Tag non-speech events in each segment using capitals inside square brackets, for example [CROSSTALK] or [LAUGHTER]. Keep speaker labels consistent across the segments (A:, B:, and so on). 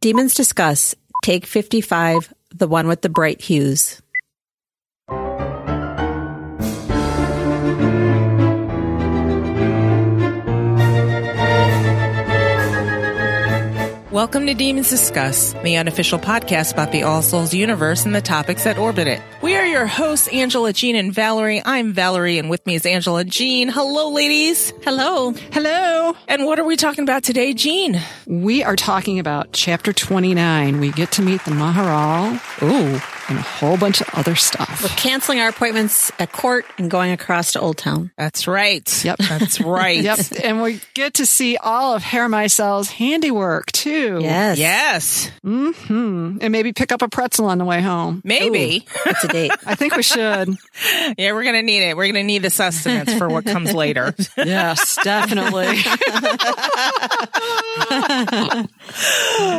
A: Demons Discuss, Take 55, the one with the bright hues.
B: Welcome to Demons Discuss, the unofficial podcast about the All Souls universe and the topics that orbit it. We are your hosts, Angela, Jean, and Valerie. I'm Valerie, and with me is Angela Jean. Hello, ladies.
A: Hello.
C: Hello.
B: And what are we talking about today, Jean?
C: We are talking about chapter 29. We get to meet the Maharal. Ooh, and a whole bunch of other
A: We're
C: stuff.
A: canceling our appointments at court and going across to Old Town.
B: That's right.
C: Yep. [LAUGHS]
B: That's right.
C: Yep. And we get to see all of Hair Mycel's handiwork too.
A: Yes.
B: Yes.
C: hmm And maybe pick up a pretzel on the way home.
B: Maybe.
A: It's a date.
C: I think we should.
B: Yeah, we're going to need it. We're going to need the sustenance for what
C: [LAUGHS]
B: comes later.
C: yes, definitely.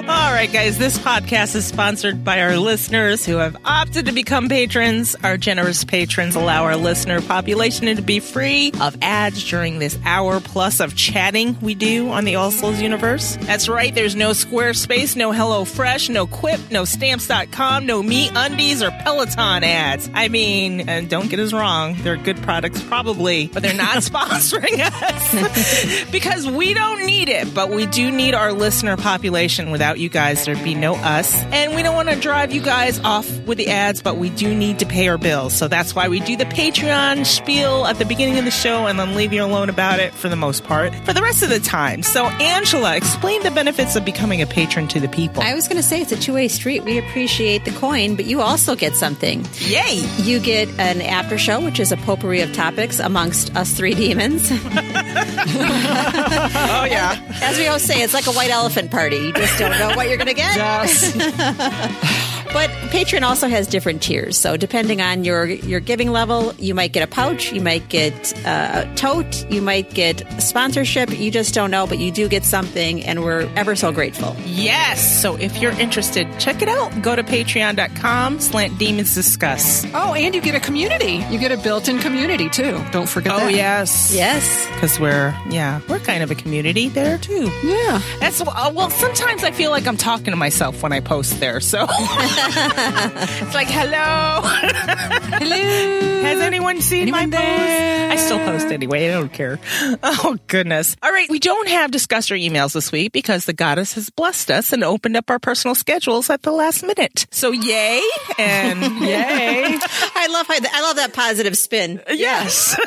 B: All right, guys, this podcast is sponsored by our listeners who have opted to become patrons. Our generous patrons allow our listener population to be free of ads during this hour plus of chatting we do on the All Souls universe. That's right, there's no Squarespace, no HelloFresh, no Quip, no Stamps.com, no Me Undies or Peloton ads. I mean, and don't get us wrong, they're good products probably, but they're [LAUGHS] not sponsoring us [LAUGHS] because we don't need it, but we do need our listener population. Without you guys, there'd be no us. And we don't want to drive you guys off with the ads, but we do need to pay our bills. So that's why we do the Patreon spiel at the beginning of the show and then leave you alone about it for the most part for the rest of the time. So, Angela, explain the benefits of becoming a patron to the people.
A: I was going to say it's a two way street. We appreciate the coin, but you also get something.
B: Yay!
A: You get an after show, which is a potpourri of topics amongst us three demons. [LAUGHS]
B: Oh, yeah.
A: As we always say, it's like a white elephant party. You just don't know what you're going to get.
C: yes.
A: [LAUGHS] But Patreon also has different tiers. So depending on your your giving level, you might get a pouch, you might get uh, a tote, you might get sponsorship. You just don't know, but you do get something, and we're ever so grateful.
B: Yes. So if you're interested, check it out. Go to patreon.com slant demons discuss.
C: [LAUGHS] Oh, and you get a community. You get a built in community too. Don't forget
B: Oh,
C: that.
B: yes.
A: Yes.
B: Because we're, yeah, we're kind of a community there too.
C: Yeah.
B: That's, uh, well, sometimes I feel like I'm talking to myself when I post there. [LAUGHS] So it's like, hello.
C: Hello.
B: Has anyone seen
C: Anyone
B: my
C: there?
B: post? I still post anyway. I don't care. [LAUGHS] Oh, goodness. All right. We don't have discussed our emails this week because the goddess has blessed us and opened up our personal schedules at the last minute. So, yay. And [LAUGHS] yay.
A: I love how, I love that positive spin.
C: Uh,
B: Yes.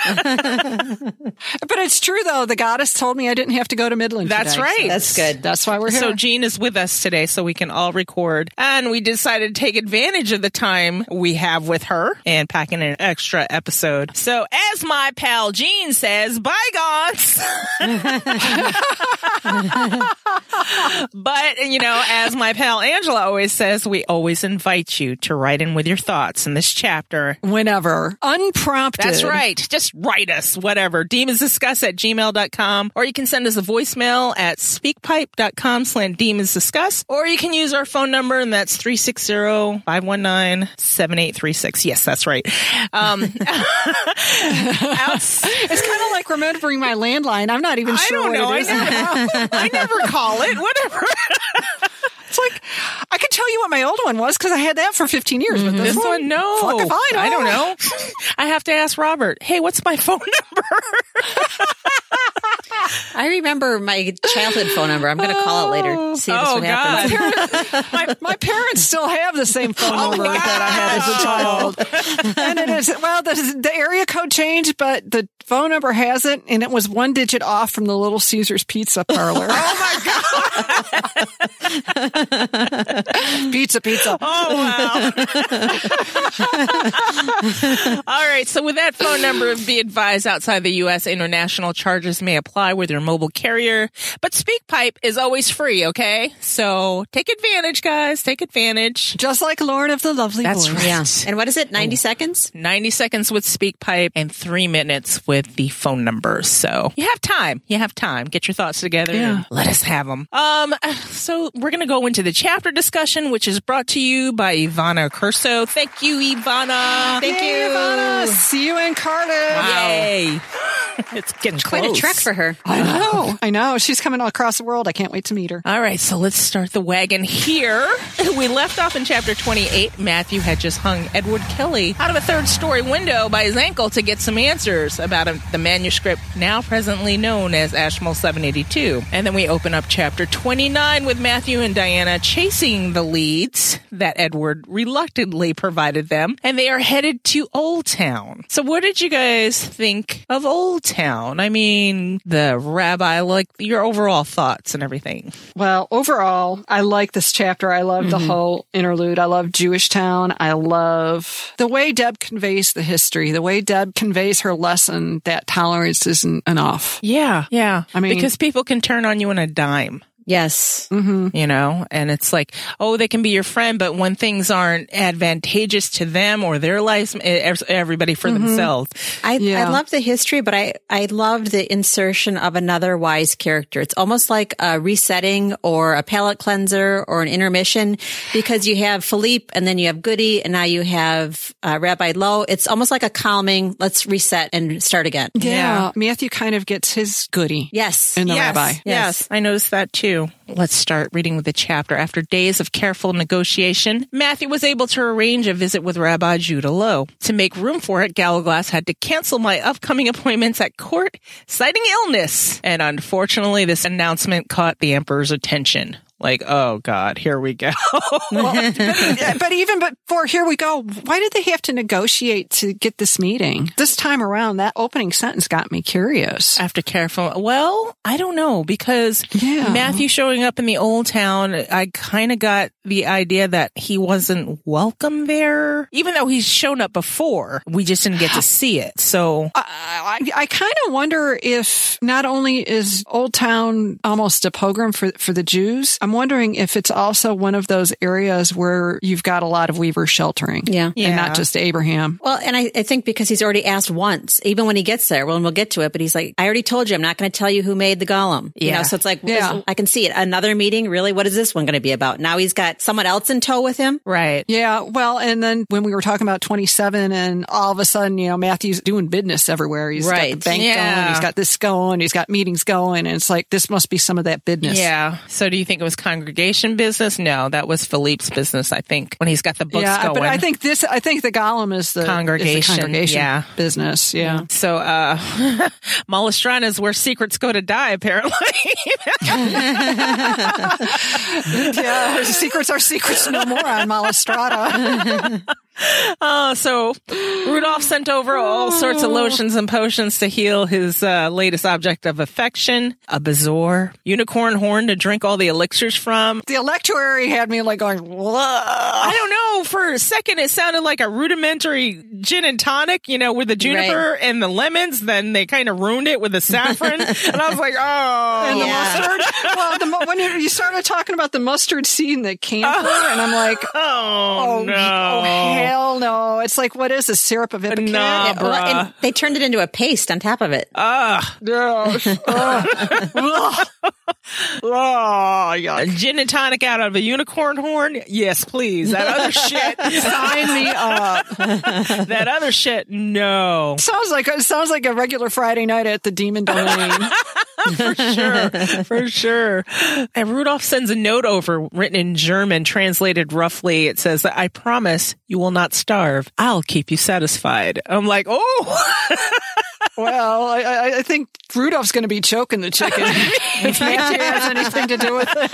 C: [LAUGHS] But it's true though. The goddess told me I didn't have to go to Midland.
B: That's
C: today, so
B: right.
A: That's good.
C: That's why we're here.
B: So Gene is with us today so we can all record. And we decided to take advantage of the time we have with her and pack in an extra episode. So as my pal Gene says, bygones. [LAUGHS] but you know, as my pal Angela always says, we always invite you to write in with your thoughts in this chapter
C: whenever unprompted
B: that's right. Just write us, whatever. Demonsdiscuss at gmail.com, or you can send us a voicemail at speakpipe.com slant demonsdiscuss, or you can use our phone number, and that's 360-519-7836. Yes, that's right. Um, outs-
C: it's kind of like remembering my landline i'm not even
B: I
C: sure
B: don't
C: what
B: know.
C: it
B: I
C: is [LAUGHS]
B: never, I never call it. Whatever.
C: it's like i could tell you what my old one was because i had that for 15 years but this,
B: This one, no.
C: Fuck if I know.
B: I don't know. I have to ask Robert, hey, what's my phone [LAUGHS] number?
A: I remember my childhood phone number. I'm going to call it later. See if this
B: oh,
A: one happens.
B: God. my,
C: my parents still have the same phone number that I had as a child. and it is, well, the, the area code changed, but the phone number hasn't. And it was one digit off from the Little Caesars Pizza Parlor. [LAUGHS] oh my God. [LAUGHS] pizza, pizza.
B: Oh, wow. All right. So, with that phone number, be advised outside the U.S., international charges may apply with your mobile carrier. But SpeakPipe is always free, okay? So, take advantage, guys. Take advantage.
C: Just like Lauren of the Lovely
B: That's
C: Boys.
B: right.
A: Yeah. And what is it? 90 seconds?
B: 90 seconds with SpeakPipe and three minutes with the phone number. So you have time. You have time. Get your thoughts together. and let us have them. Um, so we're going to go into the chapter discussion, which is brought to you by Ivana Curso. Thank you, Ivana.
A: Thank you.
C: Ivana, see you in Cardiff.
B: Wow. Yay. [LAUGHS] it's getting
A: Quite
B: close.
A: a trek for her.
C: I know. I know. She's coming all across the world. I can't wait to meet her.
B: All right, so let's start the wagon here. [LAUGHS] We left off in chapter 28. Matthew had just hung Edward Kelly out of a third story window by his ankle to get some answers about a, the manuscript now presently known as Ashmole 782. And then we open up chapter 29 with Matthew and Diana chasing the leads that Edward reluctantly provided them, and they are headed to Old Town. So, what did you guys think of Old Town? I mean, the rabbi, like your overall thoughts and everything.
C: Well, overall, I like this chapter. I love
B: Mm-hmm.
C: the whole interlude. I love Jewish Town. I love the way Deb conveys the history, the way Deb conveys her lesson that tolerance isn't enough.
B: Yeah, yeah.
C: I mean-
B: because people can turn on you in a dime,
A: Yes.
C: Hmm.
B: you know, and it's like, oh, they can be your friend, but when things aren't advantageous to them or their lives, ev- everybody for
C: Mm-hmm.
B: themselves.
A: I,
C: Yeah.
A: I love the history, but I, I loved the insertion of another wise character. It's almost like a resetting or a palate cleanser or an intermission because you have Philippe and then you have Goody and now you have uh, Rabbi Lowe. It's almost like a calming, let's reset and start again.
B: Yeah.
C: Matthew kind of gets his goodie.
A: Yes.
C: In the
B: yes,
C: rabbi.
B: Yes. I noticed that too. Let's start reading with the chapter. After days of careful negotiation, Matthew was able to arrange a visit with Rabbi Judah Lowe. To make room for it, Galleglass had to cancel my upcoming appointments at court, citing illness. And unfortunately, this announcement caught the emperor's attention. Like, oh God, here we go. [LAUGHS]
C: Yeah, [LAUGHS] but even before here we go, why did they have to negotiate to get this meeting? This time around, that opening sentence got me curious.
B: after careful well i don't know because
C: Yeah.
B: matthew showing up in the old town i kind of got the idea that he wasn't welcome there even though he's shown up before we just didn't get to see it so
C: I, I kind of wonder if not only is Old Town almost a pogrom for for the Jews, I'm wondering if it's also one of those areas where you've got a lot of weavers sheltering,
A: Yeah.
B: Yeah.
C: and not just Abraham.
A: Well, and I, I think because he's already asked once, even when he gets there, well, and we'll get to it, but he's like, I already told you, I'm not going to tell you who made the golem. You
B: Yeah.
A: know, so it's like,
C: Yeah.
A: I can see it. Another meeting? Really? What is this one going to be about? Now he's got someone else in tow with him.
B: right
C: Yeah, well, and then when we were talking about 27, and all of a sudden, you know, Matthew's doing business everywhere. He's got
A: Right.
C: the bank
B: Yeah.
C: going, he's got this going, he's got meetings going, and it's like this must be some of that business.
B: yeah so do you think it was congregation business no that was philippe's business i think when he's got the books
C: yeah,
B: going
C: but I think this. I think the golem is the is the
B: Congregation,
C: congregation
B: yeah.
C: business. Yeah,
B: so uh [LAUGHS] Malastrana is where secrets go to die apparently
C: yeah. our secrets are secrets no more on Malastrada. [LAUGHS]
B: Uh, so Rudolph sent over all sorts of lotions and potions to heal his uh, latest object of affection, a bazaar, unicorn horn to drink all the elixirs from.
C: the electuary had me like going,
B: I
C: Whoa.
B: don't know. For a second, it sounded like a rudimentary gin and tonic, you know, with the juniper and the lemons. Then they kind of ruined it with the
C: [LAUGHS]
B: saffron. and I was like, oh.
C: And the
A: Yeah.
C: mustard. Well, the, mu- when you, you started talking about the mustard seed and the camphor, and I'm like,
B: Oh,
C: oh,
B: no.
C: oh, hell no! It's like, what is this syrup of Ipecac?
B: Nah,
A: Well,
B: bruh.
A: and they turned it into a paste on top of it.
B: Ah,
C: [LAUGHS] Ugh.
B: oh, yeah. Gin and tonic out of a unicorn horn? Yes, please. That other shit.
C: Sign me up.
B: that other shit, no.
C: Sounds like it sounds like a regular Friday night at the Demon Domain. [LAUGHS]
B: For sure. For sure. And Rudolph sends a note over written in German, translated roughly. It says, I promise you will not starve. I'll keep you satisfied. I'm like, oh, [LAUGHS]
C: well, I, I, I think Rudolph's going to be choking the [LAUGHS] chicken. if Matthew has anything to do with it.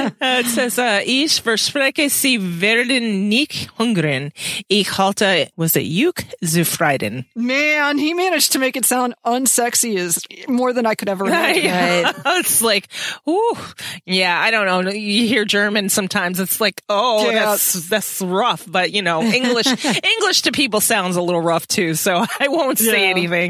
B: Uh, it says, uh, ich verspreche, sie werden nicht hungern. Ich halte, was it Juk zu freiden?
C: Man, he managed to make it sound unsexy as more than I could [LAUGHS] ever
B: [LAUGHS]
C: imagine.
B: it's like, ooh, yeah, I don't know. You hear German sometimes. It's like, oh,
C: Yeah.
B: that's that's rough. But you know,
C: [LAUGHS]
B: English English to people sounds a little rough too. So [LAUGHS] I won't say
C: Yeah.
B: anything.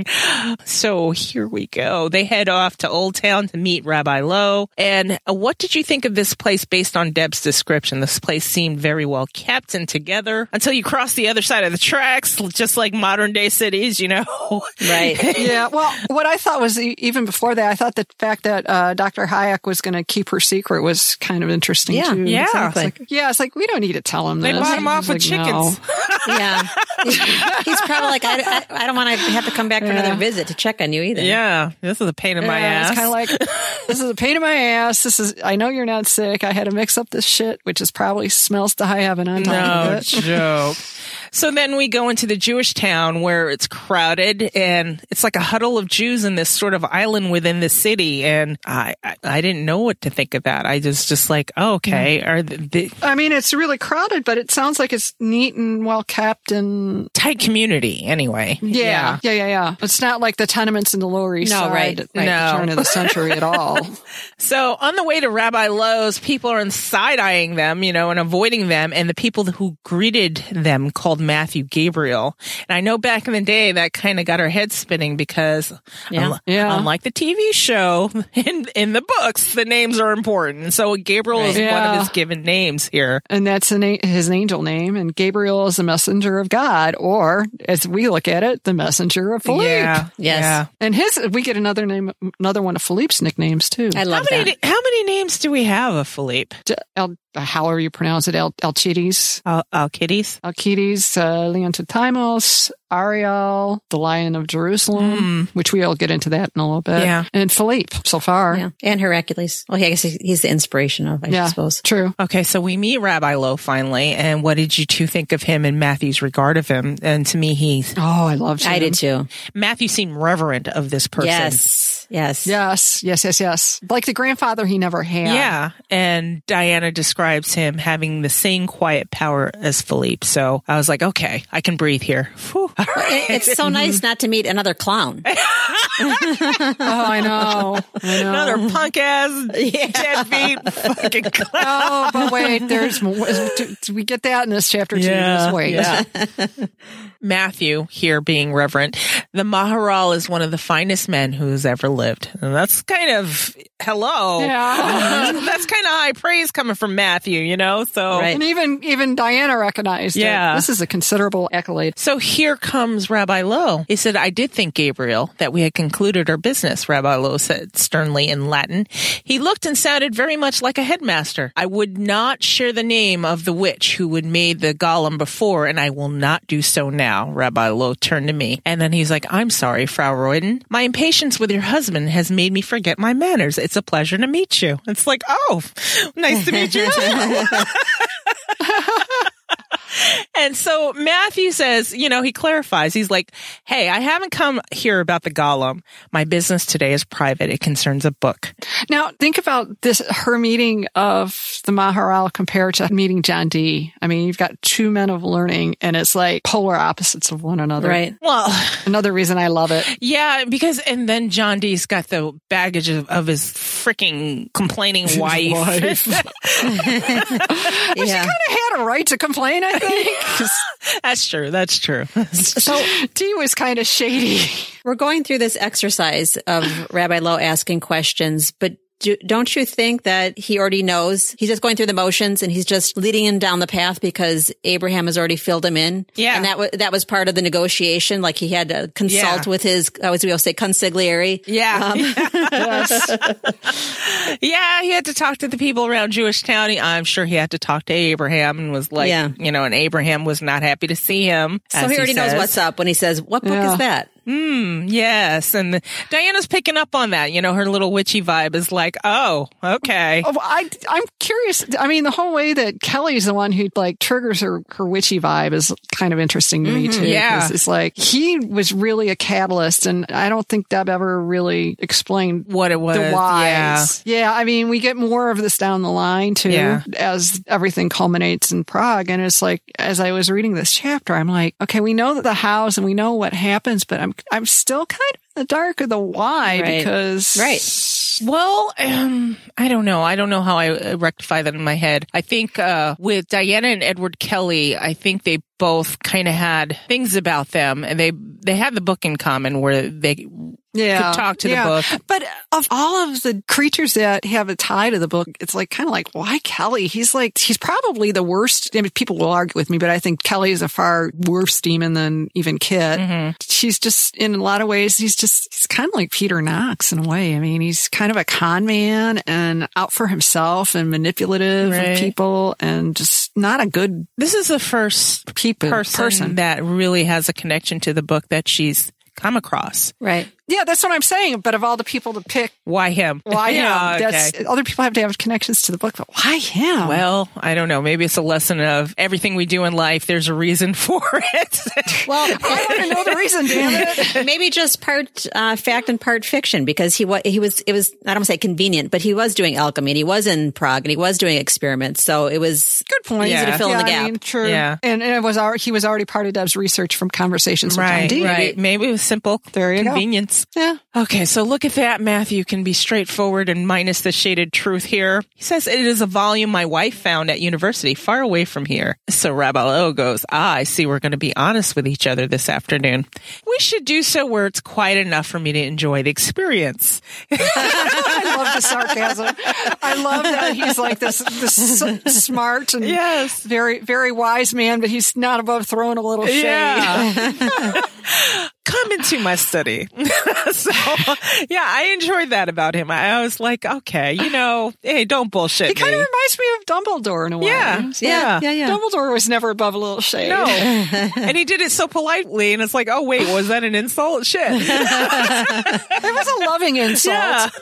B: So here we go. They head off to Old Town to meet Rabbi Lowe. And uh, what did you think of this place based on Deb's description? This place seemed very well kept and together until you cross the other side of the tracks, just like modern day cities. You know, [LAUGHS]
A: Right.
C: Yeah, well, what I thought was e- even before that, I thought the fact that uh, Dr. Hayek was going to keep her secret was kind of interesting
A: Yeah,
C: too.
B: yeah.
C: It's like- yeah, it's like we don't need to tell him.
B: They
C: this.
B: bought him off
C: It's
B: with [LAUGHS]
C: like,
B: chickens.
A: yeah. He's, he's probably like, I, I, I don't want to have to come back for
C: Yeah.
A: another visit to check on you either.
B: Yeah, this is a pain in my ass.
C: It's kind of like this is a pain in my ass. This is I know you're not sick. I had to mix up this shit, which is probably smells to high heaven on top
B: no
C: of it.
B: joke. So then we go into the Jewish town where it's crowded and it's like a huddle of Jews in this sort of island within the city. And I, I, I didn't know what to think of that. I just, just like, oh, okay, are the, the
C: I mean, it's really crowded, but it sounds like it's neat and well kept and
B: tight community anyway.
C: yeah, yeah, yeah, yeah. It's not like the tenements in the Lower East
A: No,
C: Side
A: right,
C: at
B: right.
C: the
B: No.
C: turn of the century
A: [LAUGHS]
C: at all.
B: So on the way to Rabbi Lowe's, people are side eyeing them, you know, and avoiding them. And the people who greeted them called Matthew Gabriel. And I know back in the day that kind of got our heads spinning because
A: Yeah.
B: unli-
C: Yeah.
B: unlike the TV show [LAUGHS] in, in the books, the names are important. So Gabriel is
C: Right.
B: one
C: Yeah.
B: of his given names here.
C: and that's an, a- his angel name. And Gabriel is the messenger of God, or as we look at it, the messenger of Philippe.
B: Yeah.
A: Yes.
B: Yeah.
C: And his, we get another name, another one of Philippe's nicknames too.
A: I
B: How
A: love
B: many,
A: that.
B: na- how many names do we have of Philippe?
C: El, however you pronounce it, El, Elchides,
B: Al, Al Kitties?
C: Alcides, uh, Leontitimos, Ariel, the Lion of Jerusalem,
A: Hmm.
C: which we all get into that in a little bit.
B: Yeah.
C: And Philippe so far.
A: Yeah. And Hercules. Well, I guess he- he's the inspiration of, I
C: Yeah,
A: suppose.
C: True.
B: Okay, so we meet Rabbi Lowe finally, and what did you two think of him and Matthew's regard of him? And to me, he's
C: Oh, I loved him.
A: I did too.
B: Matthew seemed reverent of this person.
A: Yes. Yes.
C: Yes, yes, yes, yes. Like the grandfather he never had.
B: Yeah. And Diana describes him having the same quiet power as Philippe. So I was like, okay, I can breathe here. Phew. [LAUGHS]
A: It- It's so nice not to meet another clown.
C: [LAUGHS] Oh, I know. I know.
B: Another punk ass, dead feet, fucking clown.
C: Oh, but wait, there's more. Do, do we get that in this chapter too? Just wait.
B: yeah. Matthew here being reverent. The Maharal is one of the finest men who's ever lived. And that's kind of, hello. [LAUGHS]
C: Yeah.
B: that's kind of high praise coming from Matthew, you know? So
A: Right.
C: And even even Diana recognized
B: Yeah.
C: it. This is a considerable accolade.
B: So here comes Rabbi Lowe. He said, I did think, Gabriel, that we had concluded our business, Rabbi Lowe said sternly in Latin. He looked and sounded very much like a headmaster. I would not share the name of the witch who had made the golem before, and I will not do so now. Rabbi Lowe turned to me. And then he's like, I'm sorry, Frau Royden. My impatience with your husband has made me forget my manners. It's a pleasure to meet you. It's like, oh, [LAUGHS] nice to meet you. And so Matthew says, you know, he clarifies. He's like, "Hey, I haven't come here about the golem. My business today is private. It concerns a book."
C: Now think about this her meeting of the Maharal compared to meeting John Dee. I mean, you've got two men of learning and it's like polar opposites of one another.
A: Right.
B: Well,
C: Another reason I love it.
B: yeah, because and then John Dee's got the baggage of, of his freaking complaining wife.
A: Yeah.
C: I had a right to complain, I think. [LAUGHS] 'cause
B: [LAUGHS] That's true. That's true.
A: [LAUGHS] So
C: Dee was kind of shady.
A: we're going through this exercise of
B: [SIGHS]
A: Rabbi Lowe asking questions, but do, don't you think that he already knows? He's just going through the motions and he's just leading him down the path because Abraham has already filled him in.
B: Yeah.
A: And that was, that was part of the negotiation. Like he had to consult
B: Yeah.
A: with his, I was going to say consigliere.
B: [LAUGHS] Yeah.
C: Yes.
B: Yeah, he had to talk to the people around Jewish Town. He- I'm sure he had to talk to Abraham and was like,
A: Yeah.
B: you know, and Abraham was not happy to see him.
A: So
B: as
A: he already knows
B: says.
A: what's up when he says, what book
C: Yeah.
A: is that?
B: Yes, and the, Diana's picking up on that. You know, her little witchy vibe is like, oh, okay.
C: Oh, I, I'm curious. I mean, the whole way that Kelly's the one who like triggers her, her witchy vibe is kind of interesting to me too. 'cause
B: yeah.
C: It's like he was really a catalyst and I don't think Deb ever really explained
B: What it was.
C: the
B: Yeah.
C: whys. Yeah. I mean, we get more of this down the line too,
B: Yeah.
C: as everything culminates in Prague. And it's like, as I was reading this chapter, I'm like, okay, we know the hows and we know what happens, but I'm I'm still kind of in the dark of the why
A: Right.
C: because
A: Right.
B: Well, um, I don't know. I don't know how I uh, rectify that in my head. I think uh, with Diana and Edward Kelly, I think they both kind of had things about them, and they they had the book in common where they
C: yeah,
B: Could talk to the book.
C: But of all of the creatures that have a tie to the book, it's like kind of like why Kelly? He's like he's probably the worst. I mean, people will argue with me, but I think Kelly is a far worse demon than even Kit.
B: Mm-hmm.
C: She's just in a lot of ways. He's just he's kind of like Peter Knox in a way. I mean, he's kind of a con man and out for himself and manipulative
B: Right.
C: of people and just not a good
B: This is the first
C: people
B: person,
C: person.
B: that really has a connection to the book that she's come across.
A: Right.
C: Yeah, that's what I'm saying. But of all the people to pick,
B: Why him? [LAUGHS]
C: why
B: Yeah,
C: him? That's
B: okay.
C: other people have to have connections to the book, but why him?
B: Well, I don't know. Maybe it's a lesson of everything we do in life. There's a reason [LAUGHS] for it.
A: Well,
C: I want to know
B: [LAUGHS]
C: the reason, damn it.
A: [LAUGHS] maybe just part uh, fact and part fiction because he was he was it was I don't want to say convenient, but he was doing alchemy and he was in Prague and he was doing experiments, so it was
C: Good point.
A: Easy to
B: Yeah.
A: fill in the
C: I
A: gap.
C: mean, true.
B: Yeah.
C: And it was already, he was already part of Deb's research from conversations with John Dee.
B: right. Maybe it was simple
C: There you go.
B: convenience.
C: Yeah. [LAUGHS]
B: Okay, so look at that, Matthew can be straightforward and minus the shaded truth here. He says it is a volume my wife found at university, far away from here. So Rabelais goes, ah, I see we're going to be honest with each other this afternoon. We should do so where it's quiet enough for me to enjoy the experience.
C: I love the sarcasm. I love that he's like this, this s- smart and
B: Yes.
C: very, very wise man, but he's not above throwing a little shade.
B: Come into my study. [LAUGHS] so, yeah, I enjoyed that about him. I was like, okay, you know, hey, don't bullshit
C: He kind of
B: me.
C: reminds me of Dumbledore in a way.
B: yeah, yeah,
A: yeah, yeah.
C: Dumbledore was never above a little shade.
B: No. and he did it so politely, and it's like, oh, wait, was that an insult? Shit.
C: It was a loving insult.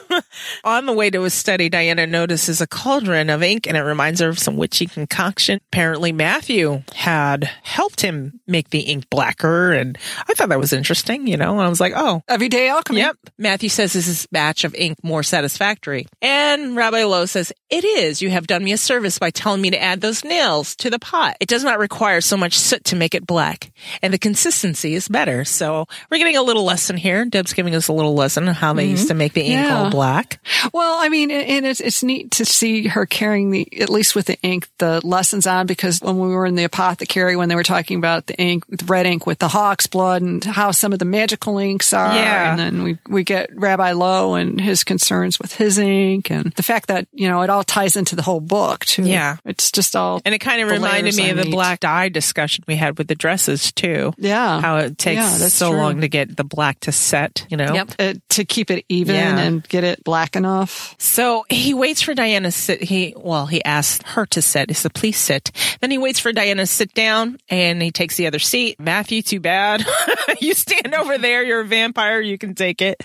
B: On the way to his study, Diana notices a cauldron of ink, and it reminds her of some witchy concoction. Apparently, Matthew had helped him make the ink blacker, and I thought that was interesting, you know? And I was like, oh,
C: Everyday alchemy.
B: Yep. Matthew says this is batch of ink more satisfactory. And Rabbi Lowe says, It is. You have done me a service by telling me to add those nails to the pot. It does not require so much soot to make it black. And the consistency is better. So we're getting a little lesson here. Deb's giving us a little lesson on how they used to make the ink
C: Yeah.
B: all black.
C: Well, I mean, and and it's it's neat to see her carrying the at least with the ink the lessons on because when we were in the apothecary when they were talking about the ink, the red ink with the hawk's blood and how some of the magical inks are,
B: Yeah.
C: and then we we get Rabbi Lowe and his concerns with his ink and the fact that you know it all ties into the whole book too.
B: Yeah.
C: it's just all
B: And it kind of
C: the
B: reminded
C: layers
B: me
C: I
B: of the
C: need.
B: black dye discussion we had with the dresses, too.
C: Yeah.
B: How it takes
C: Yeah, that's
B: so
C: true.
B: long to get the black to set, you know?
A: Yep.
C: uh, to keep it even
B: Yeah.
C: and get it black enough.
B: So he waits for Diana to sit. He, well, he asks her to sit. He said, please sit. Then he waits for Diana to sit down and he takes the other seat. Matthew, too bad. [LAUGHS] you stand over there. You're a vampire. You can take it.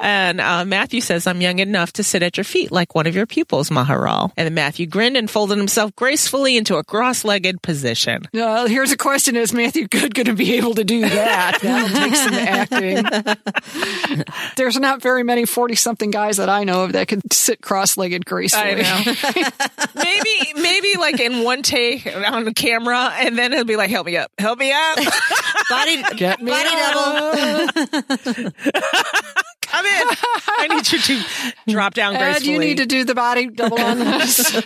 B: And uh, Matthew says, I'm young enough to sit at your feet like one of your pupils, Maharal. And then Matthew grinned and folded himself gracefully into a cross legged position.
C: Uh, here's a question: Is Matthew Good going to be able to do that? That'll take some acting.
B: [LAUGHS]
C: There's not very many forty-something guys that I know of that could sit cross-legged gracefully.
B: [LAUGHS] maybe, maybe like in one take on the camera, and then he'll be like, "Help me up, help me up,
C: [LAUGHS]
A: body
C: Get me
A: body double.
B: come in. I need you [LAUGHS] to drop down [LAUGHS]
C: Ed,
B: gracefully."
C: you need to do the body double on
B: [LAUGHS]
C: this.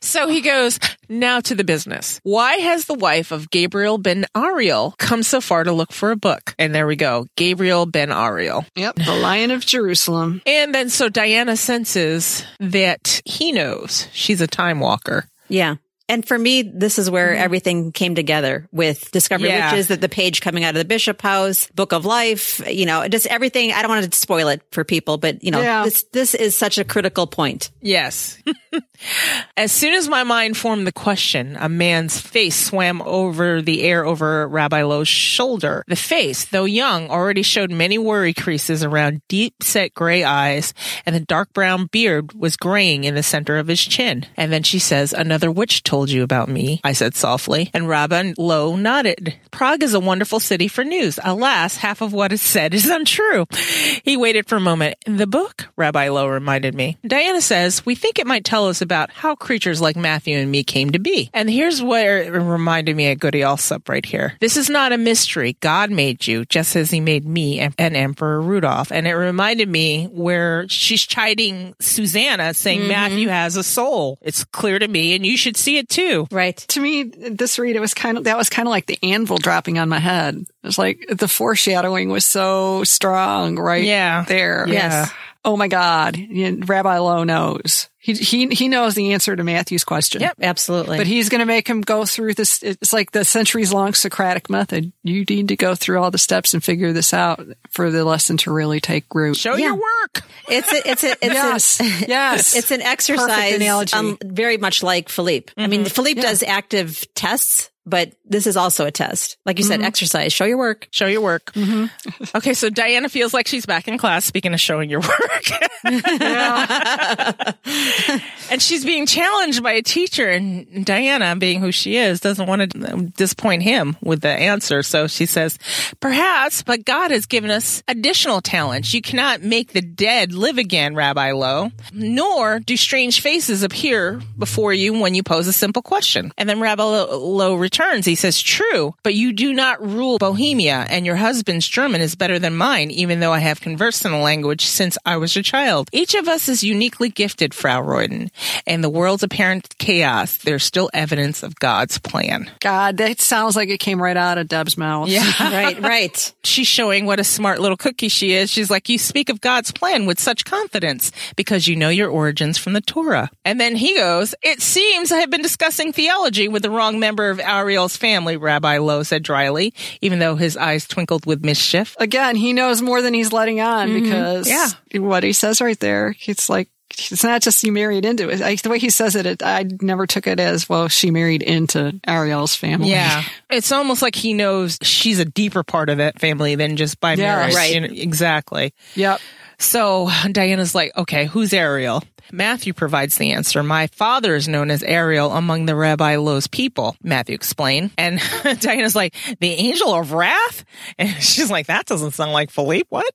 B: so he goes now to the business. Why has the wife of Gabriel Ben Ariel come so far to look for a book? And there we go, Gabriel Ben Ariel.
C: yep, the Lion of Jerusalem.
B: And then so Diana senses that he knows she's a time walker.
A: Yeah. And for me, this is
C: Mm-hmm.
A: where everything came together with Discovery
B: Yeah.
A: Witches, that the page coming out of the Bishop House, Book of Life, you know, just everything. I don't want to spoil it for people, but you know,
C: Yeah.
A: this this is such a critical point.
B: Yes. [LAUGHS] as soon as my mind formed the question, a man's face swam over the air over Rabbi Lowe's shoulder. The face, though young, already showed many worry creases around deep set gray eyes, and the dark brown beard was graying in the center of his chin. And then she says, Another witch told you about me, I said softly, and Rabbi Lowe nodded. Prague is a wonderful city for news. Alas, half of what is said is untrue. He waited for a moment. The book, Rabbi Lowe reminded me. Diana says, We think it might tell us about how creatures like Matthew and me came to be. And here's where it reminded me of Goody Allsup right here. This is not a mystery. God made you, just as he made me and, and Emperor Rudolph. And it reminded me where she's chiding Susanna, saying, Matthew has a soul. It's clear to me, and you should see it too.
A: Right.
C: To me, this read it was kind of that was kind of like the anvil dropping on my head. It was like the foreshadowing was so strong, right?
B: Yeah.
C: there.
B: Yes.
C: Oh my God, Yeah, Rabbi Lowe knows. He he he knows the answer to Matthew's question.
B: Yep.
A: Absolutely.
C: But he's going to make him go through this. It's like the centuries long Socratic method. You need to go through all the steps and figure this out for the lesson to really take root.
B: Show your work.
A: it's a, it's a, it's
C: yes.
A: a,
C: yes.
A: It's an exercise, um,
C: analogy.
A: very much like Philippe. I mean, Philippe does active tests but this is also a test. Like you said, exercise, show your work.
B: Show your work. okay, so Diana feels like she's back in class, speaking of showing your work. [LAUGHS] and she's being challenged by a teacher, and Diana, being who she is, doesn't want to disappoint him with the answer. So she says, Perhaps, but God has given us additional talents. You cannot make the dead live again, Rabbi Lowe, nor do strange faces appear before you when you pose a simple question. And then Rabbi Lo- Lowe returns. He says, True, but you do not rule Bohemia, and your husband's German is better than mine, even though I have conversed in the language since I was a child. Each of us is uniquely gifted, Frau Royden. In the world's apparent chaos, there's still evidence of God's plan.
C: God, that sounds like it came right out of Deb's mouth. Yeah.
A: right, right.
B: she's showing what a smart little cookie she is. She's like, You speak of God's plan with such confidence because you know your origins from the Torah. And then he goes, It seems I have been discussing theology with the wrong member of Ariel's family, Rabbi Lowe said dryly, even though his eyes twinkled with mischief.
C: Again, he knows more than he's letting on because
B: Yeah.
C: what he says right there, it's like, it's not just you married into it. Like, the way he says it, it, I never took it as, well, she married into Ariel's family.
B: Yeah. It's almost like he knows she's a deeper part of that family than just by
C: Yeah,
B: marriage.
A: right.
B: You know, exactly.
C: [LAUGHS] Yep.
B: So Diana's like, okay, who's Ariel? Matthew provides the answer. My father is known as Ariel among the Rabbi Lowe's people, Matthew explained. And [LAUGHS] Diana's like, the angel of wrath? And [LAUGHS] she's like, that doesn't sound like Philippe. What? [LAUGHS]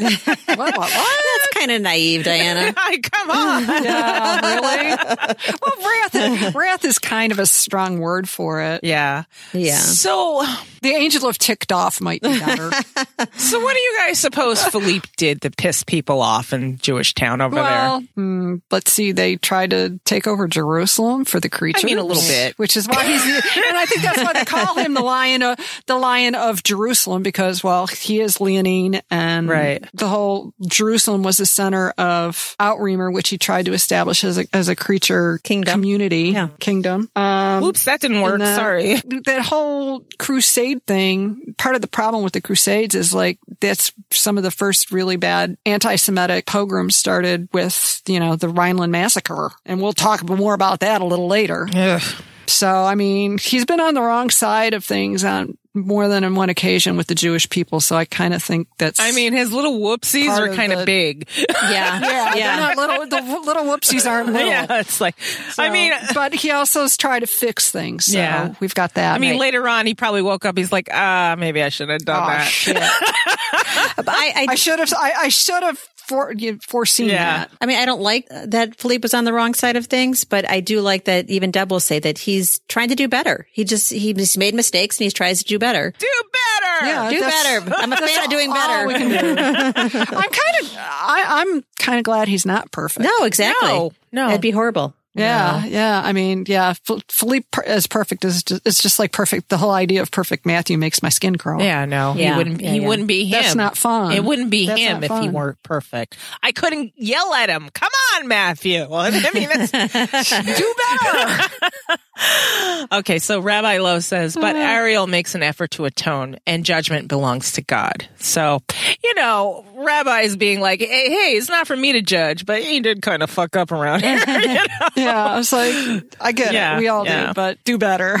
C: What, what, what?
A: That's kind of naive,
B: [LAUGHS]
A: Diana.
B: Like, Come
C: [LAUGHS]
B: on.
C: Yeah, really? [LAUGHS] well, wrath, wrath is kind of a strong word for it.
B: Yeah.
A: Yeah.
B: So,
C: The angel of ticked off might be
B: [LAUGHS]
C: better.
B: so what do you guys
C: [LAUGHS]
B: suppose Philippe did to piss people off in Jewish town over
C: Well, hmm, let's see. They tried to take over Jerusalem for the creatures.
B: a little bit.
C: which is why he's. the- and I think that's why they call him the lion, of, the lion of Jerusalem, because well, he is leonine, and
B: Right.
C: the whole Jerusalem was the center of Outremer, which he tried to establish as a, as a creature
A: Kingdom.
C: community
A: Yeah.
C: kingdom. Um,
B: there? Oops, that didn't work.
C: and that- [LAUGHS]
B: Sorry.
C: That whole crusade thing, part of the problem with the crusades is like that's some of the first really bad anti-Semitic pogroms started with, you know, the Rhineland massacre. And we'll talk more about that a little later.
B: Ugh.
C: So, I mean, he's been on the wrong side of things on more than on one occasion with the Jewish people. So I kind of think that's, [LAUGHS]
B: I mean, his little whoopsies
C: Part
B: are
C: of
B: kind of
C: the- Oh.
B: big. [LAUGHS]
A: [LAUGHS] Yeah.
C: yeah, they're not little, the little whoopsies aren't little.
B: yeah. It's like, I
C: So-
B: mean,
C: but he also has tried to fix things. So
B: Yeah.
C: we've got that.
B: I mean, later on, he probably woke up. He's like, ah, maybe I should have done
C: oh,
B: that. [LAUGHS]
C: shit.
A: But I,
C: I
A: I,
C: should have. I, I should have for, you know, foreseen
B: Yeah.
C: that.
A: I mean, I don't like that Philippe was on the wrong side of things, but I do like that even Deb will say that he's trying to do better. He just, he's made mistakes and he tries to do better.
B: Do better.
C: Yeah.
A: Do
C: that's-
A: better. I'm a fan of doing
C: all
A: better.
C: we can I'm kind of. I, I'm kind of glad he's not perfect.
A: [LAUGHS] No, exactly.
B: No, no.
A: That'd be horrible.
C: Yeah, yeah. I mean, yeah. F- Philippe per- as perfect as just, it's just like perfect. The whole idea of perfect Matthew makes my skin crawl.
B: Yeah, no,
A: Yeah.
B: he wouldn't.
A: Yeah,
B: he
A: yeah.
B: wouldn't be him.
C: That's not fun.
B: It wouldn't be
C: That's
B: him
C: not
B: if he
C: fun.
B: weren't perfect. I couldn't yell at him. Come on, Matthew. [LAUGHS] I mean,
C: [LAUGHS]
B: that's, do better. [LAUGHS] okay, so Rabbi Lowe says, but
C: Uh-huh.
B: Ariel makes an effort to atone, and judgment belongs to God. So, you know, rabbis being like, hey, hey, it's not for me to judge, but he did kind of fuck up around here. [LAUGHS] you know?
C: Yeah, I was like, I get
B: Yeah,
C: it. We all
B: yeah.
C: do, but
B: [LAUGHS]
C: do better.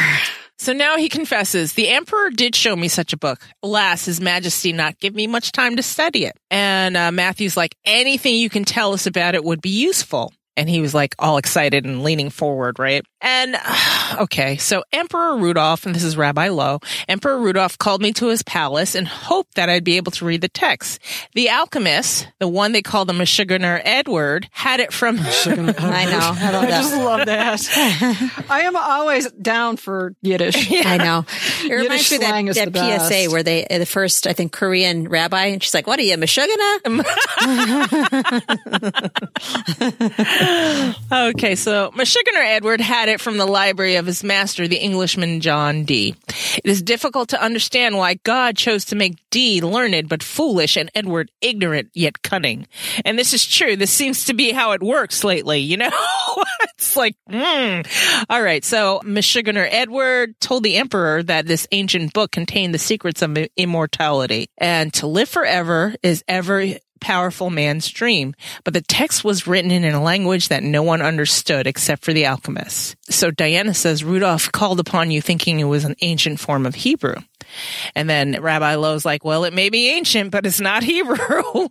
B: So now he confesses, the emperor did show me such a book. Alas, his majesty not give me much time to study it. And uh, Matthew's like, anything you can tell us about it would be useful. And he was like all excited and leaning forward, right? And [SIGHS] okay, so Emperor Rudolph, and this is Rabbi Lowe, Emperor Rudolph called me to his palace and hoped that I'd be able to read the text. The alchemist, the one they call the Meshuggah Edward, had it from
A: I know. I [LAUGHS] love
C: I just
A: that.
C: love that. [LAUGHS] I am always down for
B: [LAUGHS]
C: Yiddish.
A: I
C: [LAUGHS]
A: know. It reminds me of
C: slang is
A: that,
C: the
A: that PSA
C: best.
A: where they, uh, the first, I think, Korean rabbi, and she's like, what are you,
C: [LAUGHS]
A: Meshuggah?
B: Okay, so Meshuggah Edward had it from the library of his master, the Englishman John Dee. It is difficult to understand why God chose to make Dee learned but foolish and Edward ignorant yet cunning. And this is true. This seems to be how it works lately, you know? [LAUGHS] it's like, mm. All right, so Meshuggah Edward told the emperor that this ancient book contained the secrets of immortality and to live forever is ever powerful man's dream, but the text was written in a language that no one understood except for the alchemists. So Diana says Rudolph called upon you thinking it was an ancient form of Hebrew. And then Rabbi Lowe's like, well, it may be ancient, but it's not Hebrew. [LAUGHS] I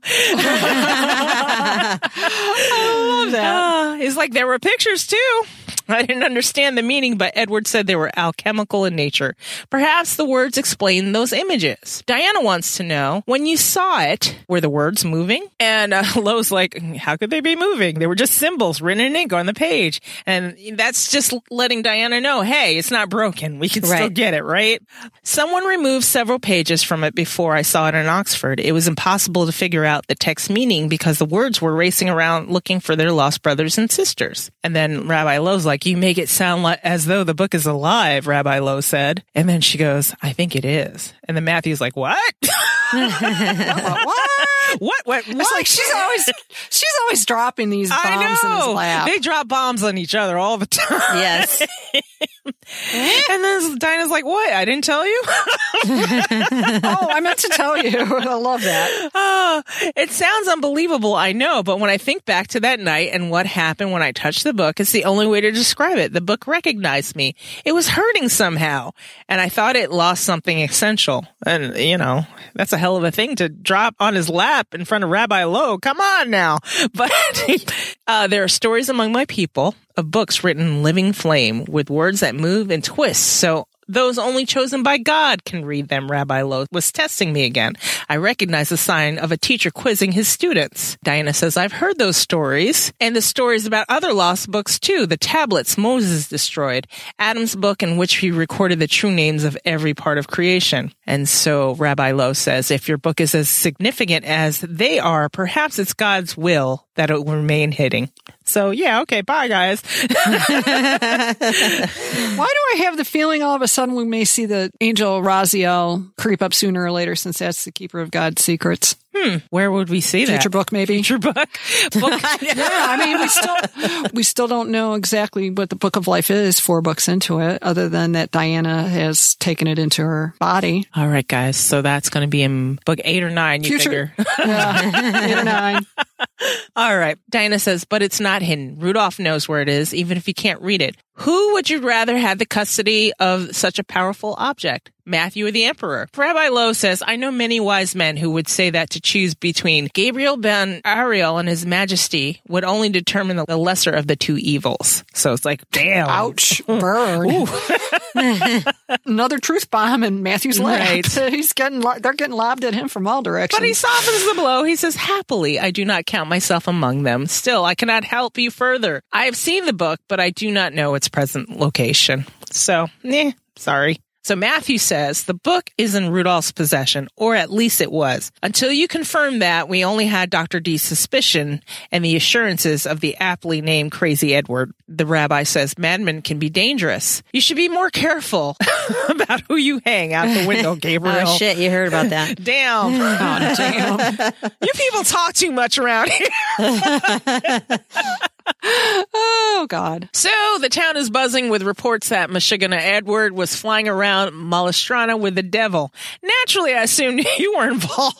B: love that. Uh, it's like there were pictures too. I didn't understand the meaning, but Edward said they were alchemical in nature. Perhaps the words explain those images. Diana wants to know when you saw it, were the words moving? And uh, [LAUGHS] Lowe's like, how could they be moving? They were just symbols written in ink on the page. And that's just letting Diana know, hey, it's not broken. We can still
A: Right.
B: get it, right? Someone removed several pages from it before I saw it in Oxford. It was impossible to figure out the text meaning because the words were racing around looking for their lost brothers and sisters. And then Rabbi Lowe's like, You make it sound like as though the book is alive, Rabbi Lowe said. And then she goes, I think it is. And then Matthew's like, What? [LAUGHS]
C: What? what?
B: what? What? What?
C: It's like she's always she's always dropping these bombs
B: I
C: in his
B: know.
C: lap.
B: They drop bombs on each other all the [LAUGHS] time.
A: Yes.
C: Eh?
B: And then Dinah's like, What? I didn't tell you?
C: [LAUGHS]
B: [LAUGHS]
C: oh, I meant to tell you. [LAUGHS] I love that.
B: Oh, [GASPS] it sounds unbelievable, I know, but when I think back to that night and what happened when I touched the book, it's the only way to describe it. The book recognized me. It was hurting somehow, and I thought it lost something essential. And, you know, that's a hell of a thing to drop on his lap in front of Rabbi Lowe. Come on now. [LAUGHS] But uh, there are stories among my people of books written in living flame with words that move and twist. So those only chosen by God can read them, Rabbi Lowe was testing me again. I recognize the sign of a teacher quizzing his students. Diana says, I've heard those stories, and the stories about other lost books too. The tablets Moses destroyed, Adam's book in which he recorded the true names of every part of creation. And so Rabbi Lowe says, if your book is as significant as they are, perhaps it's God's will that it will remain hidden. So yeah, okay, bye guys. [LAUGHS]
C: Why do I have the feeling all of a sudden we may see the angel Raziel creep up sooner or later since that's the keeper of God's secrets?
B: Where would we see that?
C: Future book, maybe.
B: Your [LAUGHS] book. book.
C: Yeah, I mean, we still [LAUGHS] we still don't know exactly what the Book of Life is four books into it, other than that Diana has taken it into her body.
B: [LAUGHS] All right, guys. So that's going to be in book eight or nine, you
C: Future-
B: figure. [LAUGHS]
C: Yeah, eight or nine.
B: All right. Diana says, but it's not hidden. Rudolph knows where it is, even if he can't read it. Who would you rather have the custody of such a powerful object? Matthew or the Emperor? Rabbi Lowe says, I know many wise men who would say that to choose between Gabriel ben Ariel and his majesty would only determine the lesser of the two evils. So it's like, damn.
C: Ouch, burn. [LAUGHS] Another truth bomb in Matthew's lap.
B: Right.
C: [LAUGHS] He's getting lo- they're getting lobbed at him from all directions.
B: But he softens the blow. He says, Happily, I do not count myself among them. Still, I cannot help you further. I have seen the book, but I do not know its present location. So, eh, sorry. So Matthew says the book is in Rudolph's possession, or at least it was. Until you confirm that, we only had Dr. D's suspicion and the assurances of the aptly named Crazy Edward. The rabbi says madmen can be dangerous. You should be more careful [LAUGHS] about who you hang out the
A: [LAUGHS]
B: window, Gabriel.
A: Oh, shit. You heard about that.
C: [LAUGHS]
B: Damn. Oh, [LAUGHS] you people talk too much around here.
C: oh God,
B: [LAUGHS] So the town is buzzing with reports that Michigana Edward was flying around Malastrana with the devil. Naturally, I assumed [LAUGHS] you were involved. [LAUGHS]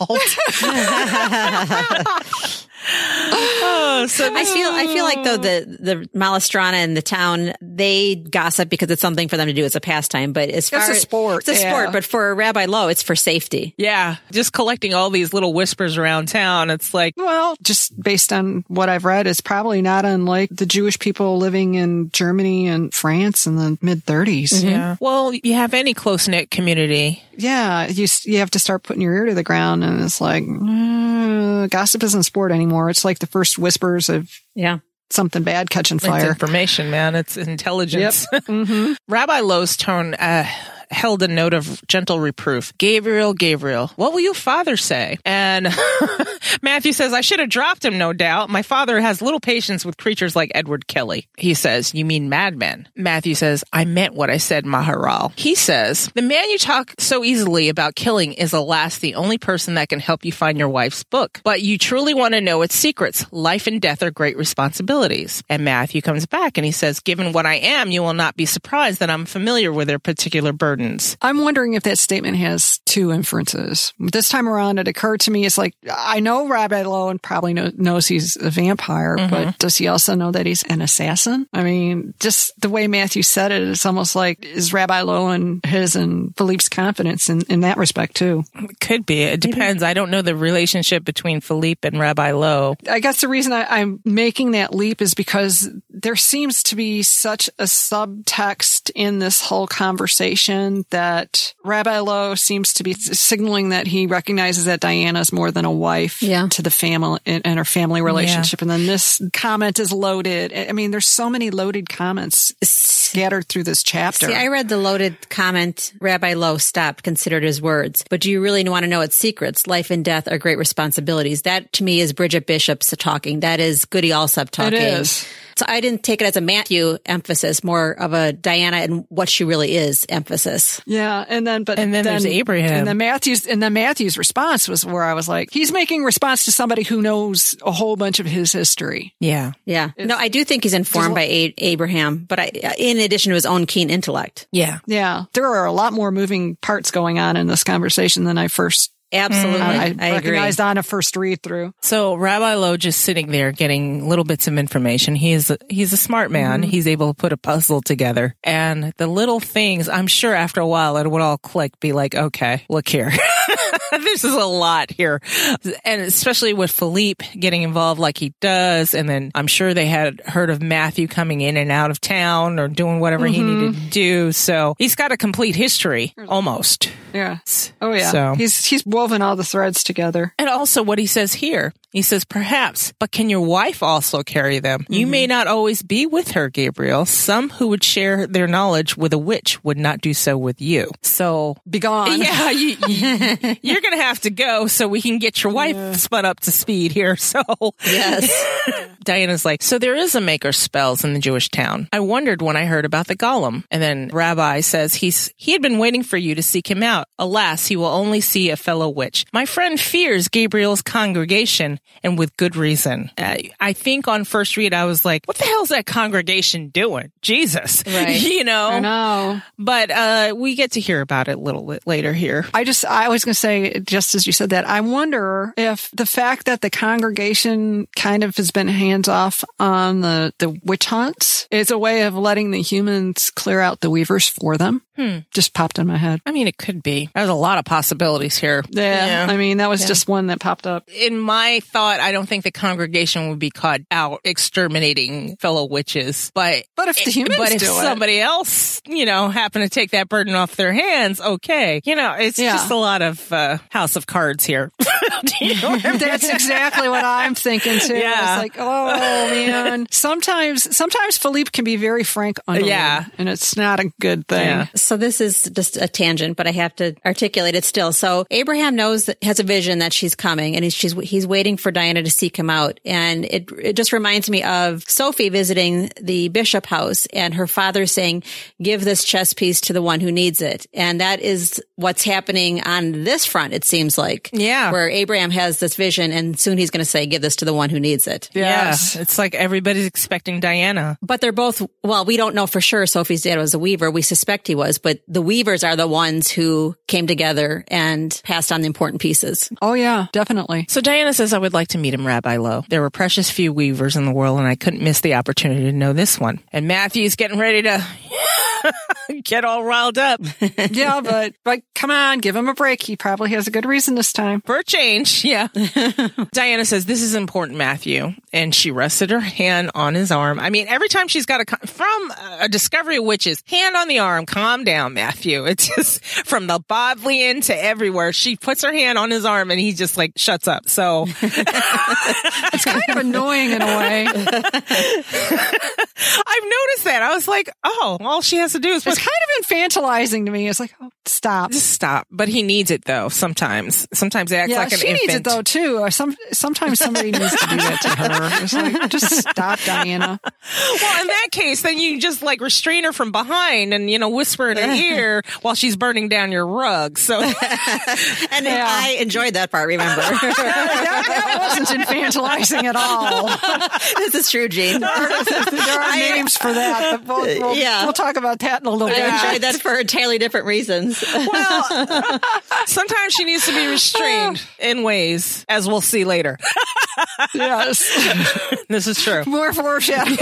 B: oh, so
A: I
B: this
A: feel I feel like though the the Malastrana and the town they gossip because it's something for them to do. It's a pastime, but as far
C: a sport,
A: it's a
C: yeah.
A: sport. But for Rabbi Lowe, it's for safety.
B: yeah, just collecting all these little whispers around town. It's like
C: well, just based on what I've read, it's probably not unlike the Jewish people living in Germany and France in the mid 30s.
B: yeah. Well, you have any close knit community.
C: yeah, you s- you have to start putting your ear to the ground, and it's like uh, gossip isn't sport anymore. It's like the first whispers of
A: Yeah,
C: something bad catching
B: It's
C: fire.
B: information, man. It's intelligence. [LAUGHS]
C: hmm
B: Rabbi Lowe's tone uh, held a note of gentle reproof. Gabriel, Gabriel, what will your father say? And [LAUGHS] Matthew says, I should have dropped him, no doubt. My father has little patience with creatures like Edward Kelly. He says, You mean madmen? Matthew says, I meant what I said, Maharal. He says, The man you talk so easily about killing is, alas, the only person that can help you find your wife's book. But you truly want to know its secrets. Life and death are great responsibilities. And Matthew comes back and he says, Given what I am, you will not be surprised that I'm familiar with their particular burden importance.
C: I'm wondering if that statement has two inferences. This time around, it occurred to me it's like, I know Rob Lowen probably know, knows he's a vampire, but does he also know that he's an assassin? I mean, just the way Matthew said it, it's almost like, is Rabbi Lowen his and Philippe's confidence in, in that respect, too?
B: It could be. It depends. I don't know the relationship between Philippe and Rabbi Lowe.
C: I guess the reason I, I'm making that leap is because there seems to be such a subtext in this whole conversation that Rabbi Lowe seems to be signaling that he recognizes that Diana is more than a wife
A: Yeah.
C: to the family and, and her family relationship. And then this comment is loaded. I I mean, there's so many loaded comments scattered through this chapter.
A: See, I read the loaded comment Rabbi Lowe stopped, considered his words. But do you really want to know its secrets? Life and death are great responsibilities. That to me is Bridget Bishop's talking. That is Goody Allsop talking.
C: is.
A: So I didn't take it as a Matthew emphasis, more of a Diana and what she really is emphasis.
C: Yeah, and then but
B: And then there's Abraham.
C: and then Matthew's and then Matthew's response was where I was like, he's making response to somebody who knows a whole bunch of his history.
B: Yeah.
A: Yeah. no, I do think he's informed by a- Abraham, but I, in addition to his own keen intellect.
B: Yeah.
C: Yeah, there are a lot more moving parts going on in this conversation than I first
A: Absolutely.
C: Mm. I,
A: I agree.
C: recognized on a first read through.
B: So Rabbi Lowe just sitting there getting little bits of information. He is a, he's a smart man. He's able to put a puzzle together, and the little things. I'm sure after a while it would all click. Be like, okay, look here. [LAUGHS] this is a lot here. And especially with Philippe getting involved like he does. And then I'm sure they had heard of Matthew coming in and out of town or doing whatever he needed to do. So he's got a complete history almost.
C: Yeah. Oh yeah.
B: So-
C: He's he's woven all the threads together.
B: And also what he says here. He says, perhaps, but can your wife also carry them? You may not always be with her, Gabriel. Some who would share their knowledge with a witch would not do so with you. So
C: Begone.
B: yeah, you,
A: [LAUGHS]
B: you, are going to have to go so we can get your wife spun up to speed here. So
A: yes.
B: [LAUGHS] Diana's like, so there is a maker spells in the Jewish town. I wondered when I heard about the golem. And then Rabbi says he's he had been waiting for you to seek him out. Alas, he will only see a fellow witch. My friend fears Gabriel's congregation, and with good reason. I, I think on first read I was like, what the hell's that congregation doing? Jesus,
A: Right.
B: [LAUGHS] you know.
C: I know.
B: But uh, we get to hear about it a little bit later here.
C: I just, I was going to say, just as you said that, I wonder if the fact that the congregation kind of has been hands off on the, the witch hunts is a way of letting the humans clear out the weavers for them.
B: Hmm.
C: Just popped in my head.
B: I mean, it could be. There's a lot of possibilities here.
C: Yeah. I mean, that was just one that popped up.
B: [LAUGHS] in my thought, I don't think the congregation would be caught out exterminating fellow witches. But eh,
C: But if the humans
B: but if
C: do it.
B: somebody else, you know, happened to take that burden off their hands, okay, you know, it's
C: Yeah.
B: just a lot of uh, house of cards here. [LAUGHS] Do you know what I mean?
C: That's exactly what I'm thinking too.
B: Yeah.
C: It's like, oh
B: [LAUGHS]
C: man. Sometimes, sometimes Philippe can be very frank on the
B: Yeah.
C: line, and it's not a good thing.
B: Yeah.
A: So this is just a tangent, but I have to articulate it still. So Abraham knows that has a vision that she's coming, and he's she's, he's waiting for Diana to seek him out. And it it just reminds me of Sophie visiting the bishop house and her father saying, "Give this chess piece to the one who needs it." And that is what's happening on this front. It seems like
B: Yeah.
A: where Abraham has this vision, and soon he's going to say, "Give this to the one who needs it."
C: Yes.
B: Yeah, it's like everybody's expecting Diana.
A: But they're both, well, we don't know for sure Sophie's dad was a weaver. We suspect he was, but the weavers are the ones who came together and passed on the important pieces.
C: Oh yeah, definitely.
B: So Diana says, I would like to meet him, Rabbi Lowe. There were precious few weavers in the world, and I couldn't miss the opportunity to know this one. And Matthew's getting ready to [LAUGHS] get all riled up.
C: yeah, but but come on, give him a break. He probably has a good reason this time.
B: For a change, yeah. Diana says, This is important, Matthew. And she rested her hand on his arm. I mean, every time she's got a, con- from a discovery of witches, hand on the arm, calm down, Matthew. [LAUGHS] It's just from the Bodleian to everywhere. She puts her hand on his arm and he just like shuts up. So
C: It's kind of annoying in a way.
B: I've noticed that. I was like, Oh, all she has to do is put
C: It's kind of infantilizing to me. It's like, oh, stop.
B: just stop. But he needs it though, sometimes. Sometimes it acts
C: Yeah,
B: like an
C: she
B: infant.
C: needs it though too. Or Some sometimes somebody needs to do that to her. It's like, just stop, Diana.
B: Well, in that case, then you just like restrain her from behind and, you know, whisper in her ear while she's burning down your rug. So
C: [LAUGHS]
A: And I enjoyed that part, remember? [LAUGHS]
C: That, that wasn't infantilizing at all.
A: this is true, Gene.
C: There are names for that. But we'll, we'll,
A: Yeah.
C: we'll talk about that in a little bit.
A: I enjoyed did that for entirely different reasons.
B: Well, sometimes she needs to be
C: [LAUGHS]
B: restrained in ways, as we'll see later. [LAUGHS]
C: yes.
B: This is true.
C: More foreshadowing.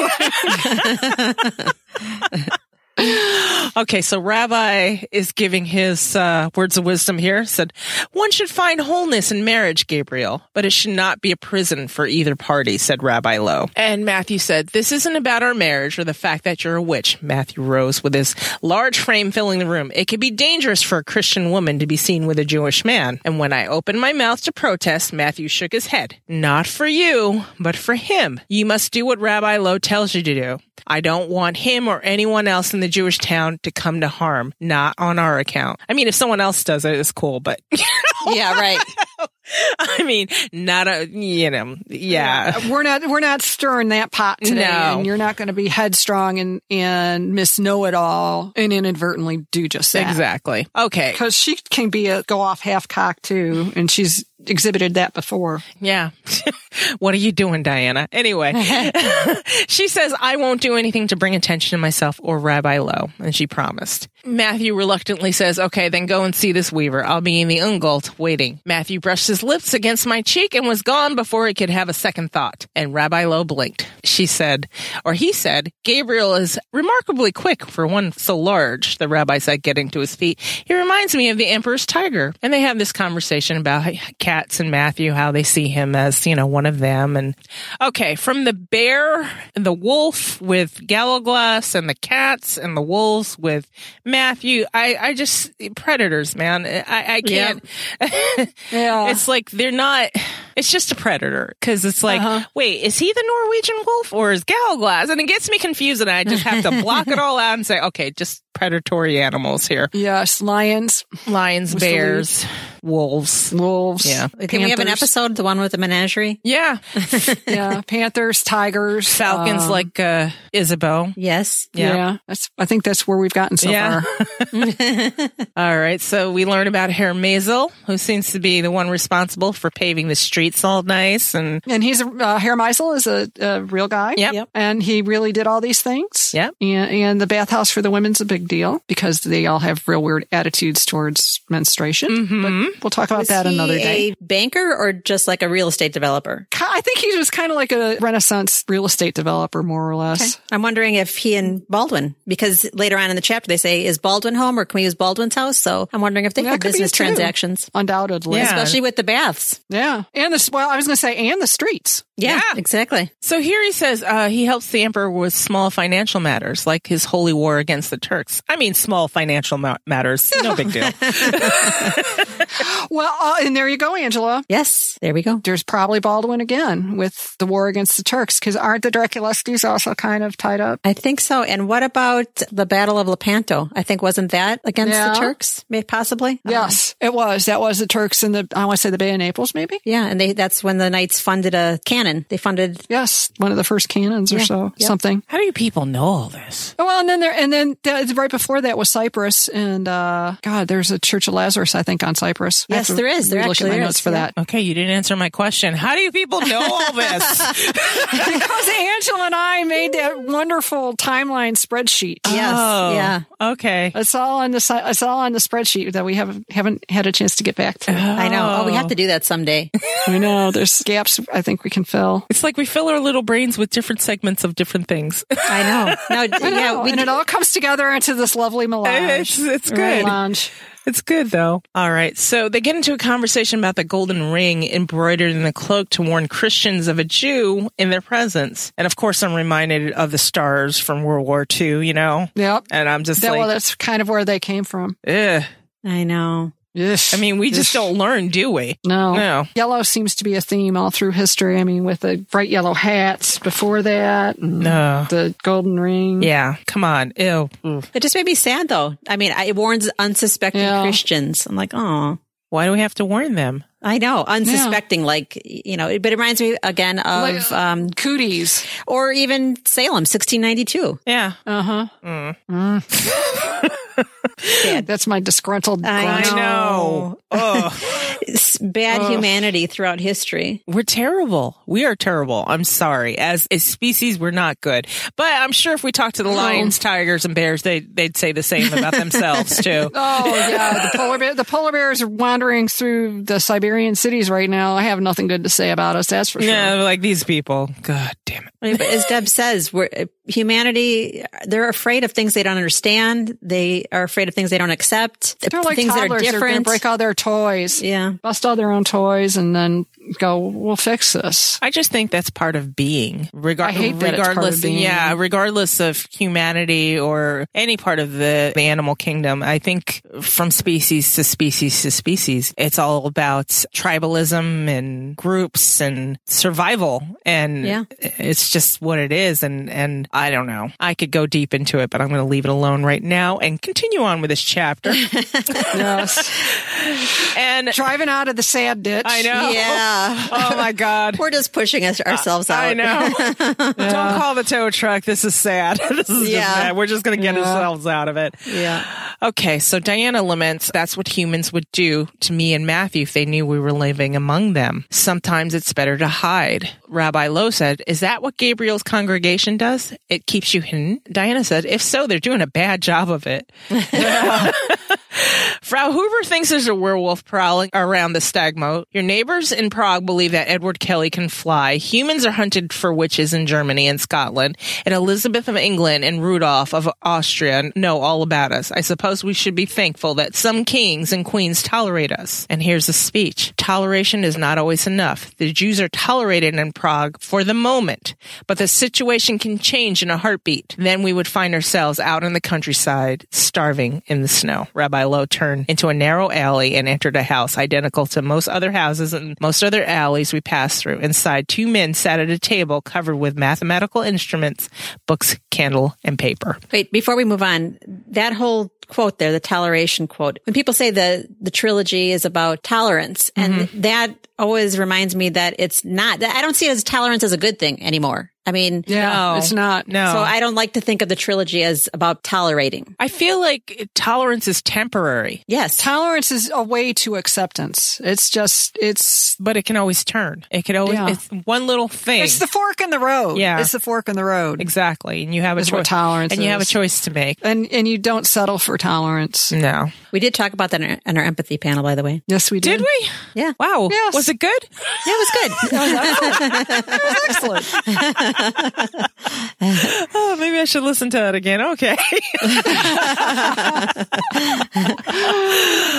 B: Okay, so Rabbi is giving his uh, words of wisdom here. Said, one should find wholeness in marriage, Gabriel, but it should not be a prison for either party, said Rabbi Lowe. And Matthew said, this isn't about our marriage or the fact that you're a witch, Matthew rose with his large frame filling the room. It could be dangerous for a Christian woman to be seen with a Jewish man. And when I opened my mouth to protest, Matthew shook his head. Not for you, but for him. You must do what Rabbi Lowe tells you to do. I don't want him or anyone else in the Jewish town to come to harm, not on our account. I mean, if someone else does it, it's cool, but
A: [LAUGHS]
B: [LAUGHS]
A: yeah, right.
B: I mean, not a, you know, yeah.
C: Uh, we're not we're not stirring that pot today.
B: No.
C: And you're not going to be headstrong and and miss know it all and inadvertently do just that.
B: Exactly. Okay.
C: Because she can be a go off half cock too, and she's exhibited that before.
B: Yeah. [LAUGHS] what are you doing, Diana? Anyway, [LAUGHS] she says, I won't do anything to bring attention to myself or Rabbi Lowe. And she promised. Matthew reluctantly says, Okay, then go and see this weaver. I'll be in the Ungult waiting. Matthew brushed his lips against my cheek and was gone before he could have a second thought. And Rabbi Lowe blinked. She said, or he said, Gabriel is remarkably quick for one so large, the rabbi said, getting to his feet. He reminds me of the emperor's tiger. And they have this conversation about cats and Matthew, how they see him as, you know, one of them. And okay, from the bear and the wolf with Galloglass and the cats and the wolves with Matthew, I, I just, predators, man. I, I can't.
C: Yeah.
B: It's like they're not. It's just a predator because it's like, wait, is he the Norwegian wolf or is Galglass? And it gets me confused, and I just have to block it all out and say, okay, just predatory animals here:
C: yes. Lions,
B: lions, bears, wolves.
C: wolves.
B: Yeah.
A: Can we have an
C: panthers.
A: episode, the one with the menagerie?
B: Yeah,
C: Yeah. Panthers, tigers,
B: falcons
C: um,
B: like uh, Isabeau.
A: Yes.
C: yeah. That's. I think that's where we've gotten so
B: Yeah.
C: far.
B: All right, so we learn about Herr Maisel, who seems to be the one responsible for paving the streets all nice, and
C: And he's a uh, Herr Meisel is a, a real guy.
B: Yep. Yep.
C: And he really did all these things.
B: Yep.
C: And, and the bathhouse for the women's a big deal because they all have real weird attitudes towards menstruation.
B: Mm-hmm.
C: But we'll talk about that
A: Is he
C: another day.
A: A banker or just like a real estate developer?
C: Ki- I think he was kind of like a Renaissance real estate developer, more or less.
A: I'm wondering if he and Baldwin, because later on in the chapter they say, is Baldwin home or can we use Baldwin's house? So I'm wondering if they
C: That
A: have
C: could be
A: business
C: it, too.
A: transactions,
C: Undoubtedly.
B: Yeah.
A: especially with the baths.
C: Yeah. And this, well, I was going to say, and the streets.
A: Yeah,
B: Yeah.
A: exactly.
B: So here he says uh, he helps the emperor with small financial matters, like his holy war against the Turks. I mean, small financial ma- matters, no big deal.
C: Well, uh, and there you go, Angela.
A: Yes. There we go.
C: There's probably Baldwin again with the war against the Turks because aren't the Draculescu's also kind of tied up?
A: I think so. And what about the Battle of Lepanto? I think wasn't that against
C: Yeah.
A: the Turks, may possibly? I don't know.
C: Yes, Um, it was. That was the Turks in the, I want to say the Bay of Naples, maybe?
A: Yeah, and they that's when the knights funded a cannon. They funded
C: Yes, one of the first cannons or so,
A: yeah.
C: something.
B: [LAUGHS] How do you people know all this?
C: Oh, Well, and then there, and then that, right before that was Cyprus, and uh, God, there's a Church of Lazarus, I think, on Cyprus. I have
A: Yes,
C: to
A: there is. There
C: relook
A: actually
C: at my
A: is,
C: notes for
A: yeah.
C: that.
B: Okay, you didn't answer my question. How do you people know all
C: [LAUGHS]
B: this?
C: Because Angela and I made that wonderful timeline spreadsheet.
A: Yes,
B: [LAUGHS] Oh,
A: yeah.
B: Okay.
C: It's all on the si- it's all on the spreadsheet that we haven't haven't had a chance to get
A: [LAUGHS]
C: back to.
A: I know. Oh, we have to do that someday.
C: I know there's gaps I think we can fill.
B: It's like we fill our little brains with different segments of different things. [LAUGHS]
A: I know. No, yeah, we
C: and it all comes together into this lovely
B: it's,
C: melange.
B: it's good.
C: Melange.
B: It's good though. All right. So they get into a conversation about the golden ring embroidered in the cloak to warn Christians of a Jew in their presence. And of course, I'm reminded of the stars from World War II, you know?
C: Yep.
B: And I'm just
C: That, well,
B: like,
C: that's kind of where they came from.
B: Ugh.
A: I know.
C: Yes.
B: I mean, we just don't learn, do we?
C: No.
B: No.
C: Yellow seems to be a theme all through history. I mean, with the bright yellow hats before that, and
B: No. Uh,
C: the golden ring.
B: Yeah. Come on. Ew. Oof.
A: It just made me sad though. I mean, I, it warns unsuspecting
C: Yeah.
A: Christians. I'm like, oh,
B: Why do we have to warn them?
A: I know, unsuspecting. Like you know, but it reminds me again of,
C: Like,
A: um,
C: Cooties.
A: or even Salem, 1692.
B: Yeah.
C: Uh huh.
A: Bad,
C: That's my disgruntled.
A: I
C: grunt.
A: know.
B: No. Oh,
A: s- bad humanity throughout history.
B: we're terrible. We are terrible. I'm sorry. As a species, we're not good. But I'm sure if we talked to the lions, tigers, and bears, they they'd say the same about themselves too.
C: Oh yeah, the polar bear. The polar bears are wandering through the Siberian cities right now. I have nothing good to say about us. That's for sure.
B: Yeah, like these people. God damn it.
A: But as Deb says, we're, humanity, they're afraid of things they don't understand. They are afraid of things they don't accept.
C: They're like
A: things that
C: toddlers.
A: are
C: They're going to
A: different.
C: break all their toys,
A: yeah.
C: bust all their own toys, and then go. We'll fix
B: [LAUGHS]
C: this.
B: I just think that's part of being. Regar-
C: I hate that it's part of
B: regardless,
C: being.
B: yeah, regardless of humanity or any part of the, the animal kingdom. I think from species to species to species, it's all about tribalism and groups and survival, and
A: Yeah.
B: it's just what it is. And and I don't know. I could go deep into it, but I'm going to leave it alone right now and continue on with this
C: [LAUGHS]
B: chapter.
C: Yes,
B: and
C: driving out of the sad ditch.
B: I know.
A: Yeah.
B: Oh my god.
A: We're just pushing us, ourselves out.
B: I know.
A: [LAUGHS]
B: Don't call the tow truck. This is sad. [LAUGHS] this is
A: Yeah.
B: just bad. We're just going to get ourselves out of it.
A: Yeah.
B: Okay, so Diana laments that's what humans would do to me and Matthew if they knew we were living among them. Sometimes it's better to hide. Rabbi Lowe said, Is that what Gabriel's congregation does? It keeps you hidden? Diana said, If so, they're doing a bad job of it. Frau Hoover thinks there's a werewolf prowling around the Stagmoat. Your neighbors in Prague believe that Edward Kelly can fly. Humans are hunted for witches in Germany and Scotland. And Elizabeth of England and Rudolf of Austria know all about us. I suppose we should be thankful that some kings and queens tolerate us. And here's the speech. Toleration is not always enough. The Jews are tolerated in Prague for the moment, but the situation can change in a heartbeat. Then we would find ourselves out in the countryside, starving in the snow. Rabbi Lowe turned into a narrow alley and entered a house identical to most other houses and most other alleys we passed through. Inside, two men sat at a table covered with mathematical instruments, books, candle, and paper.
A: Wait, before we move on, that whole quote there, the toleration quote, when people say the, the trilogy is about tolerance, and
C: Mm-hmm.
A: that always reminds me that it's not, that I don't see it as tolerance as a good thing anymore. I mean,
C: Yeah,
B: No.
C: it's not.
B: No.
A: so I don't like to think of the trilogy as about tolerating.
B: I feel like tolerance is temporary,
A: Yes.
C: Tolerance is a way to acceptance. It's just it's
B: but it can always turn. It can always,
C: Yeah.
B: it's one little thing.
C: it's the fork in the road.
B: Yeah.
C: it's the fork in the road.
B: Exactly. And you have a
C: Is what
B: choice.
C: tolerance
B: and you have a
C: is.
B: choice to make.
C: And and you don't settle for tolerance.
B: No.
A: we did talk about that in our, in our empathy panel, by the way.
C: Yes, we did.
B: Did we?
A: Yeah.
B: Wow.
C: Yes.
B: Was it good?
A: Yeah, it was good.
C: Excellent.
B: Oh, maybe I should listen to that again. Okay. [LAUGHS]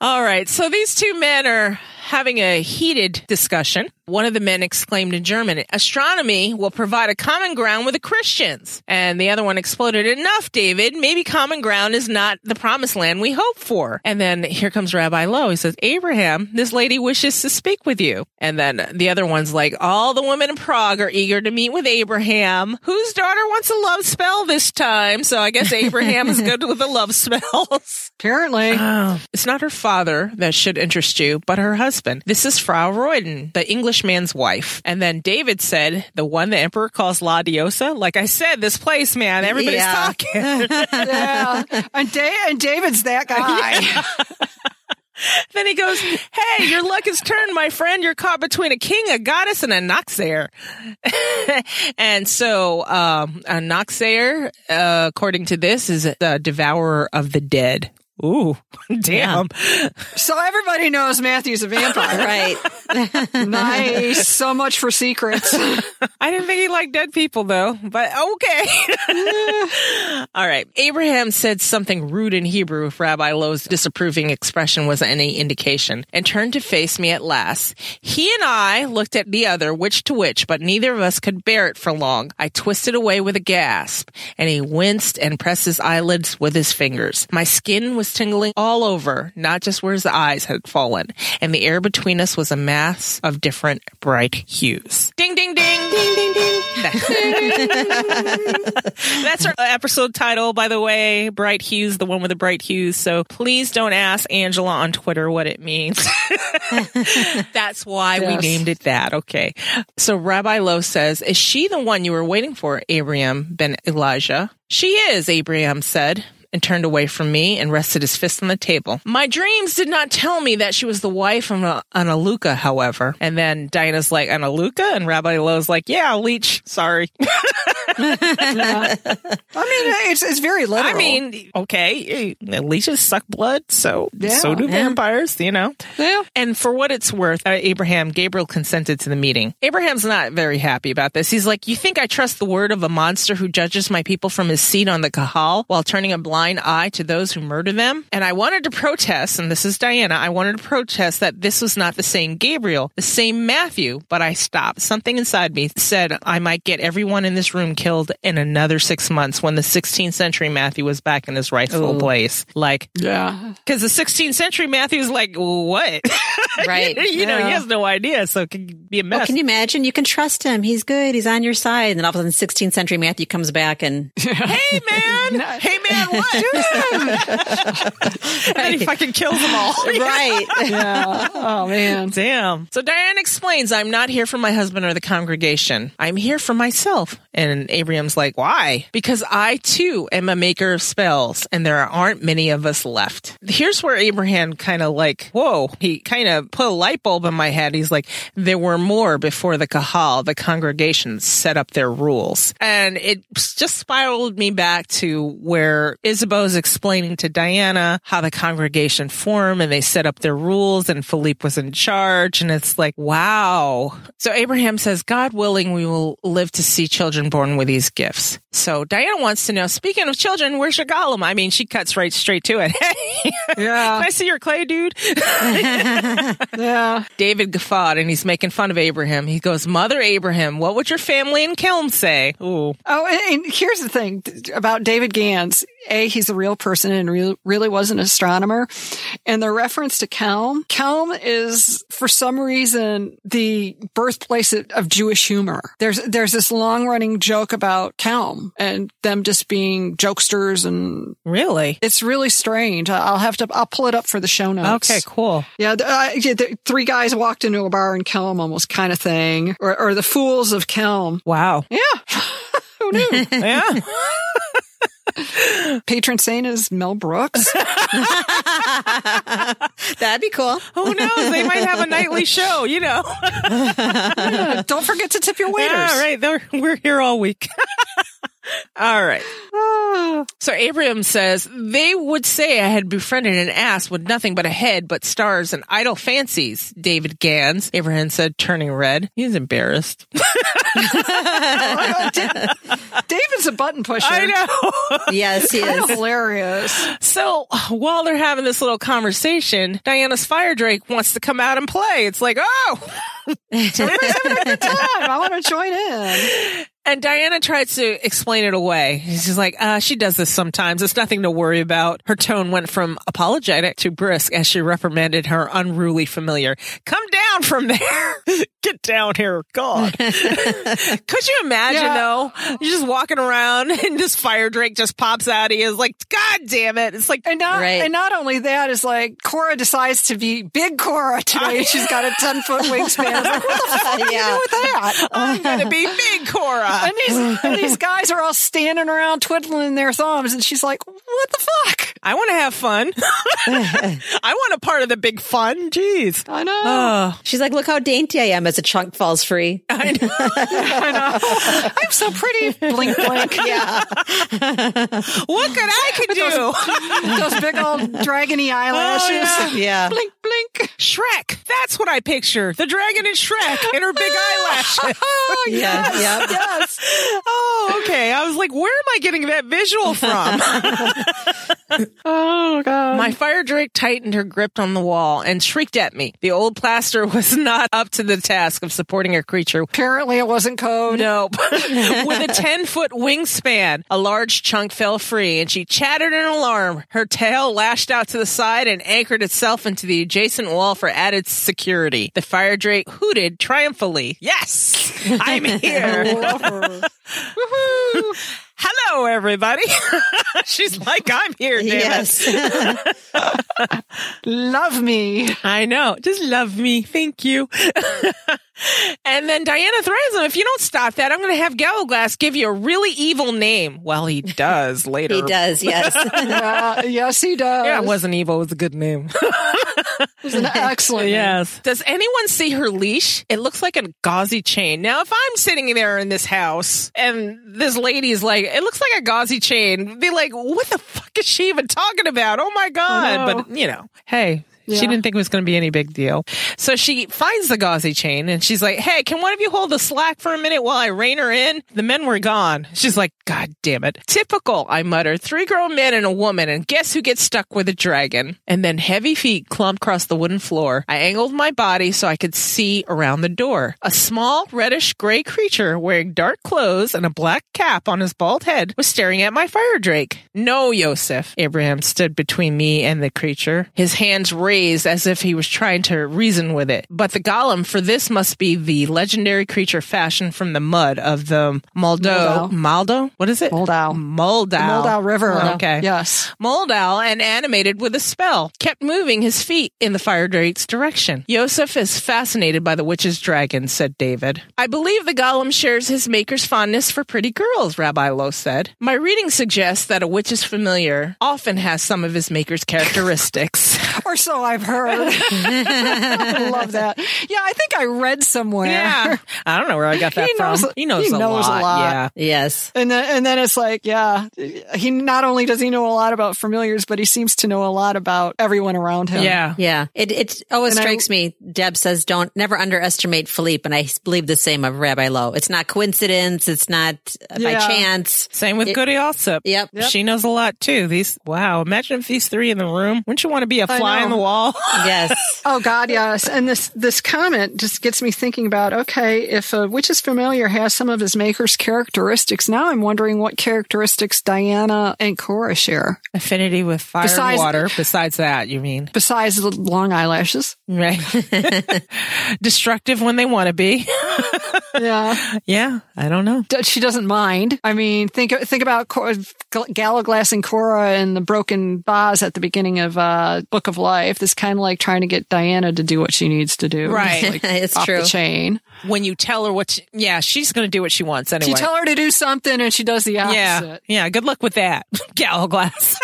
B: All right. So these two men are having a heated discussion. One of the men exclaimed in German, astronomy will provide a common ground with the Christians. And the other one exploded, enough, David. Maybe common ground is not the promised land we hope for. And then here comes Rabbi Lowe. He says, Abraham, this lady wishes to speak with you. And then the other one's like, all the women in Prague are eager to meet with Abraham. Whose daughter wants a love spell this time? So I guess Abraham is good with the love spells.
C: Apparently.
B: Uh. It's not her father that should interest you, but her husband. This is Frau Royden, the Englishman's wife. And then David said, the one the emperor calls La Diosa. Like I said, this place, man, everybody's
A: Yeah.
B: talking.
C: [LAUGHS] yeah. And, da- and David's that guy.
B: then he goes, hey, your luck is turned, my friend. You're caught between a king, a goddess, and a Noxair. [LAUGHS] and so um, a Noxair, uh, according to this, is the devourer of the dead. Ooh, [LAUGHS] damn.
C: [LAUGHS] So everybody knows Matthew's
B: [LAUGHS]
C: a vampire.
A: [LAUGHS] right.
C: nice. So much
B: [LAUGHS]
C: for secrets.
B: I didn't think he liked dead people though, but okay. [LAUGHS] All right. Abraham said something rude in Hebrew if Rabbi Lowe's disapproving expression was any indication and turned to face me at last. He and I looked at the other, which to which, but neither of us could bear it for long. I twisted away with a gasp and he winced and pressed his eyelids with his fingers. My skin was tingling all over, not just where his eyes had fallen, and the air between us was a mass of different bright hues. Ding, ding, ding, ding, ding, ding. That's our episode title, by the way. Bright Hues, the one with the bright hues. So please don't ask Angela on Twitter what it means. That's why we
C: Yes.
B: named it that. Okay. So Rabbi Lowe says, Is she the one you were waiting for, Abraham ben Elijah? She is, Abraham said. and turned away from me and rested his fist on the table. My dreams did not tell me that she was the wife of an Analuka, however. And then Dinah's like, Analuka? And Rabbi Lowe's like, yeah, leech. Sorry.
C: I mean, it's it's very literal.
B: I mean, okay, eh, leeches suck blood, so
C: Yeah.
B: so do
C: Yeah.
B: vampires, you know.
C: Yeah.
B: And for what it's worth, uh, Abraham Gabriel consented to the meeting. Abraham's not very happy about this. He's like, "You think I trust the word of a monster who judges my people from his seat on the kahal while turning a blind eye to those who murder them?" And I wanted to protest, and this is Diana. I wanted to protest that this was not the same Gabriel, the same Matthew, but I stopped. Something inside me said I might get everyone in this room killed in another 6 months when the 16th century Matthew was back in his rightful place. Like
C: yeah.
B: because the 16th century Matthew's like, what? [LAUGHS]
A: Right.
B: you know,
C: Yeah.
B: he has no idea, so it could be a mess.
A: Can you imagine? You can trust him. He's good. He's on your side. And then all of a sudden, 16th century Matthew comes back and
B: [LAUGHS] hey, man. hey, man, what? [LAUGHS] and then he fucking kills them [LAUGHS] all.
A: right. [LAUGHS]
C: Yeah. Oh
B: [LAUGHS]
C: man.
B: Damn. So Diane explains, I'm not here for my husband or the congregation. I'm here for myself. And Abraham's like, why? Because I too am a maker of spells and there aren't many of us left. Here's where Abraham kind of like, whoa, he kind of put a light bulb in my head. He's like, there were more before the Kahal, the congregation set up their rules. And it just spiraled me back to where Isabeau is explaining to Diana how the congregation formed and they set up their rules and Philippe was in charge. And it's like, wow. So Abraham says, God willing, we will live to see children born with these gifts. So Diana wants to know, speaking of children, where's your golem? I mean, she cuts right straight to it. [LAUGHS] Hey,
C: Yeah.
B: I see your clay dude. [LAUGHS]
C: Yeah.
B: David guffawed and he's making fun of Abraham. He goes, Mother Abraham, what would your family in Kiln say? Ooh.
C: Oh, and, and here's the thing d- about David Gans. A, he's a real person and re- really was an astronomer. And the reference to Kelm, Kelm is for some reason the birthplace of, of Jewish humor. There's there's this long running joke about Kelm and them just being jokesters, and
B: Really?
C: it's really strange. I- I'll have to I'll pull it up for the show notes.
B: Okay, cool.
C: Yeah, the, uh, yeah, the three guys walked into a bar in Kelm, almost kind of thing, or, or the fools of Kelm.
B: Wow.
C: Yeah, who knew?
B: [LAUGHS] Yeah.
C: patron saint is Mel Brooks.
A: That'd be cool.
B: Who knows? They might have a nightly show, you [LAUGHS] know.
C: Uh, Don't forget to tip your waiters.
B: Yeah, right. They're- we're here all week. [LAUGHS] all right. [SIGHS] So Abraham says, They would say I had befriended an ass with nothing but a head, but stars and idle fancies, David Gans. Abraham said, turning red. He's [LAUGHS] embarrassed.
C: Oh, Da- David's a button pusher.
B: know.
A: Yes, he
C: [LAUGHS] Kinda
A: is.
C: hilarious.
B: [LAUGHS] So while they're having this little conversation, Diana's fire drake wants to come out and play. It's like, oh!
C: Damn, I want to join in.
B: And Diana tries to explain it away. She's like, uh, she does this sometimes. It's nothing to worry about. Her tone went from apologetic to brisk as she reprimanded her unruly familiar. Come down from there. [LAUGHS] Get down here. God. Could you imagine
C: Yeah.
B: though? You're just walking around [LAUGHS] and this fire drake just pops out. He is like, God damn it. It's like,
C: And not
A: Right.
C: and not only that is like Cora decides to be big Cora today. She's got a ten foot wingspan. It's like, what the
A: [LAUGHS]
C: fuck
A: yeah.
C: with that?
B: I'm going to be big Cora.
C: And these, and these guys are all standing around twiddling their thumbs, and she's like, "What the fuck?"
B: I want to have fun. [LAUGHS] I want a part of the big fun. Jeez.
C: I know.
B: Oh,
A: She's like, look how dainty I am as a chunk falls free.
C: I'm so pretty. Blink, blink.
A: Yeah.
B: what could I could do?
C: Those big old dragony
B: Oh,
C: eyelashes.
B: [LAUGHS]
A: Yeah.
C: Blink, blink.
B: Shrek. That's what I picture. The dragon in Shrek and her big [LAUGHS] eyelashes.
C: Oh,
A: Yeah.
C: yes.
A: Yep.
C: Yes.
B: Oh, okay. I was like, where am I getting that visual from? [LAUGHS]
C: Oh, God.
B: My fire drake tightened her grip on the wall and shrieked at me. The old plaster [LAUGHS] was not up to the task of supporting a creature
C: Apparently, it wasn't code.
A: [LAUGHS]
B: Nope. With a 10 foot wingspan, a large chunk fell free and she chattered in alarm. Her tail lashed out to the side and anchored itself into the adjacent wall for added security. The fire drake hooted triumphantly. Yes,
A: [LAUGHS]
B: I'm here. Woohoo. Hello, everybody. [LAUGHS] She's like, I'm here, damn it.
A: Yes. [LAUGHS]
C: Love me.
B: [LAUGHS]
A: [LAUGHS]
B: I know. Just love me. Thank you. And then Diana threatens him, if you don't stop that, I'm going to have Galglass give you a really evil name. Well, he does later.
A: He does, yes. [LAUGHS]
C: Yeah, yes, he does.
B: Yeah, it wasn't evil. It was a good [LAUGHS] name.
C: It was an
B: [LAUGHS]
C: excellent.
B: Yes. Does anyone see her leash? It looks like a gauzy chain. Now, if I'm sitting there in this house and this lady's like, it looks like a gauzy chain, be like, what the fuck is she even talking about? Oh my God.
C: know.
B: But, you know, hey.
C: Yeah.
B: She didn't think it was going to be any big deal. So she finds the gauzy chain and she's like, Hey, can one of you hold the slack for a minute while I rein her in? The men were gone. She's like, God damn it. Typical, I muttered. Three grown men and a woman, and guess who gets stuck with a dragon? And then heavy feet clumped across the wooden floor. I angled my body so I could see around the door. A small, reddish gray creature wearing dark clothes and a black cap on his bald head was staring at my fire drake. No, Yosef. Abraham stood between me and the creature, his hands raised as if he was trying to reason with it. But the golem for this must be the legendary creature fashioned from the mud of the Moldo.
C: Moldau.
B: Maldo? What is it?
C: Moldau.
B: Moldau.
C: Moldau River.
B: Okay.
C: Yes.
B: Moldau and animated with a spell, kept moving his feet in the fire drake's direction. Yosef is fascinated by the witch's dragon, said David. I believe the golem shares his maker's fondness for pretty girls, Rabbi Lowe said. My reading suggests that a witch's familiar often has some of his maker's [LAUGHS] characteristics.
C: Or so I've
B: [LAUGHS]
C: heard. [LAUGHS] I love that. Yeah, I think I read somewhere.
B: I don't know where I got that
C: He
B: from.
C: knows-
B: he knows,
C: he
B: a,
C: knows a
B: lot.
C: lot.
B: Yeah.
A: yes.
C: [LAUGHS] And then, and then it's like, yeah, he not only does he know a lot about familiars, but he seems to know a lot about everyone around him.
B: Yeah.
A: Yeah. It, it always
C: And I-
A: strikes me. Deb says, don't never underestimate Philippe. And I believe the same of Rabbi Lowe. It's not coincidence. It's not uh, by
C: Yeah.
A: chance.
B: Same with Goody Alsop.
A: Yep. Yep.
B: She knows a lot too. These wow, imagine if these three in the room. Wouldn't you want to be a
C: I
B: fly
C: know.
B: on the [LAUGHS] wall?
C: [LAUGHS]
A: Yes.
C: Oh God, yes. And this this comment just gets me thinking about okay, if a witch's familiar has some of his maker's characteristics, now I'm wondering what characteristics Diana and Cora share
B: affinity with fire and
C: Besides-
B: water. [LAUGHS] Besides that, you mean
C: besides the long eyelashes.
B: right? [LAUGHS] Destructive when they want to be.
C: Yeah,
B: [LAUGHS] yeah, I don't know.
C: D- [LAUGHS] she doesn't mind. I mean, think think about Cora, Galaglass and Cora and the broken vase at the beginning of uh, Book of Life. This kind of like trying to get Diana to do what she needs to do.
B: Right.
C: Like,
A: It's
C: off
A: true.
C: The chain.
B: When you tell her what, she, yeah, she's going to do what she wants anyway.
C: You tell her to do something, and she does the opposite.
B: yeah, yeah. Good luck with that, [LAUGHS] gal glass.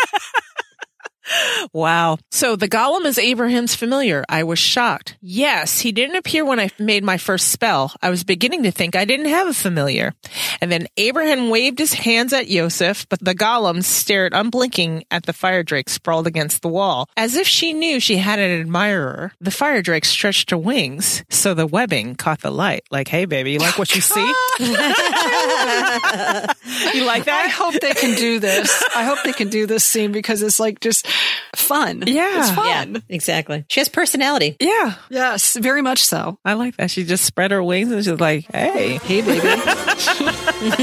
B: Wow. So the golem is Abraham's familiar. I was shocked. Yes, he didn't appear when I made my first spell. I was beginning to think I didn't have a familiar. And then Abraham waved his hands at Yosef, but the golem stared unblinking at the fire drake sprawled against the wall. As if she knew she had an admirer, the fire drake stretched her wings, so the webbing caught the light. Like, hey, baby, you like what you see? [LAUGHS] you like that?
C: I hope they can do this. I hope they can do this scene because it's like just fun.
B: Yeah.
C: It's fun.
A: Yeah. Exactly. She has personality.
B: yeah.
C: Yes, very much so.
B: I like that. She just spread her wings and she's like, hey. Hey, [LAUGHS] baby. I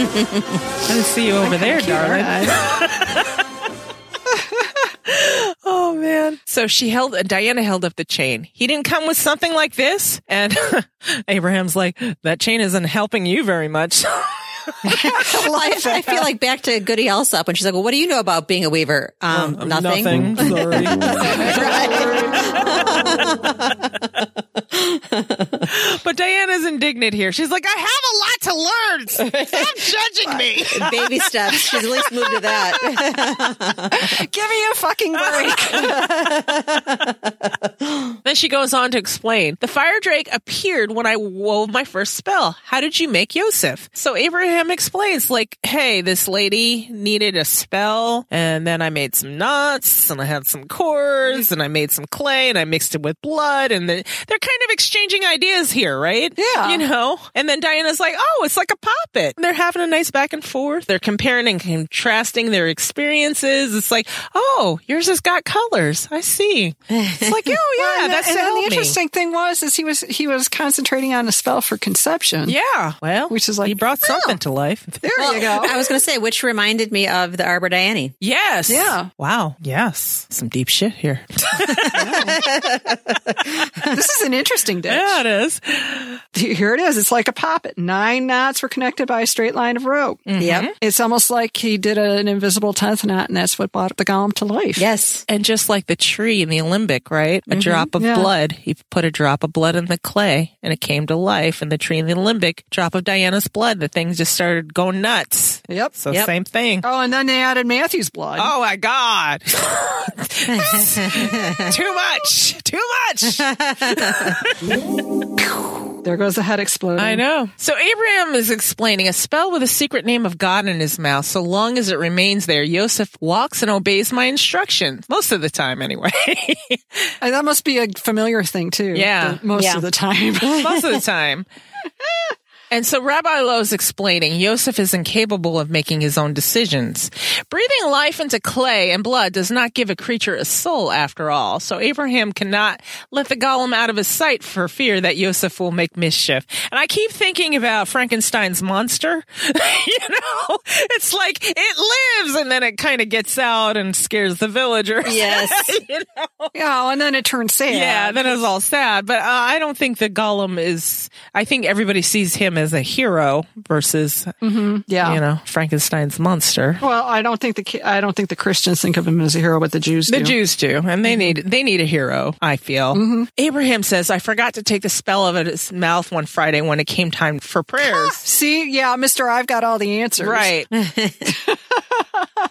B: didn't see you over there, darling. [LAUGHS] Oh, man. So she held, Diana held up the chain. He didn't come with something like this. And [LAUGHS] Abraham's like, that chain isn't helping you very much. [LAUGHS]
A: Well, I, I feel like back to Goody Elsop when she's like, well, what do you know about being a weaver? Um, nothing.
B: Sorry.
A: [LAUGHS] Right.
B: [LAUGHS] but Diana's indignant here. She's like, I have a lot to learn. Stop judging me.
A: Baby steps. She's at least moved to that.
C: Give me a fucking break.
B: [LAUGHS] Then she goes on to explain the fire drake appeared when I wove my first spell. How did you make Yosef? So Abraham explains, like, hey, this lady needed a spell, and then I made some knots, and I had some cords, and I made some clay, and I mixed it with blood, and the, they're kind of exchanging ideas here, right?
C: Yeah.
B: You know? And then Diana's like, oh, it's like a poppet. They're having a nice back and forth. They're comparing and contrasting their experiences. It's like, oh, yours has got colors. I see. It's like, oh, yeah.
C: Well, and
B: that's
C: the, and
B: to
C: then
B: help
C: the
B: me.
C: interesting thing was is he was he was concentrating on a spell for conception.
B: Yeah. Well,
C: Which is like,
B: he brought something to life.
C: There you go.
A: I was going to say, which reminded me of the Arbor Diane.
B: [LAUGHS] Yes.
C: Yeah.
B: Wow. Yes. Some deep shit here.
C: this is an interesting dish.
B: [LAUGHS] Yeah, it is.
C: Here it is. It's like a poppet. Nine knots were connected by a straight line of rope.
B: Mm.
A: Yep.
C: It's almost like he did an invisible tenth knot, and that's what brought the golem to life.
B: [LAUGHS]
A: Yes.
B: And just like the tree in the Olympic, right? A drop of
C: yeah.
B: blood. He put a drop of blood in the clay and it came to life. And the tree in the Olympic, drop of Diana's blood. The thing just started going nuts.
C: Yep.
B: So
A: Yep.
B: same thing.
C: Oh, and then they added Matthew's blood.
B: Oh my [LAUGHS] God. too much. Too much.
C: There goes the head exploding.
B: I know. So Abraham is explaining a spell with a secret name of God in his mouth. So long as it remains there, Yosef walks and obeys my instructions. Most of the time, anyway. [LAUGHS]
C: And that must be a familiar thing too.
B: Yeah.
C: the- most
A: Yeah.
C: of
B: [LAUGHS]
C: the time.
B: most of the time. And so Rabbi Lowe is explaining Yosef is incapable of making his own decisions. Breathing life into clay and blood does not give a creature a soul after all. So Abraham cannot let the golem out of his sight for fear that Yosef will make mischief. And I keep thinking about Frankenstein's monster. [LAUGHS] you know, it's like it lives and then it kind of gets out and scares the villagers.
A: Yes.
B: you know?
C: yeah, and then it turns sad.
B: Yeah, that is all sad. But uh, I don't think the Gollum is. I think everybody sees him as a hero versus
C: yeah.
B: you know Frankenstein's monster.
C: Well, I don't think the ki- I don't think the Christians think of him as a hero, but the Jews
B: The
C: do.
B: Jews do, and they need they need a hero. I feel. Abraham says, "I forgot to take the spell out of his mouth one Friday when it came time for prayers."
C: See, yeah, Mister, I've got all the answers.
B: Right.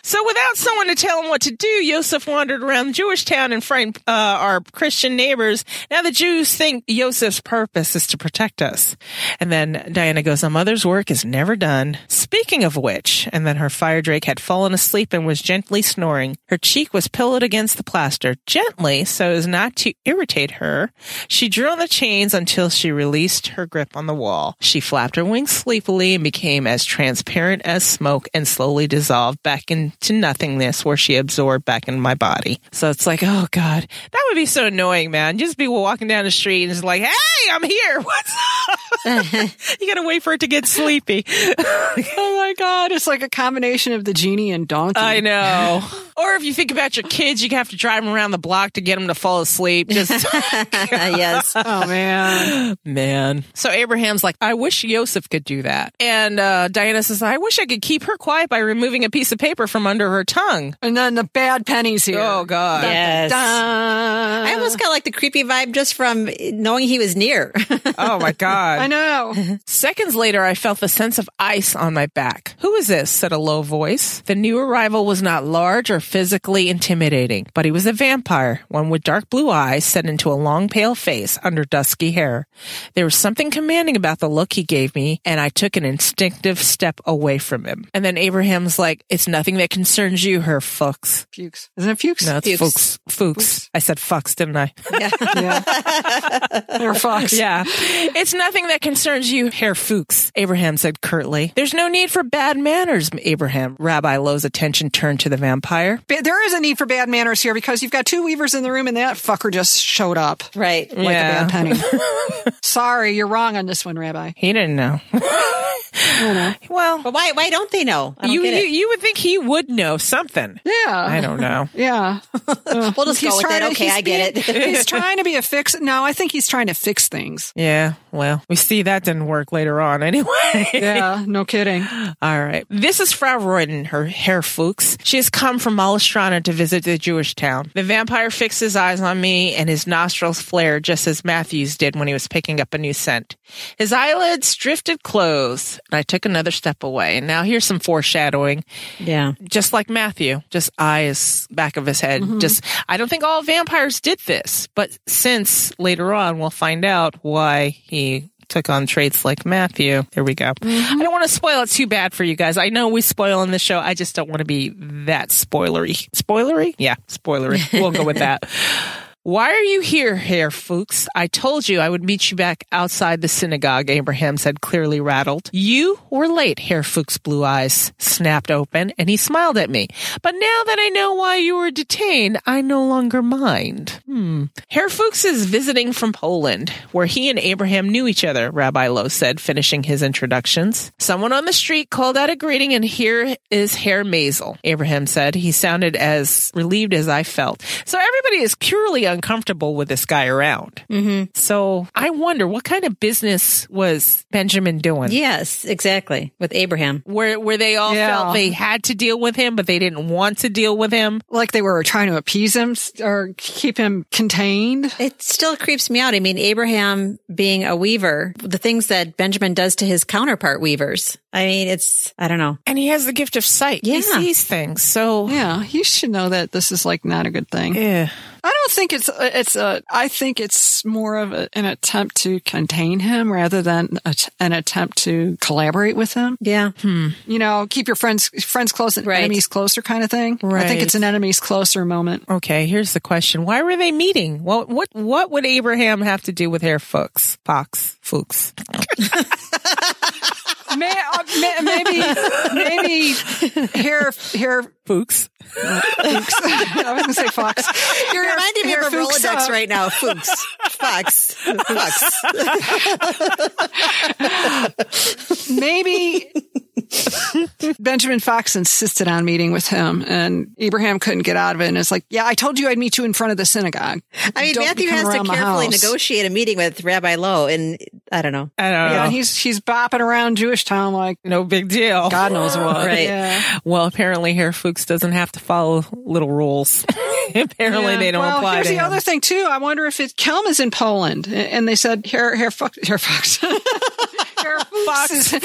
B: so, without someone to tell him what to do, Yosef wandered around Jewish town and frightened uh, our Christian neighbors. Now, the Jews think Yosef's purpose is to protect us. And then Diana goes, A mother's work is never done. Speaking of which, and then her fire drake had fallen asleep and was gently snoring. Her cheek was pillowed against the plaster, gently so as not to irritate her. She drew on the chains until she released her grip on the wall. She flapped her wings sleepily and became as transparent as smoke and slowly dissolved back into nothingness where she absorbed back in my body. So it's like, oh [LAUGHS] God, that would be so annoying, man. Just be walking down the street and it's like, hey, I'm here. What's up? [LAUGHS] you got to wait for it to get sleepy.
C: Oh my God, it's like a combination of the genie and
B: [LAUGHS]
C: donkey.
B: I know. or if you think about your kids, you have to drive them around the block to get them to fall asleep. [LAUGHS] Just
A: [LAUGHS] yes.
C: oh man,
B: man. So Abraham's like, I wish Yosef could do that. And uh, Diana says, I wish I could keep her quiet by removing a piece of paper from under her tongue.
C: and then the bad pennies here. Uh,
B: Oh God.
A: Yes.
B: [LAUGHS]
C: Dun.
A: I almost got like the creepy vibe just from knowing he was near. [LAUGHS]
B: Oh my God.
C: [LAUGHS] I know.
B: Seconds later, I felt the sense of ice on my back. Who is this? said a low voice. The new arrival was not large or physically intimidating, but he was a vampire, one with dark blue eyes set into a long pale face under dusky hair. There was something commanding about the look he gave me, and I took an instinctive step away from him. And then Abraham's like, It's nothing that concerns you, her fucks.
C: Fuchs, isn't it Fuchs?
B: No, it's
A: Fuchs.
B: Fuchs. Fuchs. I said fucks, didn't I?
C: Yeah, or
B: [LAUGHS]
C: Fox.
B: Yeah. It's nothing that concerns you, Herr Fuchs, Abraham said curtly. There's no need for bad manners, Abraham. Rabbi Lowe's attention turned to the vampire.
C: Ba- There is a need for bad manners here because you've got two weavers in the room, and that fucker just showed up
A: right.
C: like
B: Yeah.
C: a bad penny.
B: [LAUGHS]
C: Sorry, you're wrong on this one, Rabbi.
B: He didn't know. [LAUGHS] well,
A: But why why don't they know? I don't
B: you,
A: get
B: you,
A: it.
B: you would think he would know something.
C: Yeah.
B: I
A: [LAUGHS]
B: don't know.
C: Yeah.
A: we'll just go with it.
C: trying to-
A: Okay,
C: [LAUGHS] he's
A: I get [LAUGHS]
C: being-
A: it.
C: he's trying to be a fix. No, I think he's trying to fix things.
B: Yeah, well, we see that didn't work later on anyway.
C: Yeah, no kidding.
B: All right. This is Frau Royden, her hair Fuchs. She has come from Malastrana to visit the Jewish town. The vampire fixed his eyes on me and his nostrils flared just as Matthews did when he was picking up a new scent. His eyelids drifted closed and I took another step away. And now here's some foreshadowing.
A: yeah.
B: Just like Matthew, just eyes back of his head. Just, I don't think all vampires did this, but since later on we'll find out why he took on traits like Matthew. There we go. I don't want to spoil it too bad for you guys. I know we spoil in the show. I just don't want to be that spoilery. Spoilery? Yeah, spoilery. We'll go with that. Why are you here, Herr Fuchs? I told you I would meet you back outside the synagogue, Abraham said, clearly rattled. You were late, Herr Fuchs' blue eyes snapped open, and he smiled at me. But now that I know why you were detained, I no longer mind. Hmm. Herr Fuchs is visiting from Poland, where he and Abraham knew each other, Rabbi Lowe said, finishing his introductions. Someone on the street called out a greeting, and here is Herr Mazel, Abraham said. He sounded as relieved as I felt. So everybody is purely a uncomfortable with this guy around. Mm-hmm. So I wonder what kind of business was Benjamin doing?
A: Yes, exactly. With Abraham.
B: Where where they all
C: Yeah.
B: felt they had to deal with him, but they didn't want to deal with him.
C: Like they were trying to appease him s- or keep him contained.
A: It still creeps me out. I mean, Abraham being a weaver, the things that Benjamin does to his counterpart weavers. I mean, it's, I don't know.
B: And he has the gift of sight.
A: Yeah.
B: He sees things. So eh.
C: Yeah, he should know that this is like not a good thing.
B: yeah.
C: I don't think it's uh, it's a. I think it's more of a, an attempt to contain him rather than a, an attempt to collaborate with him.
A: Yeah.
C: You know, keep your friends friends close and
A: Right.
C: enemies closer kind of thing. I
B: Right.
C: think it's an enemies closer moment. [LAUGHS]
B: Okay, here's the question. Why were they meeting? What what what would Abraham have to do with Herr Fuchs? Fox. Fuchs.
C: [LAUGHS] May, uh, may, maybe maybe hair hair.
B: Fuchs.
C: I was gonna say
A: [LAUGHS]
C: fox. You're
A: Reminding me of a
C: uh,
A: Rolodex right now.
C: [LAUGHS]
A: Fuchs. Fox. Fox. [LAUGHS]
C: Maybe Benjamin Fox insisted on meeting with him, and Abraham couldn't get out of it. And it's like, yeah, I told you I'd meet you in front of the synagogue.
A: I mean,
C: Don't
A: Matthew
C: come
A: has to
C: around my
A: carefully
C: house.
A: negotiate a meeting with Rabbi Lowe, and I don't
C: [LAUGHS]
A: know.
B: I don't know.
C: Yeah, he's he's bopping around Jewish town like
B: no big deal.
C: God knows what.
A: Right.
C: Yeah.
B: Well, apparently Herr Fuchs doesn't have to follow little rules. [LAUGHS] apparently
C: Yeah.
B: they don't
C: well,
B: apply
C: here's
B: to
C: the
B: him.
C: other thing too. I wonder if it Kelm is in Poland, A- and they said Herr Herr Fox Herr Fox [LAUGHS] Herr Fox is Herr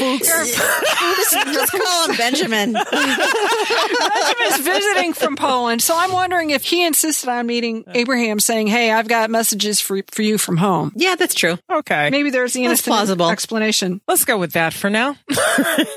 A: Let's call him
C: [LAUGHS]
A: Benjamin.
C: Benjamin is visiting from Poland, so I'm wondering if he insisted on meeting Abraham, saying, "Hey, I've got messages for for you from home."
A: Yeah, that's true.
B: Okay.
C: Maybe there's the
A: That's
C: innocent
A: plausible.
C: explanation.
B: Let's go with that for now.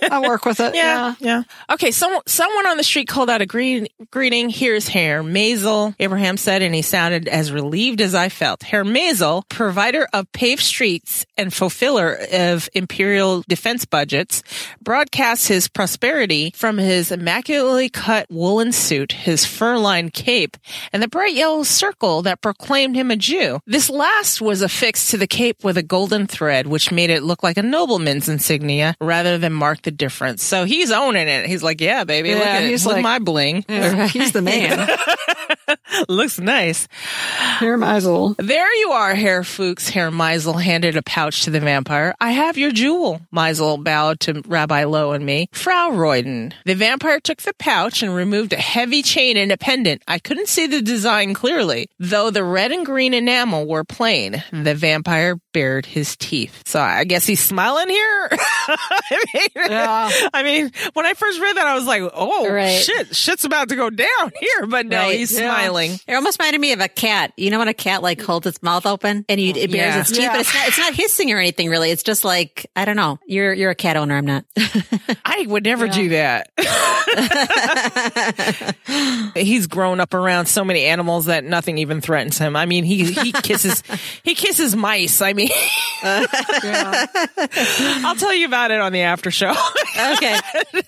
C: I'll work with it. [LAUGHS] yeah.
B: Yeah. Okay. Some, someone on the street called out a green, greeting. Here's Herr Mazel, Abraham said, and he sounded as relieved as I felt. Herr Mazel, provider of paved streets and fulfiller of imperial defense budgets, broadcasts his prosperity from his immaculately cut woolen suit, his fur lined cape, and the bright yellow circle that proclaimed him a Jew. This last was affixed to the cape with a golden thread, which made it look like a nobleman's insignia rather than mark the difference. So he's owning it. He's like, yeah, baby, look
C: Yeah,
B: at
C: he's
B: it. Look
C: like-
B: my bling. [LAUGHS]
C: [LAUGHS] Yeah. He's the man.
B: Looks nice.
C: Herr Meisel.
B: There you are, Herr Fuchs. Herr Meisel handed a pouch to the vampire. I have your jewel. Meisel bowed to Rabbi Lowe and me. Frau Royden. The vampire took the pouch and removed a heavy chain and a pendant. I couldn't see the design clearly, though the red and green enamel were plain. The vampire bared his teeth. So I guess he's smiling here. [LAUGHS] I, mean,
C: Yeah.
B: I mean, when I first read that, I was like, oh,
A: Right.
B: shit, shit's about to go down here. But no,
A: Right.
B: he's
A: Yeah.
B: smiling.
A: It almost reminded me of a cat. You know when a cat like holds its mouth open and you, it bears
B: Yeah.
A: its teeth, but it's not, it's not hissing or anything really. It's just like I don't know. You're you're a cat owner. I'm not. [LAUGHS]
B: I would never do that. [LAUGHS] He's grown up around so many animals that nothing even threatens him. I mean, he he kisses he kisses mice. I mean,
C: Yeah.
B: I'll tell you about it on the after show. [LAUGHS]
A: okay.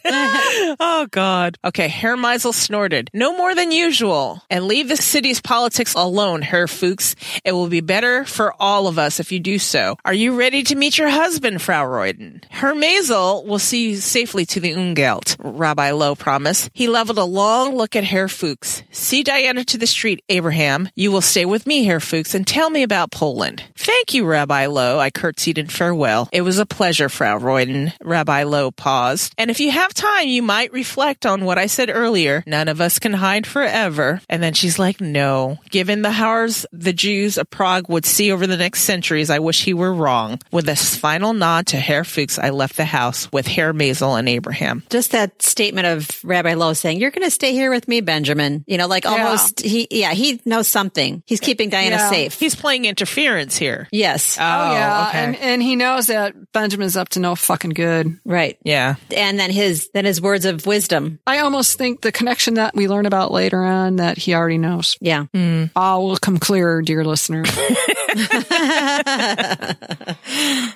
B: oh God. Okay, Herr Meisel snorted. No more than usual. And leave the city's politics alone, Herr Fuchs. It will be better for all of us if you do so. Are you ready to meet your husband, Frau Royden? Herr Meisel will see you safely to the Ungelt, Rabbi Lowe promised. He leveled a long look at Herr Fuchs. See Diana to the street, Abraham. You will stay with me, Herr Fuchs, and tell me about Poland. Thank you, Rabbi Lowe. I curtsied in farewell. It was a pleasure, Frau Royden. Rabbi Lowe paused. And if you have time, you might reflect on what I said earlier. None of us can hide forever. And then she's like, no. Given the horrors the Jews of Prague would see over the next centuries, I wish he were wrong. With a final nod to Herr Fuchs, I left the house with Herr Mazel and Abraham.
A: Just that statement of Rabbi Lowe saying, "You're going to stay here with me, Benjamin." You know, like almost he. Yeah, he knows something. He's keeping Diana
C: Yeah.
A: safe.
B: He's Uh, playing interference here.
A: yes.
C: Oh, yeah.
B: okay.
C: And, and he knows that Benjamin's up to no fucking good.
A: right.
B: yeah.
A: And then his then his words of wisdom.
C: I almost think the connection that we learn about later on that he already knows.
A: Yeah.
B: Hmm.
C: All will come clearer, dear listener.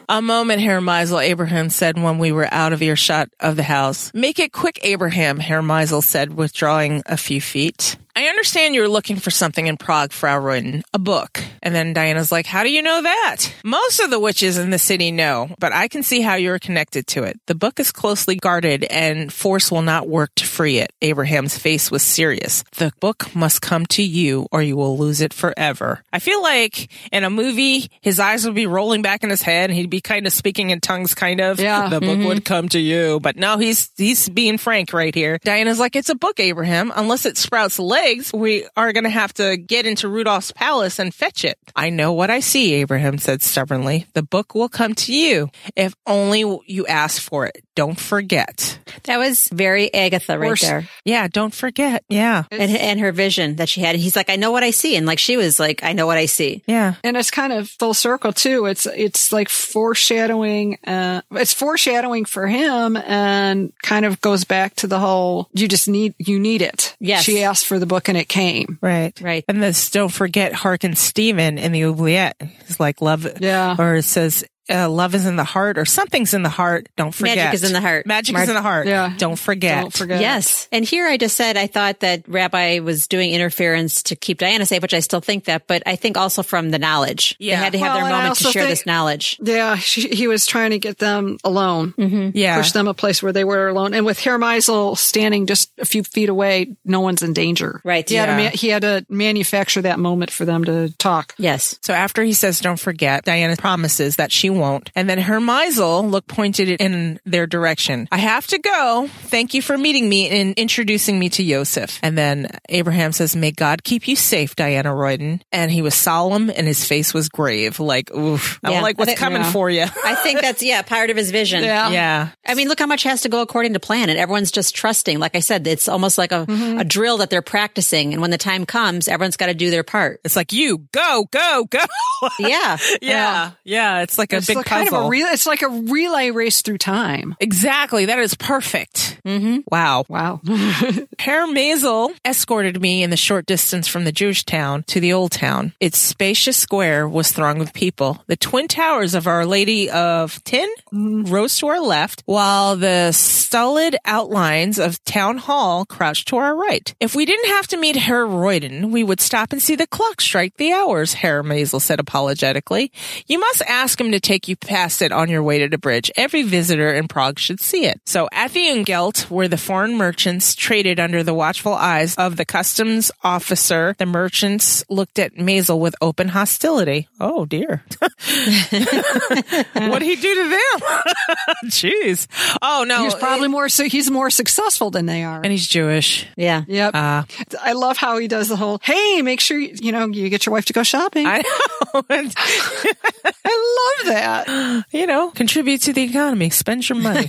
B: A moment, Herr Meisel, Abraham said when we were out of earshot of the house. Make it quick, Abraham, Herr Meisel said, withdrawing a few feet. I understand you were looking for something in Prague, Frau Royden. A book. And then Diana's like, How do you know that? Most of the witches in the city know, but I can see how you're connected to it. The book is closely guarded and force will not work to free it. Abraham's face was serious. The book must come to you or you will lose it forever. I feel like in a movie, his eyes would be rolling back in his head and he'd be kind of speaking in tongues, kind of.
C: Yeah.
B: The book would come to you. But no, he's, he's being frank right here. Diana's like, It's a book, Abraham. Unless it sprouts legs, we are going to have to get into Rudolph's palace and fetch it. I know what I see, Abraham said stubbornly. The book will come to you if only you ask for it. Don't forget.
A: That was very Agatha right
C: Worse.
A: there.
B: Yeah, don't forget. Yeah.
A: And, and her vision that she had. He's like, I know what I see. And like she was like, I know what I see.
B: Yeah.
C: And it's kind of full circle too. It's it's like foreshadowing. Uh, it's foreshadowing for him, and kind of goes back to the whole you just need you need it.
A: Yes.
C: she asked for the book and it came.
B: Right.
A: Right.
B: And this don't forget Hark and Stephen in the Oubliette. It's like love
C: Yeah.
B: or it says uh, love is in the heart or something's in the heart. Don't forget.
A: is in the heart.
B: Magic
A: Mar-
B: is in the heart.
C: Yeah.
B: Don't forget.
C: Don't forget.
A: Yes. And here I just said I thought that Rabbi was doing interference to keep Diana safe, which I still think that, but I think also from the knowledge.
B: Yeah.
A: They had to have
C: Well,
A: their
C: and I
A: moment to
C: also
A: share
C: think-
A: this knowledge.
C: Yeah, she, he was trying to get them alone,
A: Mm-hmm.
B: Yeah.
C: push them a place where they were alone. And with Hermisel standing just a few feet away, no one's in danger.
A: Right.
C: He, had, to
B: Yeah.
C: ma- he had to manufacture that moment for them to talk.
A: Yes.
B: So after he says, don't forget, Diana promises that she won't. And then Hermisel look pointed it in their direction. I have to go. Thank you for meeting me and introducing me to Yosef. And then Abraham says, may God keep you safe, Diana Royden. And he was solemn and his face was grave. Like, oof,
A: Yeah.
B: I'm like, what's
A: I think-
B: coming
C: yeah.
B: for you?
A: I
C: [LAUGHS]
A: think that's, yeah, part of his vision.
C: Yeah.
B: yeah.
A: I mean, look how much has to go according to plan, and everyone's just trusting. Like I said, it's almost like a,
C: Mm-hmm.
A: a drill that they're practicing. And when the time comes, everyone's got to do their
C: [LAUGHS]
A: part.
B: It's like, you go, go, go.
A: Yeah.
B: [LAUGHS] yeah. Yeah. It's like a
C: It's
B: big
C: like
B: puzzle.
C: kind of a re- it's like a relay race through time.
B: exactly. That is perfect. Mm-hmm. Wow.
C: Wow.
B: Herr Maisel escorted me in the short distance from the Jewish town to the old town. Its spacious square was thronged with people. The twin towers of Our Lady of Tin rose to our left, while the stolid outlines of Town Hall crouched to our right. If we didn't have to meet Herr Royden, we would stop and see the clock strike the hours, Herr Maisel said apologetically. You must ask him to take you past it on your way to the bridge. Every visitor in Prague should see it. So at the Ungelt, where the foreign merchants traded under the watchful eyes of the customs officer, the merchants looked at Maisel with open hostility. Oh dear. what did he do to them? Jeez. Oh no.
C: He's probably more so he's more successful than they are.
B: and he's Jewish.
A: Yeah.
C: Yep. I love how he does the whole, hey, make sure, you, you know, you get your wife to go shopping. I,
B: I know. [LAUGHS] And,
C: love that.
B: you know, contribute to the economy, spend your money.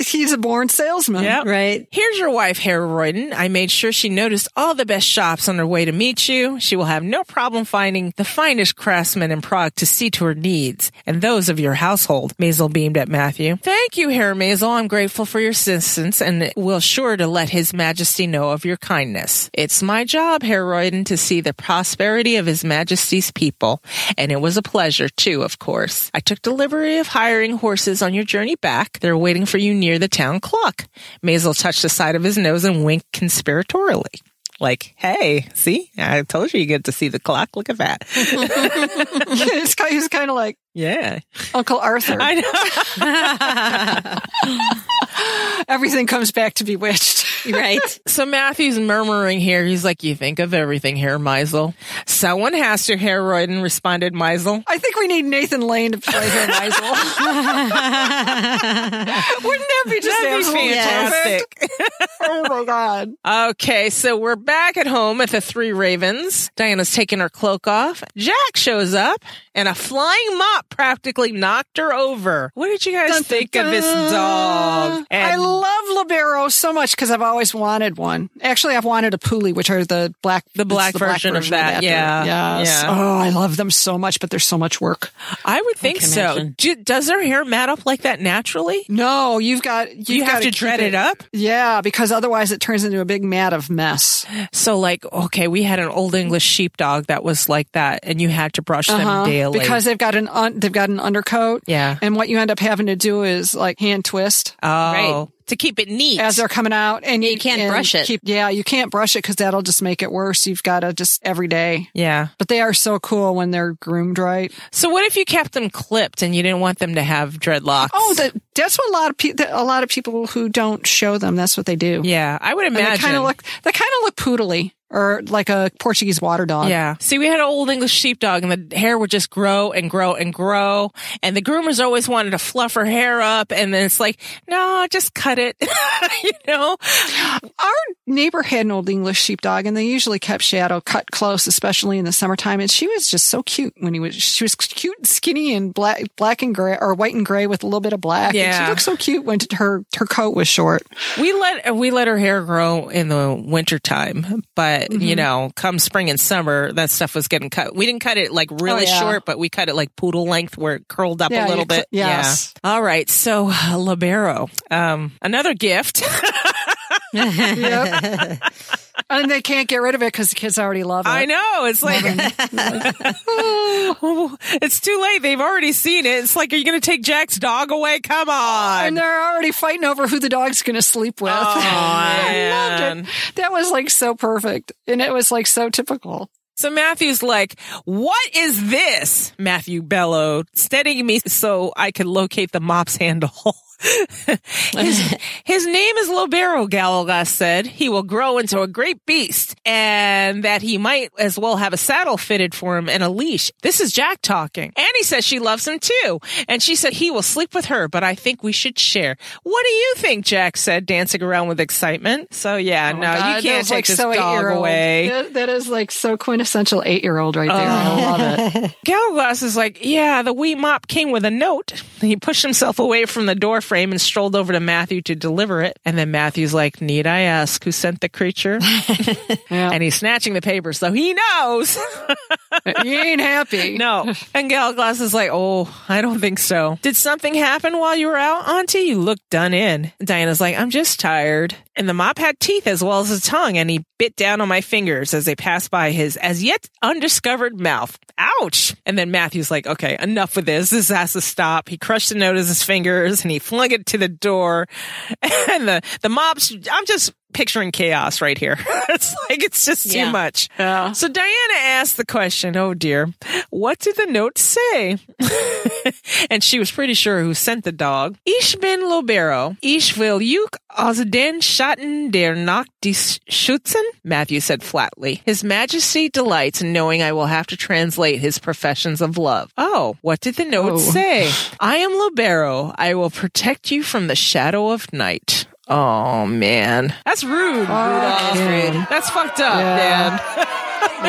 C: He's a born salesman.
B: Yep.
A: Right.
B: Here's your wife, Herr Royden. I made sure she noticed all the best shops on her way to meet you. She will have no problem finding the finest craftsmen in Prague to see to her needs and those of your household. Maisel beamed at Matthew. Thank you, Herr Maisel. I'm grateful for your assistance and will sure to let His Majesty know of your kindness. It's my job, Herr Royden, to see the prosperity of His Majesty's people. And it was a pleasure, too, of course. I took delivery of hiring horses on your journey back. They're waiting for you near the town clock. Maisel touched the side of his nose and winked conspiratorially. Like, hey, see, I told you you get to see the clock. Look at that.
C: [LAUGHS]
B: [LAUGHS]
C: It's ki- he's kind of like
B: Yeah.
C: Uncle Arthur.
B: I know.
C: Everything comes back to Bewitched.
A: Right.
B: So Matthew's murmuring here. He's like, you think of everything, Herr Meisel. Someone has to, Herr Royden, responded Meisel.
C: [LAUGHS] I think we need Nathan Lane to play Herr Meisel. Wouldn't that be just
B: That'd be
C: absolutely perfect? [LAUGHS] Oh my God.
B: Okay, so we're back at home at the Three Ravens. Diana's taking her cloak off. Jack shows up, and a flying mop practically knocked her over. What did you guys
C: Dun,
B: think
C: dun,
B: of this
C: dun.
B: dog?
C: I
B: And-
C: love Libero so much because I've always wanted one. Actually, I've wanted a Puli, which are the black,
B: The
C: it's
B: black version of that, yeah.
C: Yes.
B: Yeah.
C: Oh, I love them so much, but there's so much work.
B: I would think
A: can
B: so.
A: imagine.
B: Do, does her hair mat up like that naturally?
C: No, you've got you've
B: Do you
C: got
B: have to
C: keep
B: dread it up?
C: Yeah, because otherwise it turns into a big mat of mess.
B: So, like, okay, we had an old English sheepdog that was like that, and you had to brush them daily.
C: Because they've got an un- they've got an undercoat.
B: Yeah.
C: And what you end up having to do is like hand twist.
B: oh,
A: Right.
B: to keep it neat.
C: as they're coming out and you,
A: you can't
C: and
A: brush it.
C: keep- yeah, you can't brush it because that'll just make it worse. You've got to just every day.
B: yeah.
C: But they are so cool when they're groomed right.
B: So what if you kept them clipped and you didn't want them to have dreadlocks?
C: Oh, that, that's what a lot of people, a lot of people who don't show them, that's what they do.
B: yeah. I would
C: And
B: imagine.
C: they kind of look, they kind of look poodly or like a Portuguese water dog.
B: Yeah. See, we had an old English sheepdog and the hair would just grow and grow and grow. And the groomers always wanted to fluff her hair up. And then it's like, no, just cut it. [LAUGHS] you know?
C: Our neighbor had an old English sheepdog and they usually kept Shadow cut close, especially in the summertime. And she was just so cute when he was, she was cute and skinny and black, black and gray or white and gray with a little bit of black. And
B: Yeah.
C: she looked so cute when her, her coat was short.
B: We let, we let her hair grow in the wintertime, but you know, come spring and summer, that stuff was getting cut. We didn't cut it like really
C: yeah.
B: short, but we cut it like poodle length where it curled up
C: Yeah,
B: a little
C: you cl-
B: bit.
C: yes.
B: Yeah. All right. So libero, um, another gift. [LAUGHS]
C: Yep. and they can't get rid of it because the kids already love it.
B: I know. It's like, Oh, [LAUGHS] it's too late. They've already seen it. It's like, are you going to take Jack's dog away? Come
C: And
B: on.
C: they're already fighting over who the dog's going to sleep with. [LAUGHS] I loved
B: man.
C: it. That was like so perfect. And it was like so typical.
B: So Matthew's like, what is this? Matthew bellowed, steadying me so I could locate the mop's handle. [LAUGHS]
C: [LAUGHS]
B: his, his name is Lobero, Galagas said. He will grow into a great beast and that he might as well have a saddle fitted for him and a leash. This is Jack talking. Annie says she loves him too. And she said he will sleep with her, but I think we should share. What do you think? Jack said, dancing around with excitement. So yeah, no,
C: Oh God,
B: you
C: that
B: can't
C: was,
B: take
C: like
B: this
C: so
B: dog
C: eight-year-old.
B: away.
C: That- that is like so quintessential eight year old right there. I
B: Oh.
C: love it.
B: Galglass is like, yeah, the wee mop came with a note. He pushed himself away from the door frame and strolled over to Matthew to deliver it. And then Matthew's like, need I ask who sent the creature?
C: Yeah.
B: and he's snatching the paper, so he knows. [LAUGHS]
C: you ain't happy.
B: no. And Galglass is like, oh, I don't think so. Did something happen while you were out, Auntie? You look done in. Diana's like, I'm just tired. And the mop had teeth as well as a tongue, and he bit down on my fingers as they passed by his as yet undiscovered mouth. Ouch! And then Matthew's like, okay, enough with this. This has to stop. He crushed the note in his fingers and he flung it to the door. [LAUGHS] And the, the mops, I'm just picturing chaos right here. [LAUGHS] it's like, it's just
A: Yeah.
B: too much.
C: Yeah.
B: So Diana asked the question, oh dear, what did the note say? [LAUGHS] and she was pretty sure who sent the dog. Ich bin Lobero. Ich will Yuk aus den Schatten der Nacht dies schützen, Matthew said flatly. His majesty delights in knowing I will have to translate his professions of love. Oh, what did the note
C: Oh. [LAUGHS]
B: say? I am Lobero. I will protect you from the shadow of night. Oh man. That's rude, Rudolph.
C: Oh, man.
B: That's fucked up,
C: Yeah.
B: man.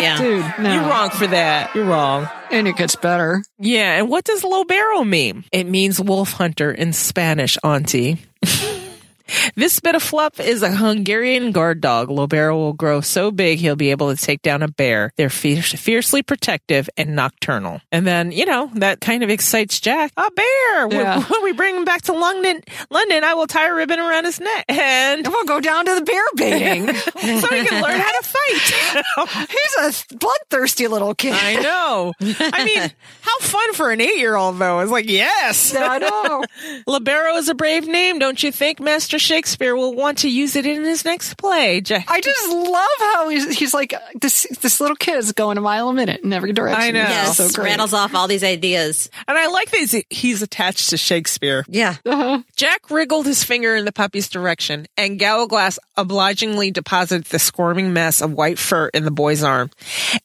A: Yeah.
C: Dude, no.
B: You're wrong for that. Uh-huh. You're wrong.
C: And it gets better.
B: Yeah, and what does lobero mean? It means wolf hunter in Spanish, auntie. [LAUGHS] this bit of fluff is a Hungarian guard dog. Lobero will grow so big he'll be able to take down a bear. They're fierce, fiercely protective and nocturnal. And then, you know, that kind of excites Jack. A bear! When- [LAUGHS]
C: Yeah.
B: When we bring him back to London, London, I will tie a ribbon around his neck. And [LAUGHS]
C: And we'll go down to the bear baiting.
B: so he can learn how to fight. [LAUGHS]
C: He's a th- bloodthirsty little kid.
B: I know. I [LAUGHS] mean, how fun for an eight year old, though. It's like, yes.
C: I know.
B: Libero is a brave name, don't you think? Master Shakespeare will want to use it in his next play. Jack.
C: I just love how he's, he's like this. This little kid is going a mile a minute in every direction.
B: I know.
A: Yes,
C: so great.
A: rattles off all these ideas.
B: And I like that he's, he's attached to Shakespeare.
A: [LAUGHS] Yeah.
C: Oh
B: Jack wriggled his finger in the puppy's direction, and Galglass obligingly deposited the squirming mess of white fur in the boy's arm.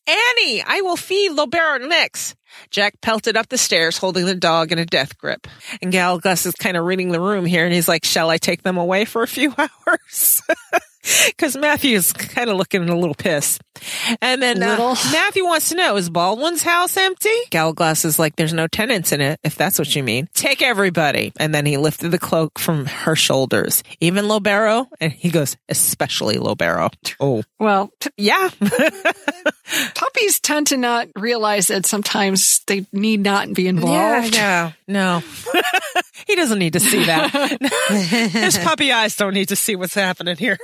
B: Annie, I will feed Lobero next. Jack pelted up the stairs, holding the dog in a death grip. And Galglass is kind of reading the room here, and he's like, "Shall I take them away for a few [LAUGHS] hours?" Because Matthew's kind of looking a little pissed. And then uh,
C: Little.
B: Matthew wants to know, is Baldwin's house empty? Galglass is like, there's no tenants in it, if that's what you mean. Take everybody. And then he lifted the cloak from her shoulders. Even Lobero? And he goes, especially Lobero. Oh.
C: Well, p-
B: Yeah.
C: puppies tend to not realize that sometimes they need not be involved.
B: Yeah, no, [LAUGHS] no. [LAUGHS] he doesn't need to see that. His puppy eyes don't need to see what's happening here.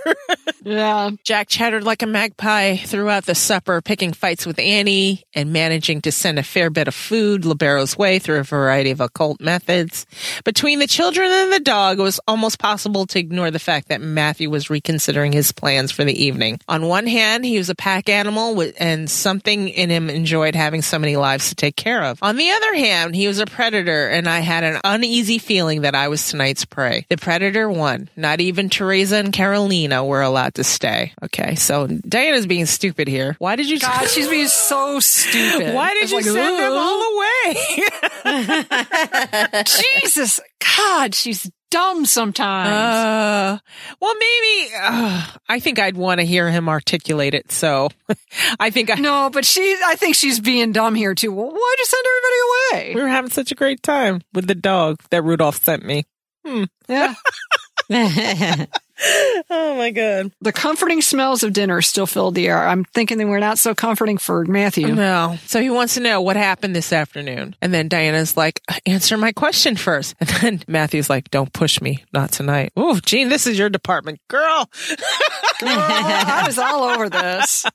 C: Yeah.
B: Jack chattered like a magpie throughout the supper, picking fights with Annie and managing to send a fair bit of food Libero's way through a variety of occult methods. Between the children and the dog, it was almost possible to ignore the fact that Matthew was reconsidering his plans for the evening. On one hand, he was a pack animal wi- and something in him enjoyed having so many lives to take care of. On the other hand, he was a predator and I had an uneasy feeling that I was tonight's prey. The predator won. Not even Teresa and Carolina were allowed to stay. Okay, so Diana's being stupid here. Why did you
C: God, she's being so
B: [LAUGHS]
C: stupid.
B: Why did
C: It's
B: you
C: like,
B: send them
C: ooh.
B: all away? [LAUGHS]
C: [LAUGHS] Jesus, God, she's dumb sometimes.
B: Uh, well, maybe. Uh, I think I'd want to hear him articulate it. So [LAUGHS] I think I,
C: no, but she, I think she's being dumb here too. Well, why'd you send everybody
B: we
C: away?
B: were having such a great time with the dog that Rudolph sent me.
C: Yeah.
B: Oh my god!
C: [LAUGHS] the comforting smells of dinner still filled the air. I'm thinking they were not so comforting for Matthew.
B: No. So he wants to know what happened this afternoon, and then Diana's like, "Answer my question first. [LAUGHS] And then Matthew's like, "Don't push me, not tonight." Oh, Gene, this is your department, girl.
C: [LAUGHS] I was all over this.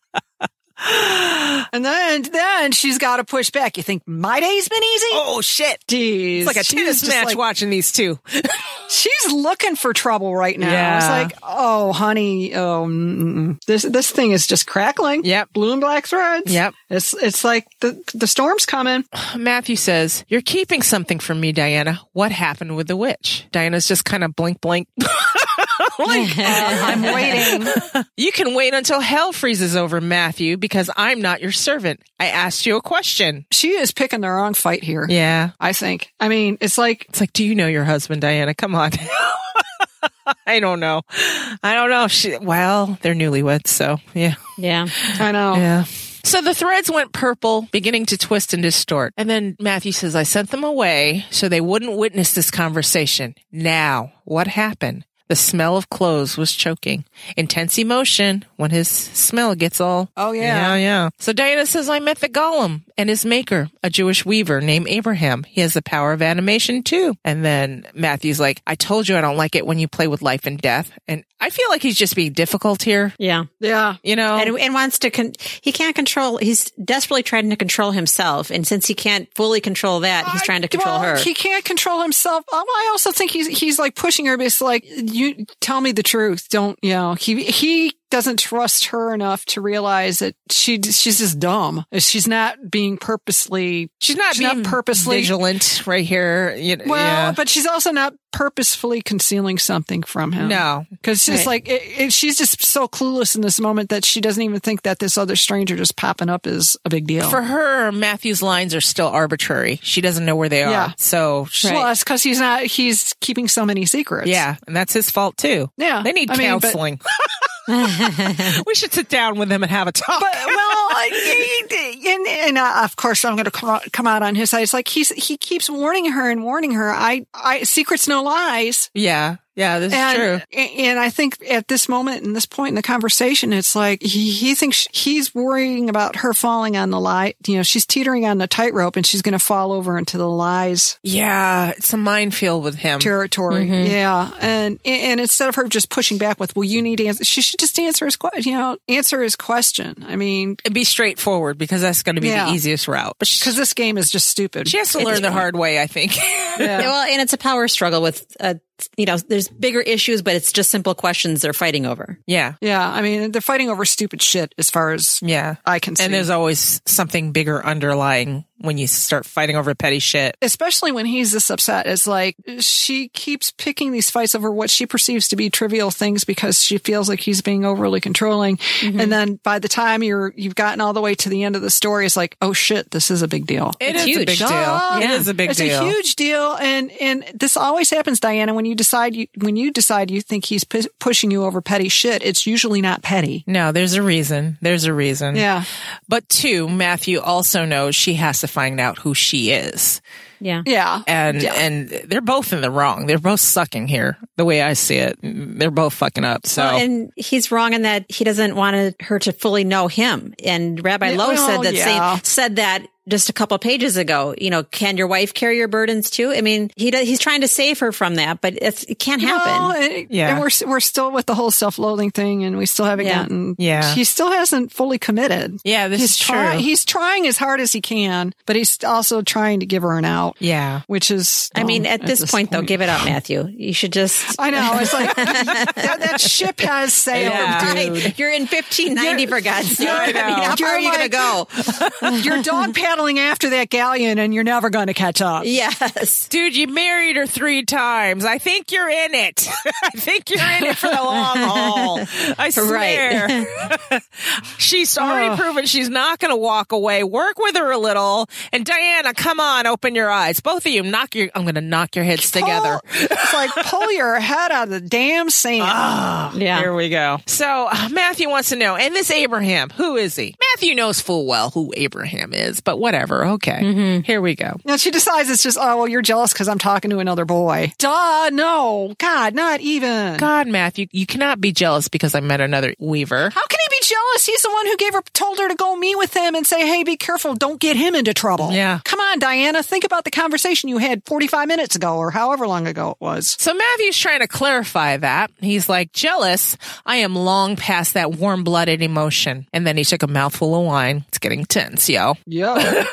B: [LAUGHS]
C: And then, then she's got to push back. You think my day's been easy?
B: Oh shit!
C: Jeez.
B: It's like a
C: She's
B: tennis
C: just
B: match
C: like-
B: watching these two.
C: she's looking for trouble right now. It's
B: Yeah.
C: like, oh, honey, oh, mm-mm. this this thing is just crackling.
B: Yep.
C: blue and black threads.
B: Yep.
C: it's it's like the the
B: [LAUGHS]
C: storm's coming.
B: [LAUGHS] Matthew says, You're keeping something from me, Diana. What happened with the witch? Diana's just kind of blink, blink. [LAUGHS]
C: I'm waiting.
B: You can wait until hell freezes over, Matthew, because I'm not your servant. I asked you a question.
C: She is picking the wrong fight here.
B: Yeah.
C: I think. I mean, it's like
B: It's like, Do you know your husband, Diana? Come on. [LAUGHS] I don't know. I don't know. She, well, they're newlyweds, so yeah.
A: yeah.
C: I know.
B: Yeah. So the threads went purple, beginning to twist and distort. And then Matthew says, I sent them away so they wouldn't witness this conversation. Now, what happened? The smell of clothes was choking. Intense emotion when his smell gets all.
C: Oh, yeah.
B: Yeah, yeah. So Diana says, I met the golem and his maker, a Jewish weaver named Abraham. He has the power of animation too. And then Matthew's like, I told you I don't like it when you play with life and death. And I feel like he's just being difficult here.
A: [LAUGHS] Yeah.
C: Yeah.
B: You know,
A: and, and wants to con- he can't control he's desperately trying to control himself and since he can't fully control that he's trying to control
C: Well,
A: her
C: He can't control himself. Um, I also think he's he's like pushing her. But it's like you tell me the truth. Don't you know? He he doesn't trust her enough to realize that she she's just dumb. She's not being purposely.
B: She's not
C: She's not
B: being
C: purposely-
B: vigilant right here. You know,
C: Well,
B: yeah.
C: but she's also not purposefully concealing something from him.
B: no.
C: Because she's like, it, it, she's just so clueless in this moment that she doesn't even think that this other stranger just popping up is a big deal.
B: For her, Matthew's lines are still arbitrary. She doesn't know where they are.
C: Yeah.
B: So, she,
C: Plus, because he's not, he's keeping so many secrets.
B: yeah, and that's his fault too.
C: Yeah.
B: They need
C: I mean, but-
B: counseling. [LAUGHS] we should sit down with him and have a talk.
C: But [LAUGHS] well, uh, I- and, and uh, of course, I'm going to come out, come out on his side. It's like he's he keeps warning her and warning her. I, I secrets no lies.
B: yeah. Yeah, this is true.
C: And, and I think at this moment and this point in the conversation, it's like he, he thinks he's worrying about her falling on the lie. You know, she's teetering on the tightrope and she's going to fall over into the lies
B: Yeah, it's a minefield with him.
C: territory.
B: Mm-hmm.
C: Yeah. And, and instead of her just pushing back with, well, you need to answer, she should just answer his question, you know, answer his question. I mean,
B: It'd be straightforward because that's going to be
C: Yeah.
B: the easiest route. But she,
C: because this game is just stupid.
B: she has to learn the hard way, I think. [LAUGHS]
A: Yeah, well and it's a power struggle with uh, you know there's bigger issues but it's just simple questions they're fighting over
B: yeah.
C: Yeah. I mean, they're fighting over stupid shit as far as
B: Yeah.
C: I can see.
B: And there's always something bigger underlying when you start fighting over petty shit.
C: especially when he's this upset, it's like she keeps picking these fights over what she perceives to be trivial things because she feels like he's being overly controlling.
B: Mm-hmm.
C: And then by the time you're you've gotten all the way to the end of the story, it's like, oh shit, this is a big deal.
A: It's huge.
B: a big deal.
C: Duh.
B: It is a big
C: it's
B: deal.
C: a huge deal, and and this always happens, Diana. When you decide you when you decide you think he's pu- pushing you over petty shit, it's usually not petty.
B: no, there's a reason. There's a reason.
C: Yeah,
B: But two, Matthew also knows she has to find out who she is.
A: yeah
C: yeah,
B: And
C: Yeah.
B: and they're both in the wrong. They're both sucking here, the way I see it. They're both fucking up. So
A: and he's wrong in that he doesn't want her to fully know him and rabbi
C: Yeah,
A: lowe
C: well,
A: said that
C: yeah.
A: same, said that just a couple pages ago. You know, can your wife carry your burdens too? I mean, he does, he's trying to save her from that, but it's, it can't happen.
C: Well, and,
B: Yeah.
C: and we're we're still with the whole self-loathing thing, and we still haven't
A: Yeah.
C: gotten.
B: Yeah.
C: she still hasn't fully committed.
B: Yeah, this
C: he's
B: is true.
C: try- he's trying as hard as he can, but he's also trying to give her an out,
B: yeah.
C: which is. um,
A: I mean,
C: dumb
A: Oh, at, this, point, though, give it up, Matthew. You should just.
C: I know.
A: [LAUGHS]
C: It's like that, that ship has sailed.
B: Yeah.
C: dude.
A: Right. [LAUGHS] You're in 1590 for God's sake. [LAUGHS] I mean, how
C: You're
A: far are you
C: like-
A: going to go?
C: You're dog paddling after that galleon, and you're never going to catch up.
A: [LAUGHS] Yes.
B: Dude, you married her three times. I think you're in it. [LAUGHS] I think you're in it for the long haul. I swear. she's already proven she's not going to walk away. Work with her a little. And Diana, come on, open your eyes. Both of you, knock your. I'm going to knock your heads together.
C: Pull- it's like pull your head out of the damn sand.
A: "Oh,
B: Here we go. So uh, Matthew wants to know, and this Abraham, who is he? Matthew knows full well who Abraham is, but whatever. Okay. Here we go.
C: Now she decides it's just, oh, well, you're jealous because I'm talking to another boy. Duh, no. God, not even.
B: God, Matthew, you cannot be jealous because I met another weaver.
C: How can he be jealous? He's the one who gave her, told her to go meet with him and say, hey, be careful. Don't get him into trouble.
B: Yeah.
C: Come on, Diana. Think about the conversation you had 45 minutes ago or however long ago it was.
B: So Matthew's trying to clarify that. He's like, jealous. I am long past that warm blooded emotion. And then he took a mouthful of wine. It's getting tense, yo.
C: Yeah.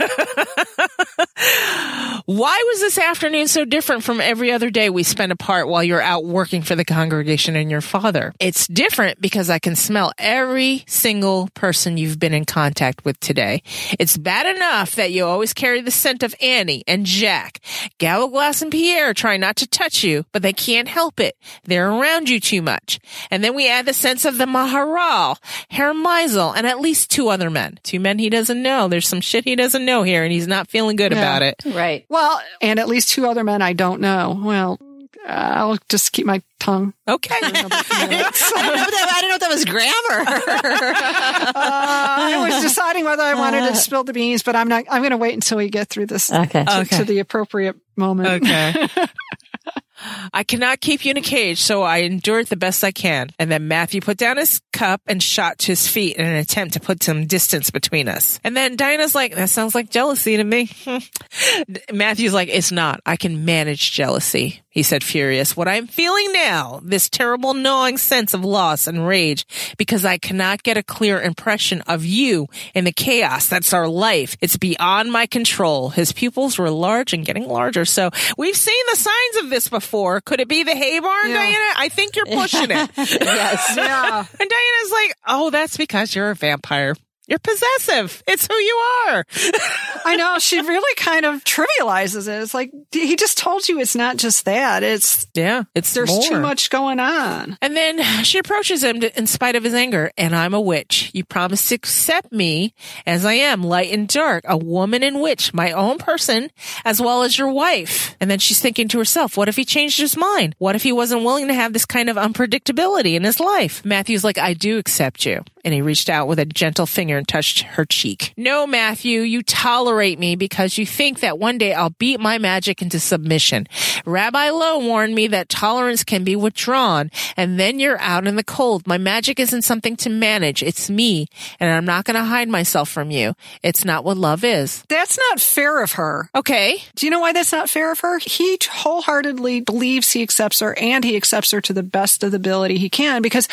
B: Why was this afternoon so different from every other day we spent apart while you're out working for the congregation and your father? It's different because I can smell every single person you've been in contact with today. It's bad enough that you always carry the scent of Annie and Jack. Gallowglass and Pierre try not to touch you, but they can't help it. They're around you too much. And then we add the sense of the Maharal, Hermisel, and at least two other men. Two men he doesn't know. There's some shit he doesn't know here, and he's not feeling good about it.
A: [LAUGHS] Right.
C: [LAUGHS] well, and at least two other men I don't know. Well, I'll just keep my tongue.
B: Okay.
A: [LAUGHS] I don't know if that, I don't know if that was grammar.
C: Uh, I
B: [LAUGHS]
C: was deciding whether I wanted to spill the beans, but I'm not. I'm going to wait until we get through this
A: okay.
C: to,
B: Uh. Okay.
C: to the appropriate
B: [LAUGHS]
C: moment.
B: Okay. [LAUGHS] I cannot keep you in a cage, so I endure it the best I can. And then Matthew put down his cup and shot to his feet in an attempt to put some distance between us. And then Diana's like, that sounds like jealousy to me. Matthew's like, it's not. I can manage jealousy. He said, furious. What I'm feeling now, this terrible gnawing sense of loss and rage, because I cannot get a clear impression of you in the chaos that's our life. It's beyond my control. His pupils were large and getting larger. So we've seen the signs of this before. Could it be the hay barn,
C: Yeah.
B: Diana? I think you're pushing
C: [LAUGHS]
B: it.
A: yes.
C: Yeah.
B: [LAUGHS] And Diana's like, oh, that's because you're a vampire. You're possessive. It's who you are.
C: I know. She really kind of trivializes it. It's like d- he just told you it's not just that. It's
B: Yeah. It's
C: there's too
B: more.
C: much going on.
B: And then [LAUGHS] she approaches him to, in spite of his anger, and I'm a witch. You promised to accept me as I am, light and dark, a woman and witch, my own person, as well as your wife. And then she's thinking to herself, what if he changed his mind? What if he wasn't willing to have this kind of unpredictability in his life? Matthew's like, I do accept you. And he reached out with a gentle finger and touched her cheek. No, Matthew, you tolerate me because you think that one day I'll beat my magic into submission. Rabbi Lowe warned me that tolerance can be withdrawn and then you're out in the cold. My magic isn't something to manage. It's me and I'm not going to hide myself from you. It's not what love is.
C: That's not fair of her.
B: Okay.
C: Do you know why that's not fair of her? He wholeheartedly believes he accepts her and he accepts her to the best of the ability he can because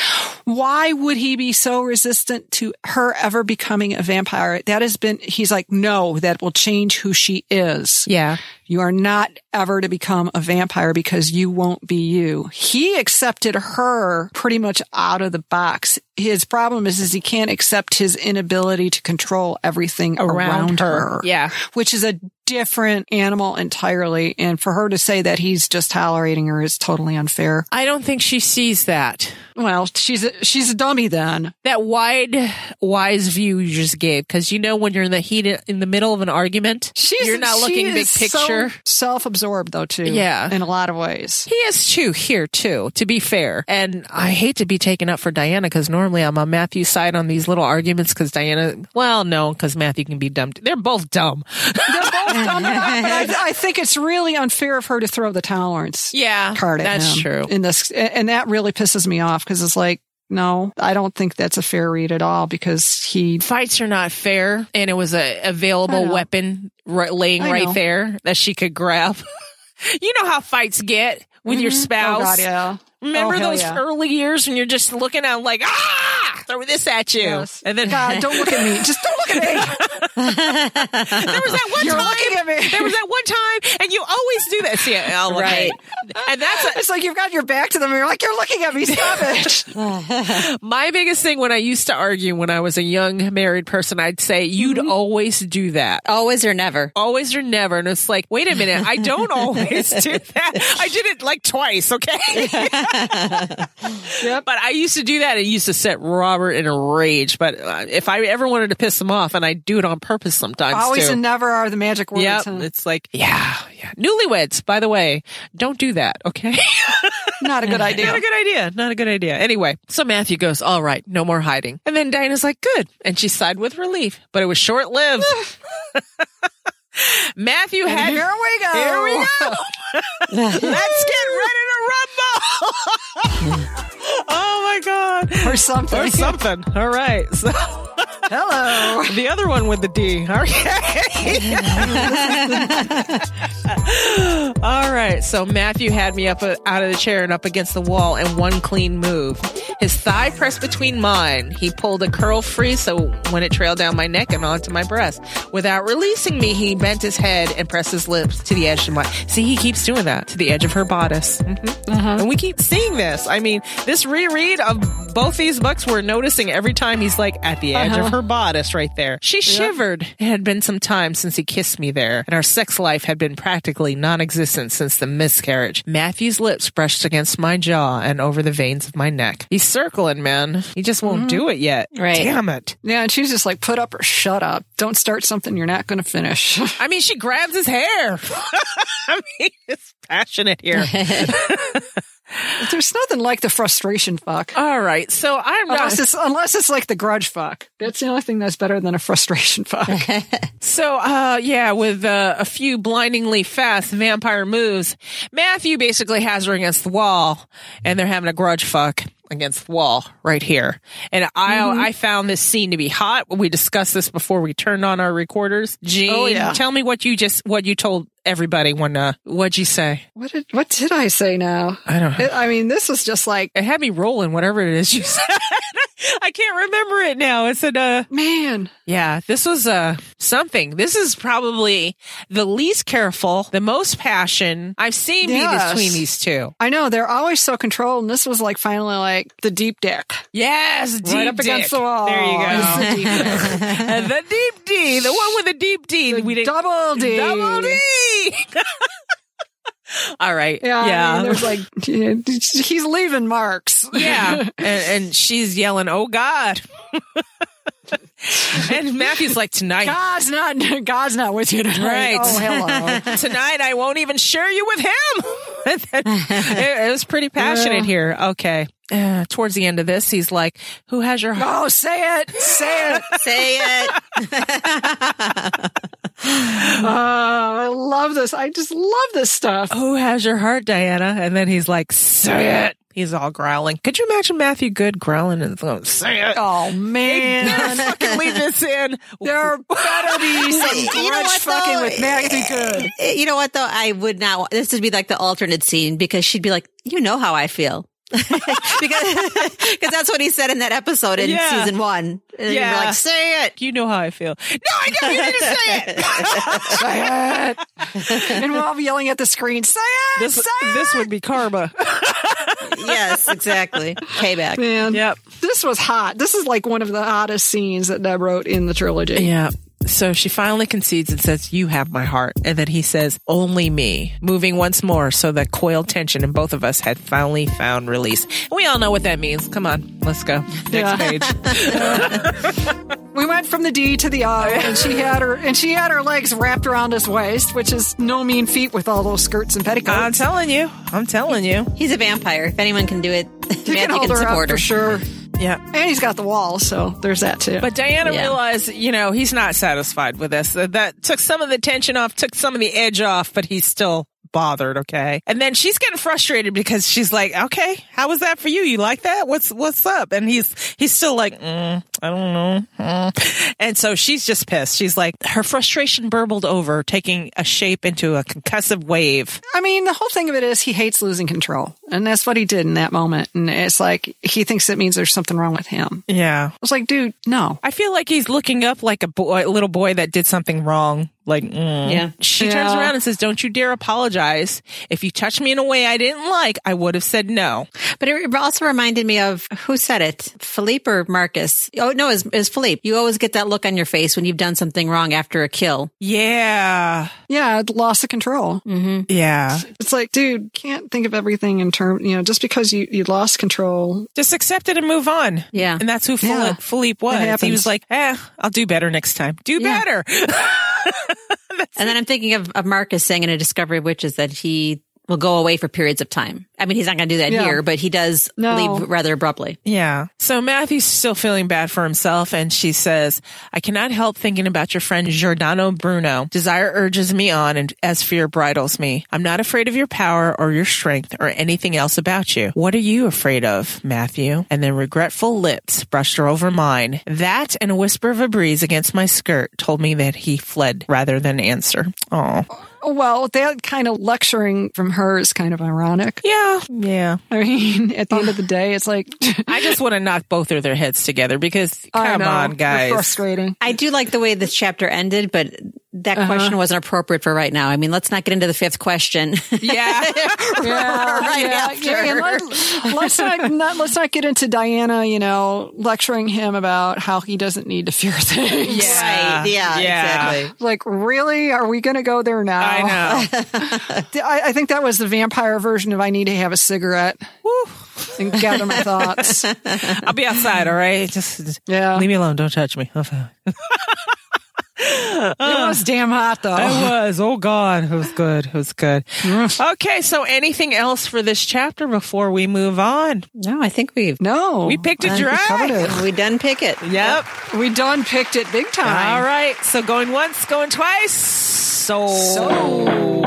C: why would he be so resistant to her ever becoming a vampire? That has been, he's like, no, that will change who she is.
B: Yeah.
C: You are not ever to become a vampire because you won't be you. He accepted her pretty much out of the box. His problem is, is he can't accept his inability to control everything around, her.
B: Yeah.
C: Which is a different animal entirely. And for her to say that he's just tolerating her is totally unfair.
B: I don't think she sees that.
C: Well, she's a, she's a dummy then.
B: that wide wise view you just gave because you know when you're in the heat in the middle of an argument
C: She's
B: you're not
C: she
B: looking big
C: is so
B: picture
C: self-absorbed though too.
B: Yeah.
C: In a lot of [LAUGHS] ways.
B: he is too here too to be fair and i hate to be taken up for diana because normally i'm on matthew's side on these little arguments because diana well no because matthew can be dumb they're both dumb
C: but I, I think it's really unfair of her to throw the
B: [LAUGHS]
C: tolerance
B: yeah
C: card at
B: that's
C: him
B: true
C: In this, and that really pisses me off because it's like, No, I don't think that's a fair read at all because he
B: Fights are not fair, and it was a available
C: know.
B: weapon right, laying
C: I
B: right
C: know.
B: there that she could grab. [LAUGHS] you know how fights get with your spouse.
C: Oh, God, yeah.
B: Remember
C: Oh, hell
B: those
C: yeah.
B: early years when you're just looking at like ah, throw this at you,
C: Yes.
B: and then
C: [LAUGHS] God, don't look at me. Just don't look
B: [LAUGHS]
C: at me. [LAUGHS]
B: there was that one
C: You're
B: time.
C: looking at me.
B: There was that one time, and you always do that. See,
C: [LAUGHS]
B: I'll look at
A: Right.
B: it. And that's a,
C: It's like you've got your back to them. And you're like, you're looking at me. Stop it.
B: My biggest thing when I used to argue when I was a young married person, I'd say, you'd
C: Mm-hmm.
B: always do that.
A: [LAUGHS] Always or never.
B: Always or never. And it's like, wait a minute, I
C: [LAUGHS]
B: don't always do that. I did it like twice,
C: [LAUGHS]
B: okay? But I used to do that. It used to set Robert in a rage. But uh, if I ever wanted to piss him off, and I do it on purpose sometimes.
C: [LAUGHS] Always
B: too.
C: and never are the magic words.
B: Yep.
C: huh?
B: It's like, yeah, yeah. Newlyweds, by the way, don't do that, okay?
C: Not a good
B: [LAUGHS] Not [LAUGHS]
C: idea.
B: a good idea. Not a good idea. Anyway, so Matthew goes, all right, no more hiding. And then Diana's like, good. And she sighed with relief, but it was short [LAUGHS] lived. Matthew had.
C: Here we go.
B: Here we go. [LAUGHS] Let's get ready to rumble. [LAUGHS] oh my God.
C: Or something.
B: Or something. All right. So
C: [LAUGHS] Hello.
B: [LAUGHS] the other one with the D. Okay. [LAUGHS] All right. So Matthew had me up uh, out of the chair and up against the wall in one clean move. His thigh pressed between mine. He pulled a curl free so when it trailed down my neck and onto my breast. Without releasing me, he bent his head and pressed his lips to the edge of my. See, he keeps doing that to the edge of her bodice. Mhm. And we keep seeing this. I mean, this reread of both these books we're noticing every time he's like at the edge of her bodice right there. She shivered. It had been some time since he kissed me there, and our sex life had been practically non existent since the miscarriage. Matthew's lips brushed against my jaw and over the veins of my neck. He's circling, man. He just won't do it yet.
A: Right.
B: Damn it.
C: Yeah, and she's just like, put up or shut up. Don't start something you're not going to finish. [LAUGHS]
B: I mean, she grabs his hair. [LAUGHS] I mean, it's passionate here.
C: There's nothing like the frustration fuck.
B: All right. So I'm not.
C: Unless it's, unless it's like the grudge fuck. That's the only thing that's better than a frustration fuck.
B: So, uh, yeah, with uh, a few blindingly fast vampire moves, Matthew basically has her against the wall, and they're having a grudge fuck against the wall right here. And I,
C: Mm-hmm.
B: I found this scene to be hot. We discussed this before we turned on our recorders. Gene,
C: Oh, yeah.
B: tell me what you just what you told everybody when uh, what'd you say?
C: What did what did I say now?
B: I don't know.
C: I I mean, this is just like
B: It had me rolling, whatever it is you [LAUGHS] said. I can't remember it now. It said, uh,
C: man.
B: Yeah, this was uh, something. This is probably the least careful, the most passion I've seen
C: Yes.
B: be between these two.
C: I know they're always so controlled, and this was like finally like the deep dick
B: Yes, deep
C: right up
B: dick.
C: against the wall.
B: There
C: [LAUGHS]
B: you
C: It's the deep dick.
B: go. the deep D, the one with the deep D. [LAUGHS] we didn't
C: Double D.
B: double D. [LAUGHS] All right.
C: Yeah, I
B: Yeah.
C: mean, [LAUGHS] there's like he's leaving marks.
B: [LAUGHS] Yeah. and, and she's yelling, "Oh God!" [LAUGHS] and Matthew's like, "Tonight,
C: God's not [LAUGHS] God's not with you tonight.
B: Right.
C: Oh, hello.
B: [LAUGHS] tonight I won't even share you with him. [LAUGHS] And then- it, it was pretty passionate here. Okay. Uh, towards the end of this, he's like, "Who has your heart?"
C: oh, say it.
B: [LAUGHS]
C: Say it.
A: Say it. [LAUGHS]
C: Oh, I love this. I just love this stuff.
B: Who has your heart, Diana? And then he's like, "Say it." He's all growling. Could you imagine Matthew Good growling and going, "Say it"?
C: Oh
B: Better [LAUGHS]
C: man.
B: fucking leave this in.
C: There
B: [LAUGHS]
C: better be some
A: You know
C: grudge
A: what,
C: fucking
A: though?
C: with Maggie Good.
A: You know what though? I would not. wa- This would be like the alternate scene because she'd be like, "You know how I feel," [LAUGHS] because because that's what he said in that episode in
B: Yeah.
A: season one. And you were
B: Yeah.
A: like say it.
B: You know how I feel. No, I don't. [LAUGHS] You need to say it.
C: [LAUGHS] and we're all yelling at the screen, say it!
B: This, this would be karma.
A: yes, exactly. Payback.
C: Man,
B: Yep.
C: this was hot. This is like one of the hottest scenes that Deb wrote in the trilogy.
B: Yeah. So she finally concedes and says, You have my heart. And then he says, Only me. Moving once more so that coiled tension in both of us had finally found release. We all know what that means. Come on, let's go. Next
C: Yeah.
B: page.
C: We went from the D to the I, and she had her and she had her legs wrapped around his waist, which is no mean feat with all those skirts
B: I'm
C: and petticoats.
B: telling you. I'm telling you.
A: He's a vampire. If anyone can do [LAUGHS] it,
C: You
A: Matthew
C: can hold
A: can
C: her
A: support
C: up
A: her.
C: for sure.
B: Yeah.
C: And he's got the wall, so there's that too.
B: But Diana
A: Yeah.
B: realized, you know, he's not satisfied with this. That, that took some of the tension off, took some of the edge off, but he's still bothered, okay? And then she's getting frustrated because she's like, "Okay, how was that for you? You like that? What's what's up?" And he's he's still like, mm, "I don't know." Mm. And so she's just pissed. She's like, her frustration burbled over, taking a shape into a concussive wave.
C: I mean, the whole thing of it is he hates losing control. And that's what he did in that moment. And it's like he thinks it means there's something wrong with him. I
B: Yeah.
C: was like, dude, no.
B: I feel like he's looking up like a boy, little boy that did something wrong. Like, mm.
A: Yeah.
B: She turns
C: Yeah.
B: around and says, "Don't you dare apologize. If you touched me in a way I didn't like, I would have said no."
A: But it also reminded me of who said it, Philippe or Marcus? Oh no, it's, it's Philippe. You always get that look on your face when you've done something wrong after a kill.
B: Yeah,
C: Yeah, loss of control.
B: yeah.
C: It's like, dude, can't think of everything in terms, you know, just because you, you lost control.
B: Just accept it and move on.
A: Yeah.
B: and that's who Philip
C: Yeah.
B: Philippe
C: That
B: was. He
C: happens.
B: was like, "Eh, I'll do better next time. Do
A: Yeah.
B: better."
A: And then I'm thinking of, of Marcus saying in A Discovery of Witches that he will go away for periods of time. I mean, he's not going to do that
C: Yeah.
A: here, but he does
C: No.
A: leave rather abruptly.
B: Yeah. So Matthew's still feeling bad for himself, and she says, I cannot help thinking about your friend Giordano Bruno. Desire urges me on, and as fear bridles me. I'm not afraid of your power or your strength or anything else about you. What are you afraid of, Matthew? And then regretful lips brushed her over mine. That and a whisper of a breeze against my skirt told me that he fled rather than answer. Oh.
C: Well, that kind of lecturing from her is kind of ironic.
B: Yeah. Yeah.
C: I mean, at the end of the day, it's like, [LAUGHS]
B: I just want to knock both of their heads together because
C: I
B: come
C: know,
B: on,
C: it's [LAUGHS]
B: guys. [LAUGHS]
C: Frustrating.
A: I do like the way this chapter ended, but that question wasn't appropriate for right now. I mean, let's not get into the fifth question. [LAUGHS]
B: Yeah.
C: Yeah,
A: Right
C: yeah,
A: after.
C: yeah, and let, let's not, not let's not get into Diana, you know, lecturing him about how he doesn't need to fear [LAUGHS] things.
B: Yeah.
A: Right. Yeah,
B: Yeah.
A: exactly.
C: Like, really? Are we going to go there now?
B: [LAUGHS] I know.
C: I, I think that was the vampire version of I need to have a cigarette and gather
B: [LAUGHS]
C: my thoughts.
B: I'll be outside, all right? Just, just
C: Yeah.
B: leave me alone. Don't touch me.
C: it was damn hot though.
B: I was. Oh, God. It was good. It was good. [LAUGHS] okay, so anything else for this chapter before we move on?
A: No, I think we've
C: no,
B: We picked a
C: I think we
B: dry.
C: covered it.
A: we done pick it.
B: Yep.
C: We done picked it big
B: All
C: time.
B: right. So going once, going twice. So.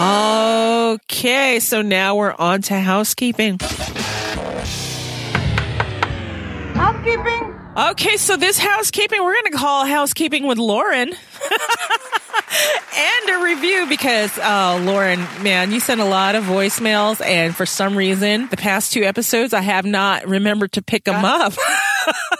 B: Okay, so now we're on to housekeeping.
D: Housekeeping?
B: Okay, so this housekeeping, we're going to call housekeeping with Lauren. [LAUGHS] and a review because, uh, Lauren, man, you sent a lot of voicemails, and for some reason, the past two episodes, I have not remembered to pick them up. [LAUGHS]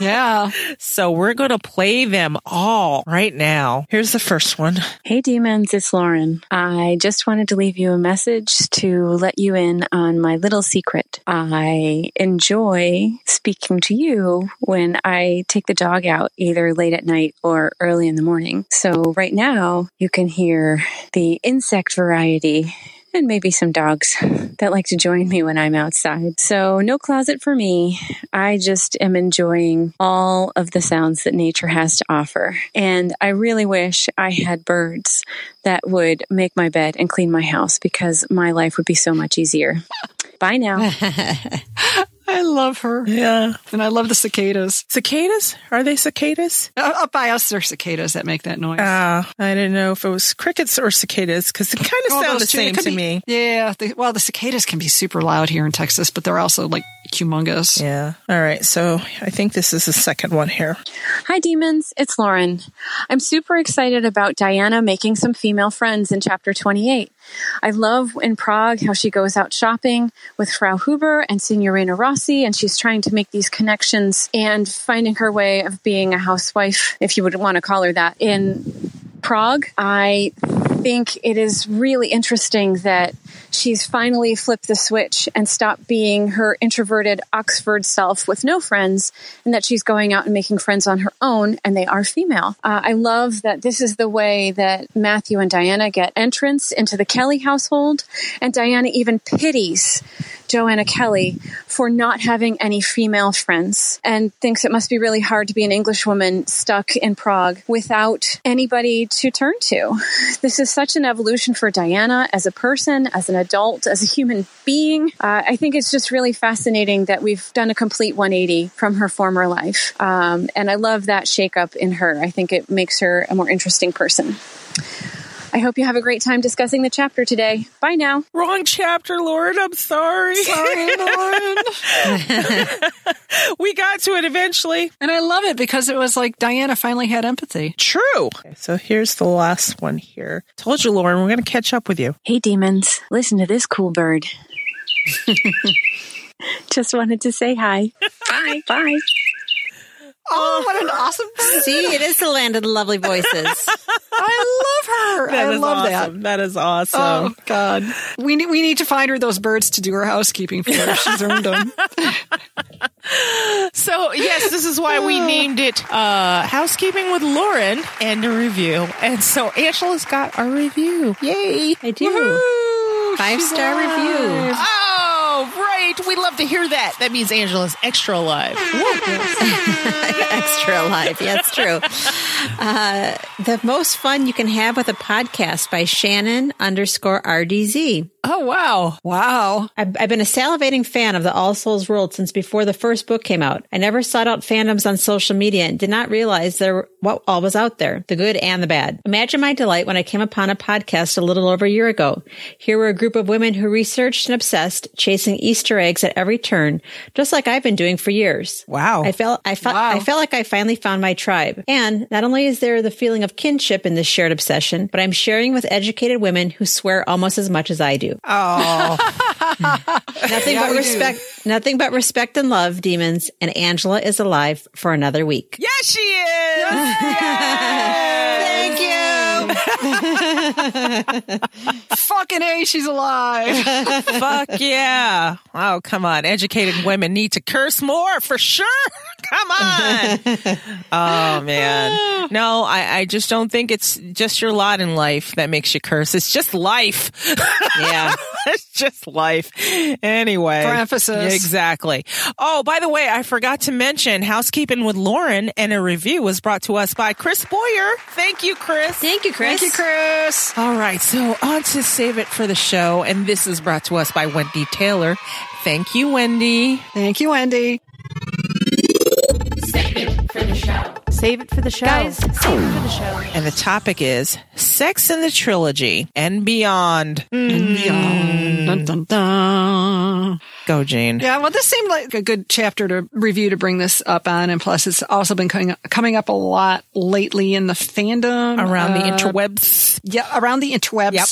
C: Yeah.
B: so we're going to play them all right now. Here's the first one.
E: Hey demons, it's Lauren. I just wanted to leave you a message to let you in on my little secret. I enjoy speaking to you when I take the dog out, either late at night or early in the morning. So, right now, you can hear the insect variety and maybe some dogs that like to join me when I'm outside. So, no closet for me. I just am enjoying all of the sounds that nature has to offer. And I really wish I had birds that would make my bed and clean my house because my life would be so much easier. Bye now.
C: I love her.
B: Yeah.
C: And I love the cicadas.
B: Cicadas? Are they cicadas?
C: Uh, Up by us, there are cicadas that make that noise.
B: Uh, I didn't know if it was crickets or cicadas because it kind of
C: Well,
B: sound the
C: those two- it
B: same
C: could
B: to
C: be-
B: me.
C: Yeah. They, well, the cicadas can be super loud here in Texas, but they're also like humongous.
B: Yeah. All right. So I think this is the second one here.
E: Hi, demons. It's Lauren. I'm super excited about Diana making some female friends in chapter 28. I love in Prague how she goes out shopping with Frau Huber and Signorina Rossi, and she's trying to make these connections and finding her way of being a housewife, if you would want to call her that, in Prague. I think it is really interesting that she's finally flipped the switch and stopped being her introverted Oxford self with no friends, and that she's going out and making friends on her own, and they are female. Uh, I love that this is the way that Matthew and Diana get entrance into the Kelly household, and Diana even pities Joanna Kelly for not having any female friends and thinks it must be really hard to be an Englishwoman stuck in Prague without anybody to turn to. This is such an evolution for Diana as a person, as an adult, as a human being. Uh, I think it's just really fascinating that we've done a complete 180 from her former life. Um, and I love that shakeup in her. I think it makes her a more interesting person. I hope you have a great time discussing the chapter today. Bye now.
B: Wrong chapter, Lauren. I'm sorry.
C: Sorry, Lauren.
B: [LAUGHS] we got to it eventually.
C: [LAUGHS] And I love it because it was like Diana finally had empathy.
B: True. So here's the last one here. Told you, Lauren, we're going to catch up with you.
E: Hey, demons, listen to this cool bird. [LAUGHS] Just wanted to say hi. Bye. Bye.
C: Oh, what an awesome bird.
A: See, it is the land of the lovely voices.
C: [LAUGHS] I love her. I
B: is
C: love
B: awesome. That is awesome.
C: that. Oh God, we need we need to find her those birds to do her housekeeping for. her. She's earned [LAUGHS] them.
B: So, yes, this is why
A: [SIGHS]
B: we named it uh, Housekeeping with Lauren and a review. And so Angela's got our review. Yay.
A: I do. Five star review.
B: Oh, right. We love to hear that. That means Angela's extra alive.
A: [LAUGHS] extra alive. Yeah, it's true. Uh, the most fun you can have with a podcast by Shannon underscore RDZ.
C: Oh wow,
B: [LAUGHS]
C: wow.
A: I've, I've been a salivating fan of the All Souls World since before the first book came out. I never sought out fandoms on social media and did not realize there were- what all was out there, the good and the bad. Imagine my delight when I came upon a podcast a little over a year ago. Here were a group of women who researched and obsessed, chasing Easter eggs at every turn, just like I've been doing for years.
B: Wow.
A: I felt I felt I felt like I finally found my tribe. And not only is there the feeling of kinship in this shared obsession, but I'm sharing with educated women who swear almost as much as I do.
B: Oh,
A: Nothing but
C: we do.
A: respect, nothing but respect and love, demons. And Angela is alive for another week.
B: yes, she is.
A: [LAUGHS]
B: Yes.
A: Thank you.
C: Fucking a, she's alive.
B: Fuck yeah. Oh, come on. Educated women need to curse more for sure. [LAUGHS] Come on. Oh, man.
C: [SIGHS]
B: No, I, I just don't think it's just your lot in life that makes you curse. It's just life. [LAUGHS]
A: Yeah.
B: it's just life. Anyway.
C: For emphasis.
B: Exactly. Oh, by the way, I forgot to mention Housekeeping with Lauren and a review was brought to us by Chris Boyer. Thank you, Chris.
A: Thank you, Chris.
C: Thank you, Chris.
B: All right, so on to save it for the show, and this is brought to us by Wendy Taylor. Thank you, Wendy.
C: Thank you, Wendy.
F: Save it for the show. Guys, save it for the show.
B: And the topic is Sex in the Trilogy and Beyond. Mm.
C: Dun, dun, dun.
B: Go, Jane.
C: Yeah, well, this seemed like a good chapter to review to bring this up on, and plus, it's also been coming coming up a lot lately in the fandom
B: Around the
C: Uh,
B: interwebs.
C: yeah, around the interwebs.
B: Yep.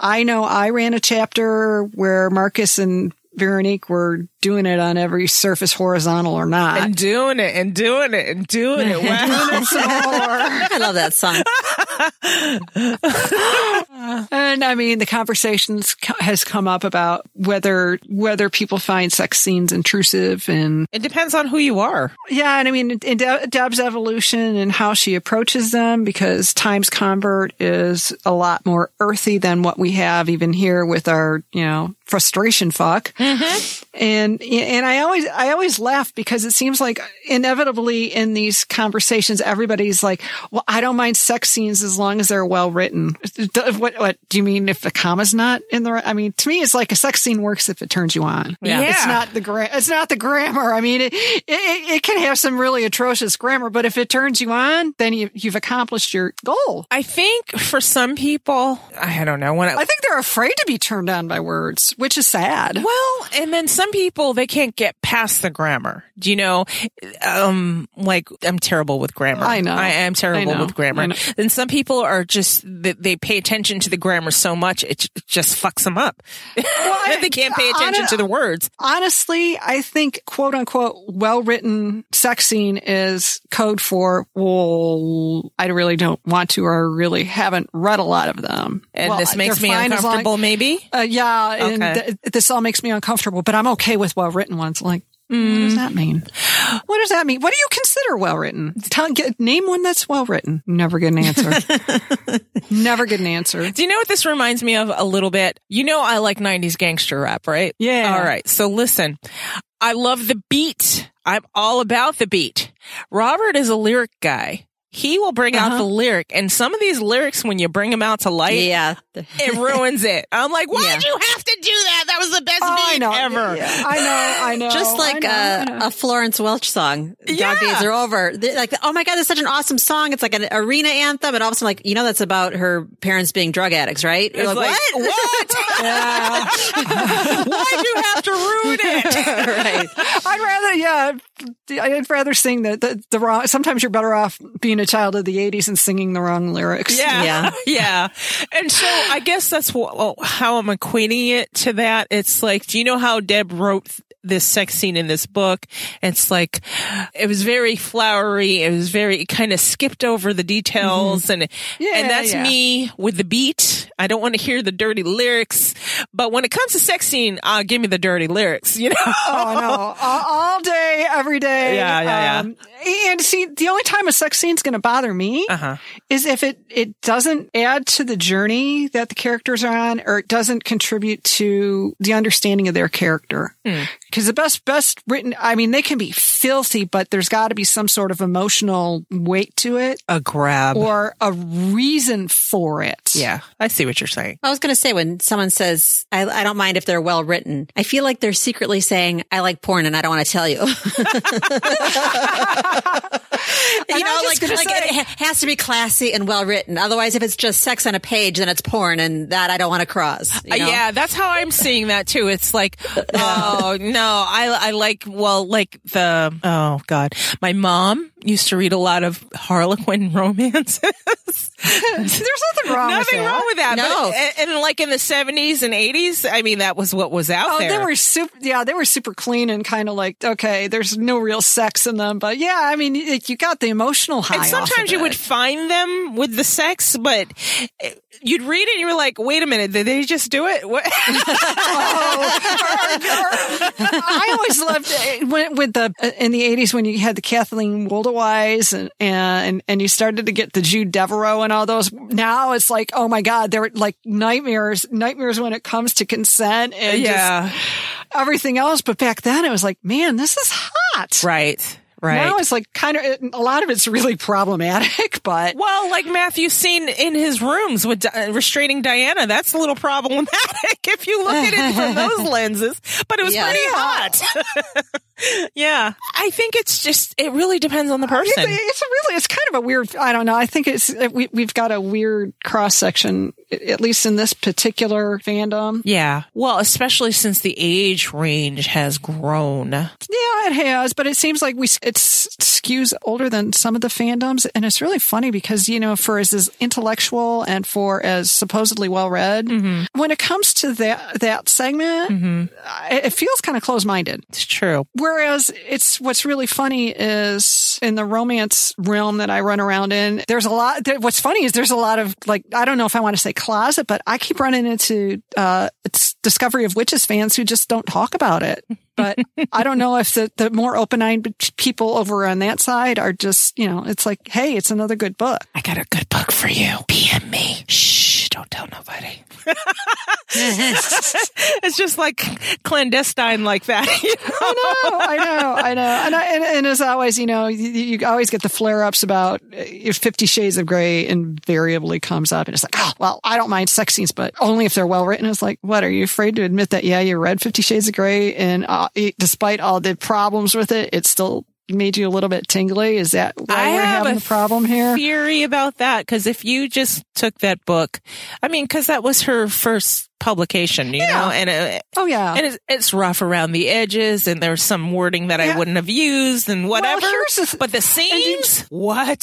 C: I know I ran a chapter where Marcus and Veronique were doing it on every surface, horizontal or not.
B: And doing it and doing it and doing [LAUGHS] it. Wow.
A: [LAUGHS] I love that song.
C: [LAUGHS] And I mean, the conversations co- has come up about whether whether people find sex scenes intrusive, and
B: it depends on who you are.
C: yeah, and I mean, in De- Deb's evolution and how she approaches them, because Times Convert is a lot more earthy than what we have even here with our you know frustration fuck. And and I always I always laugh because it seems like inevitably in these conversations everybody's like, well, I don't mind sex scenes as long as they're well written. What what do you mean if the comma's not in the? right? I mean, to me, it's like a sex scene works if it turns you on.
B: Yeah.
C: it's not the gra- it's not the grammar. I mean, it, it it can have some really atrocious grammar, but if it turns you on, then you you've accomplished your goal.
B: I think for some people, I don't know. When I,
C: I think they're afraid to be turned on by words, which is sad.
B: Well, and then some people they can't get past the grammar. Do you know? Um, like I'm terrible with grammar.
C: I know.
B: I am terrible
C: I know.
B: with grammar.
C: I know.
B: Then some people are just they, they pay attention to the grammar so much it j- just fucks them up. [LAUGHS]
C: I-
B: they can't pay attention
C: hon-
B: to the words.
C: honestly, I think quote unquote well written sex scene is code for, well, I really don't want to or really haven't read a lot of them.
B: And
C: Well,
B: this makes
C: they're
B: me
C: fine as long-
B: uncomfortable. maybe.
C: Uh, yeah. And
B: Okay.
C: th- this all makes me uncomfortable, but I'm okay with well written ones. Like, hmm, what does that mean? What does that mean? What do you consider well written? Tell, get, name one that's well written. Never get an answer. Never get an answer.
B: Do you know what this reminds me of a little bit? You know, I like 90s gangster rap, right?
C: Yeah.
B: All right. So listen, I love the beat. I'm all about the beat. Robert is a lyric guy. he will bring
C: Uh-huh.
B: out the lyric. And some of these lyrics, when you bring them out to light,
A: Yeah.
B: it ruins it. I'm like, why
A: Yeah.
B: did you have to do that? That was the best
C: Oh, I
B: meme
C: know.
B: ever.
C: Yeah. I know. I know.
A: Just
C: Oh, I
A: like uh,
C: know, I
A: a,
C: know.
A: a Florence Welch song, "Dog
B: Yeah.
A: Days Are Over." They're like, oh my god, that's such an awesome song. It's like an arena anthem, and all of a sudden, like you know, that's about her parents being drug addicts, right? You're
B: It's
A: like,
B: like,
A: what?
C: [LAUGHS]
B: [LAUGHS] Why'd you have to ruin
C: [LAUGHS]
B: it?
A: [LAUGHS] right.
C: I'd rather, yeah, I'd rather sing the, the the wrong. Sometimes you're better off being a child of the '80s and singing the wrong
B: [LAUGHS]
C: lyrics.
B: Yeah.
A: Yeah.
B: Yeah. And so I guess that's wh- oh, how I'm equating it to that. It's like, do you know how Deb wrote th- this sex scene in this book? It's like, it was very flowery. It was very, it kind of skipped over the details. And,
C: Yeah,
B: and that's
C: yeah.
B: me with the beat. I don't want to hear the dirty lyrics. But when it comes to sex scene, uh, give me the dirty lyrics, you know?
C: Oh no! all, all day, every day.
B: Yeah, yeah, yeah.
C: yeah. And see, the only time a sex scene's going to bother me
B: Uh-huh.
C: is if it it doesn't add to the journey that the characters are on, or it doesn't contribute to the understanding of their character.
B: Hmm.
C: Because the best best written, I mean, they can be filthy, but there's got to be some sort of emotional weight to it
B: A grab.
C: or a reason for it.
B: yeah. I see what you're saying.
A: I was going to say when someone says, I, I don't mind if they're well written, I feel like they're secretly saying, I like porn and I don't want to tell you. [LAUGHS] you know, like,
C: gonna
A: like
C: say-
A: it ha- has to be classy and well written. Otherwise, if it's just sex on a page, then it's porn and that I don't want to cross. you
B: Uh,
A: know?
B: Yeah, that's how I'm seeing that too. It's like, oh no, I I like well, like the oh god, my mom used to read a lot of Harlequin [LAUGHS] romances.
C: [LAUGHS] There's nothing wrong with
B: Nothing
C: that.
B: wrong with that.
A: No.
B: But, and, and like in the 70s and 80s, I mean, that was what was out
C: Oh,
B: there.
C: they were super. Yeah, they were super clean and kind of like okay. There's no real sex in them, but yeah, I mean, it, you got the emotional high.
B: and
C: off of
B: sometimes you
C: it.
B: would
C: [LAUGHS]
B: find them with the sex, but it- you'd read it and you were like, wait a minute, did they just do it? What? [LAUGHS]
C: I always loved it when, with the in the '80s when you had the Kathleen Wildewise and and and you started to get the Jude Devereaux and all those. Now it's like, oh my God, they're like nightmares, nightmares when it comes to consent and just
B: yeah.
C: everything else. But back then, it was like, man, this is hot.
B: Right. Right.
C: Now it's like kind of a lot of it's really problematic, [LAUGHS] but
B: Well, like Matthew seen in his rooms with Di- uh, restraining Diana, that's a little problematic [LAUGHS] if you look at it from [LAUGHS] those lenses. But it was
A: Yeah.
B: pretty hot. [LAUGHS] yeah, I think it's just it really depends on the person.
C: It's, it's a really, it's kind of a weird. I don't know. I think it's uh, we, we've got a weird cross section, at least in this particular fandom.
B: Yeah, well, especially since the age range has grown.
C: Yeah, it has, but it seems like we it skews older than some of the fandoms, and it's really funny because you know, for as, as intellectual and for as supposedly well read, when it comes to that that segment, I- it feels kind of close minded.
B: It's true.
C: Whereas it's what's really funny is in the romance realm that I run around in, there's a lot. There, what's funny is there's a lot of like I don't know if I want to say closet, but I keep running into uh, it's Discovery of Witches fans who just don't talk about it. But I don't know if the, the more open eyed people over on that side are just you know it's like hey, it's another good book.
B: I got a good book for you. PM me. Shh, don't tell nobody. it's just like clandestine like that. [LAUGHS] you know?
C: I know, Oh, I know, I know. And, I, and, and as always, you know, you, you always get the flare ups about uh, your Fifty Shades of Grey invariably comes up. And it's like, oh, well, I don't mind sex scenes, but only if they're well written. It's like, what? Are you afraid to admit that, yeah, you read Fifty Shades of Grey and uh, it- despite all the problems with it, it still made you a little bit tingly? Is that why
B: I
C: we're
B: have
C: having
B: a
C: the problem here?
B: theory about that because if you just took that book, I mean, because that was her first publication, you know, and uh, it,
C: oh, yeah.
B: and it's, it's rough around the edges, and there's some wording that I
C: Yeah.
B: wouldn't have used and whatever.
C: here's the th-
B: but the scenes, what?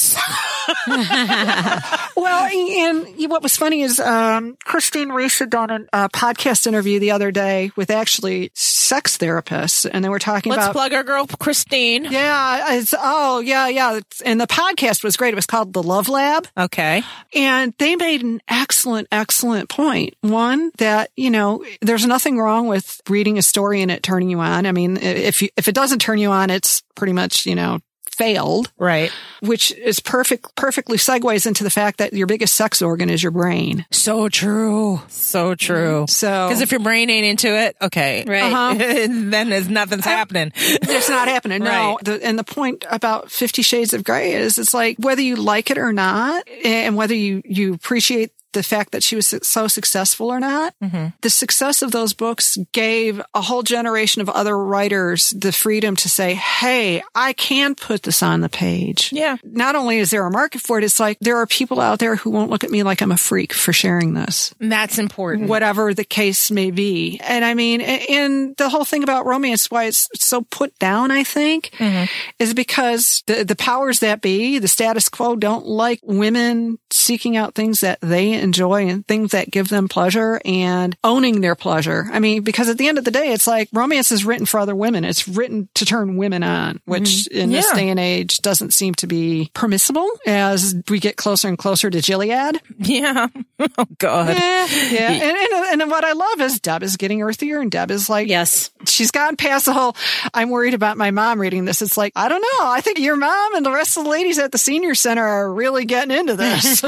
C: Well, and what was funny is um, Christine Reese had done a, a podcast interview the other day with actually sex therapists, and they were talking
B: Let's
C: about.
B: plug our girl Christine.
C: yeah, it's oh yeah, yeah, It's- and the podcast was great. It was called the Love Lab,
B: Okay,
C: and they made an excellent, excellent point. One that you know, there's nothing wrong with reading a story and it turning you on. I mean, if you, if it doesn't turn you on, it's pretty much you know failed,
B: Right.
C: which is perfect, perfectly segues into the fact that your biggest sex organ is your brain.
B: So true. So true.
C: Mm-hmm. So-
B: because if your brain ain't into it, okay,
A: Right.
C: [LAUGHS] Uh-huh.
B: then there's nothing's happening.
C: It's not happening. No.
B: Right.
C: The, and the point about Fifty Shades of Grey is it's like whether you like it or not, and whether you, you appreciate the fact that she was so successful or not,
B: Mm-hmm.
C: the success of those books gave a whole generation of other writers the freedom to say, Hey, I can put this on the page.
B: Yeah.
C: Not only is there a market for it, it's like there are people out there who won't look at me like I'm a freak for sharing this
B: And That's important.
C: whatever the case may be. And I mean, a- and the whole thing about romance, why it's so put down, I think, is because the, the powers that be, the status quo don't like women seeking out things that they enjoy and things that give them pleasure and owning their pleasure. I mean, because at the end of the day, it's like romance is written for other women. It's written to turn women on, which in this
B: Yeah.
C: day and age doesn't seem to be permissible as we get closer and closer to Gilead.
B: [LAUGHS] Yeah. [LAUGHS] Oh [LAUGHS] God.
C: Yeah, yeah. And, and and what I love is Deb is getting earthier, and Deb is like,
A: [LAUGHS] Yes.
C: she's gone past the whole. I'm worried about my mom reading this. It's like I don't know. I think your mom and the rest of the ladies at the senior center are really getting into this.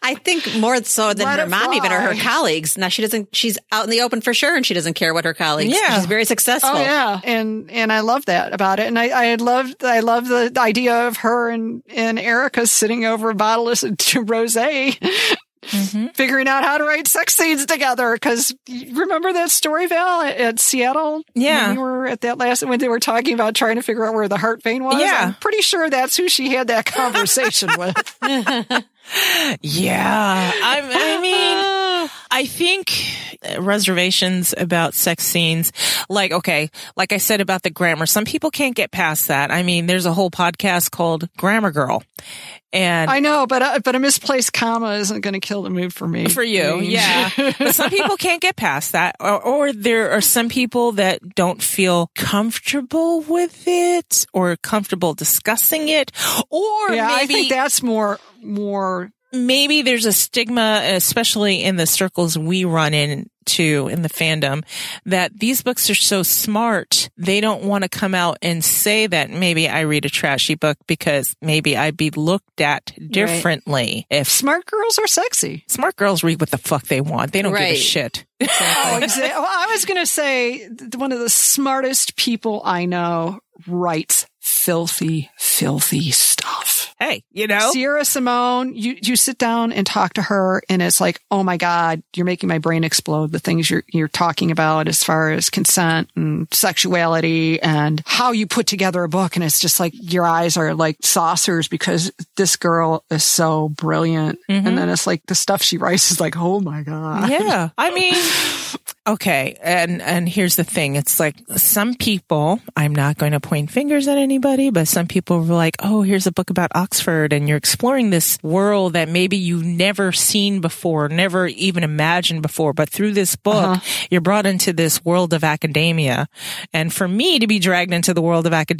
A: I think more so than
C: Let
A: her
C: it
A: mom even or her
C: fly.
A: colleagues. Now she doesn't, she's out in the open for sure and she doesn't care what her colleagues.
B: Yeah.
A: She's very successful.
C: Oh yeah, and and I love that about it, and I I love I love the idea of her and and Erica sitting over a bottle of [LAUGHS] rosé,
B: Mm-hmm.
C: figuring out how to write sex scenes together. Because remember that story, Val, at, at Seattle?
B: Yeah.
C: when we were at that last when they were talking about trying to figure out where the heart vein was.
B: Yeah.
C: I'm pretty sure that's who she had that conversation
B: [LAUGHS]
C: with.
B: Yeah. I, I
C: [LAUGHS]
B: mean, I think reservations about sex scenes, like, okay, like I said about the grammar, some people can't get past that. I mean, there's a whole podcast called Grammar Girl. And
C: I know, but uh, but a misplaced comma isn't going to kill the mood for me. Mm.
B: for you.
C: [LAUGHS]
B: Yeah. but some people can't get past that. Or, or there are some people that don't feel comfortable with it or comfortable discussing it. Or
C: yeah,
B: maybe
C: I think that's more more
B: maybe there's a stigma, especially in the circles we run in to in the fandom, that these books are so smart, they don't want to come out and say that maybe I read a trashy book because maybe I'd be looked at differently. If
C: smart girls are sexy.
B: smart girls read what the fuck they want, they don't give a
A: Right.
B: shit.
C: Oh, exactly. well, I was going to say th- one of the smartest people I know writes filthy, filthy stuff.
B: Hey, you know?
C: Sierra Simone, you, you sit down and talk to her and it's like, oh my God, you're making my brain explode. The things you're, you're talking about as far as consent and sexuality and how you put together a book. And it's just like your eyes are like saucers because this girl is so brilliant. And then it's like the stuff she writes is like, oh my God.
B: yeah i mean okay and and here's the thing it's like some people i'm not going to point fingers at anybody but some people were like oh here's a book about oxford and you're exploring this world that maybe you've never seen before never even imagined before but through this book you're brought into this world of academia and for me to be dragged into the world of academia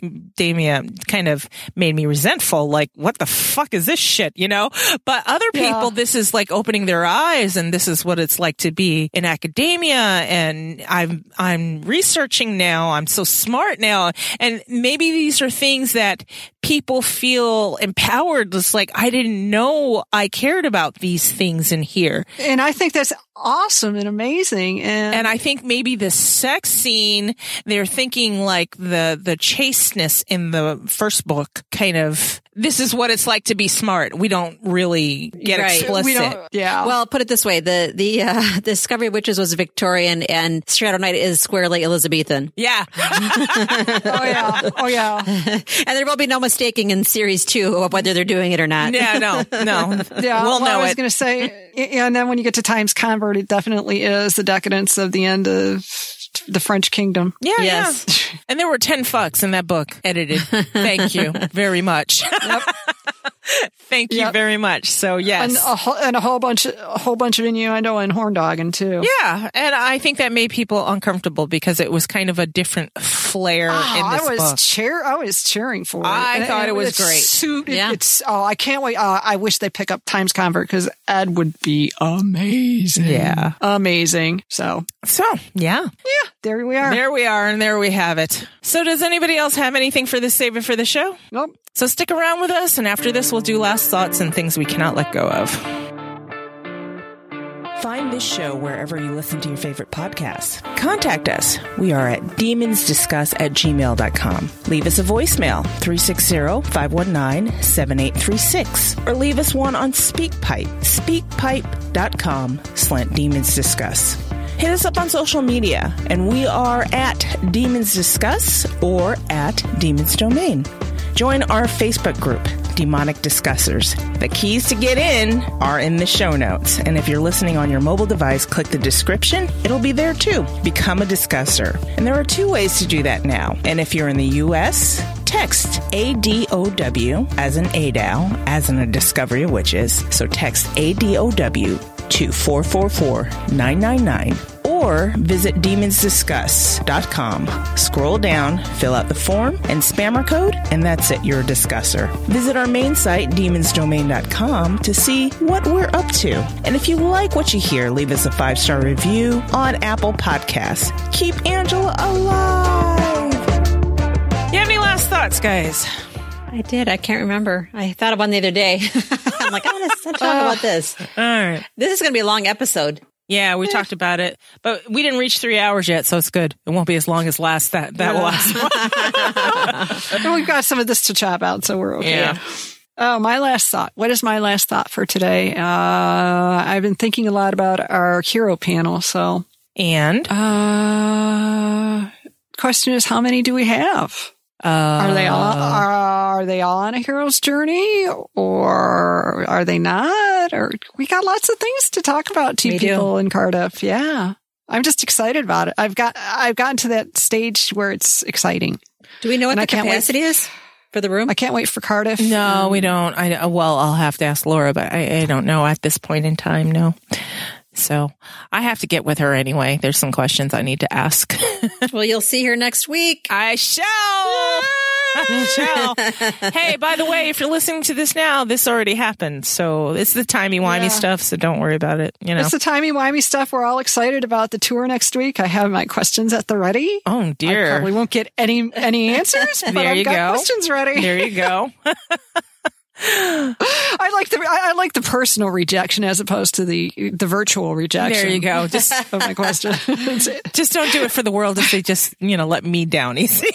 B: academia kind of made me resentful like what the fuck is this shit you know but other people this is like opening their eyes and this is what it's like to be in academia and I'm I'm researching now I'm so smart now and maybe these are things that people feel empowered it's like I didn't know I cared about these things in here
C: And I think that's awesome and amazing. And,
B: and I think maybe the sex scene, they're thinking like the, the chasteness in the first book kind of, this is what it's like to be smart. We don't really get
A: Right.
B: explicit.
C: we don't, yeah.
A: Well, put it this way: the the uh, [LAUGHS] Discovery of Witches was Victorian, and Strato Knight is squarely Elizabethan,
B: yeah.
C: oh yeah, oh [LAUGHS] yeah,
A: and there will be no mistaking in series two of whether they're doing it or not.
B: yeah. No, no.
C: [LAUGHS] yeah.
B: We'll
C: well, I
B: know
C: was
B: it.
C: going to [LAUGHS] say, and then when you get to Times Convert, it definitely is the decadence of the end of the French kingdom.
B: yeah.
A: Yes.
B: Yeah. And there were 10 fucks in that book edited. [LAUGHS] Thank you very much.
G: Thank you
C: Yep.
G: very much. So yes.
C: and uh, a, whole- and a whole bunch, a whole bunch of innuendo and horn dogging too.
G: yeah, and I think that made people uncomfortable because it was kind of a different flair in
C: Oh, I
G: this
C: was
G: book.
C: cheer. I was cheering for it.
G: I
C: And-
G: thought
C: and
G: it was
C: it's
G: great.
C: Suited,
A: Yeah.
C: It's oh, I can't wait. Uh, I wish they pick up Times Convert because Ed would be amazing.
G: Yeah.
C: amazing. So
G: So yeah,
C: there we are.
G: [LAUGHS] there we are, and there we have it. So does anybody else have anything for this save it for the show?
C: Nope.
G: So stick around with us, and after this, we'll do last thoughts and things we cannot let go of.
B: Find this show wherever you listen to your favorite podcasts. Contact us. We are at demonsdiscuss at gmail.com. Leave us a voicemail, 360-519-7836. Or leave us one on SpeakPipe, speakpipe.com slant demons discuss. Hit us up on social media, and we are at Demons Discuss or at Demons Domain. Join our Facebook group, Demonic Discussers. The keys to get in are in the show notes. And if you're listening on your mobile device, click the description. It'll be there too. Become a discusser. And there are two ways to do that now. And if you're in the U.S., text ADOW as an ADOW, as in a discovery of witches. So text ADOW to 444 999 or visit demonsdiscuss.com. Scroll down, fill out the form and spammer code, and that's it, you're a discusser. Visit our main site, demonsdomain.com, to see what we're up to. And if you like what you hear, leave us a five star review on Apple Podcasts. Keep Angela alive.
G: You have any last thoughts, guys?
A: I did. I can't remember. I thought of one the other day. [LAUGHS] I'm like, I want to talk about this.
G: All right.
A: This is going to be a long episode.
G: Yeah, we talked about it, but we didn't reach three hours yet, so it's good. It won't be as long as last that that last one. [LAUGHS]
C: And [LAUGHS] we've got some of this to chop out, so we're okay.
G: Yeah.
C: Oh, my last thought. What is my last thought for today? Uh, I've been thinking a lot about our hero panel. So,
G: And
C: uh, question is, how many do we have?
G: uh,
C: Are they all are they all on a hero's journey, or are they not? Or we got lots of things to talk about to
A: We do.
C: people in Cardiff. Yeah, I'm just excited about it. I've got I've gotten to that stage where it's exciting.
A: Do we know what
C: And I
A: the
C: can't wait-
A: capacity is for the room?
C: I can't wait for Cardiff.
G: no, we don't. I uh, well, I'll have to ask Laura, but I, I don't know at this point in time. No, so I have to get with her anyway. There's some questions I need to ask. [LAUGHS]
A: Well, you'll see her next week.
G: I shall. I shall. Hey, by the way, if you're listening to this now, this already happened. So it's the timey wimey stuff. So don't worry about it. You know.
C: It's the timey wimey stuff. We're all excited about the tour next week. I have my questions at the ready.
G: oh
C: I
G: dear.
C: probably won't get any
G: [LAUGHS]
C: any answers, but
G: There
C: I've
G: you
C: got
G: go.
C: questions ready.
G: there you go.
C: I like the I, I like the personal rejection as opposed to the the virtual rejection.
G: there you go.
A: [LAUGHS]
G: Just
C: of my
G: [LAUGHS]
C: question. That's it.
G: just don't do it for the world if they just you know let me
A: [LAUGHS]
G: down easy.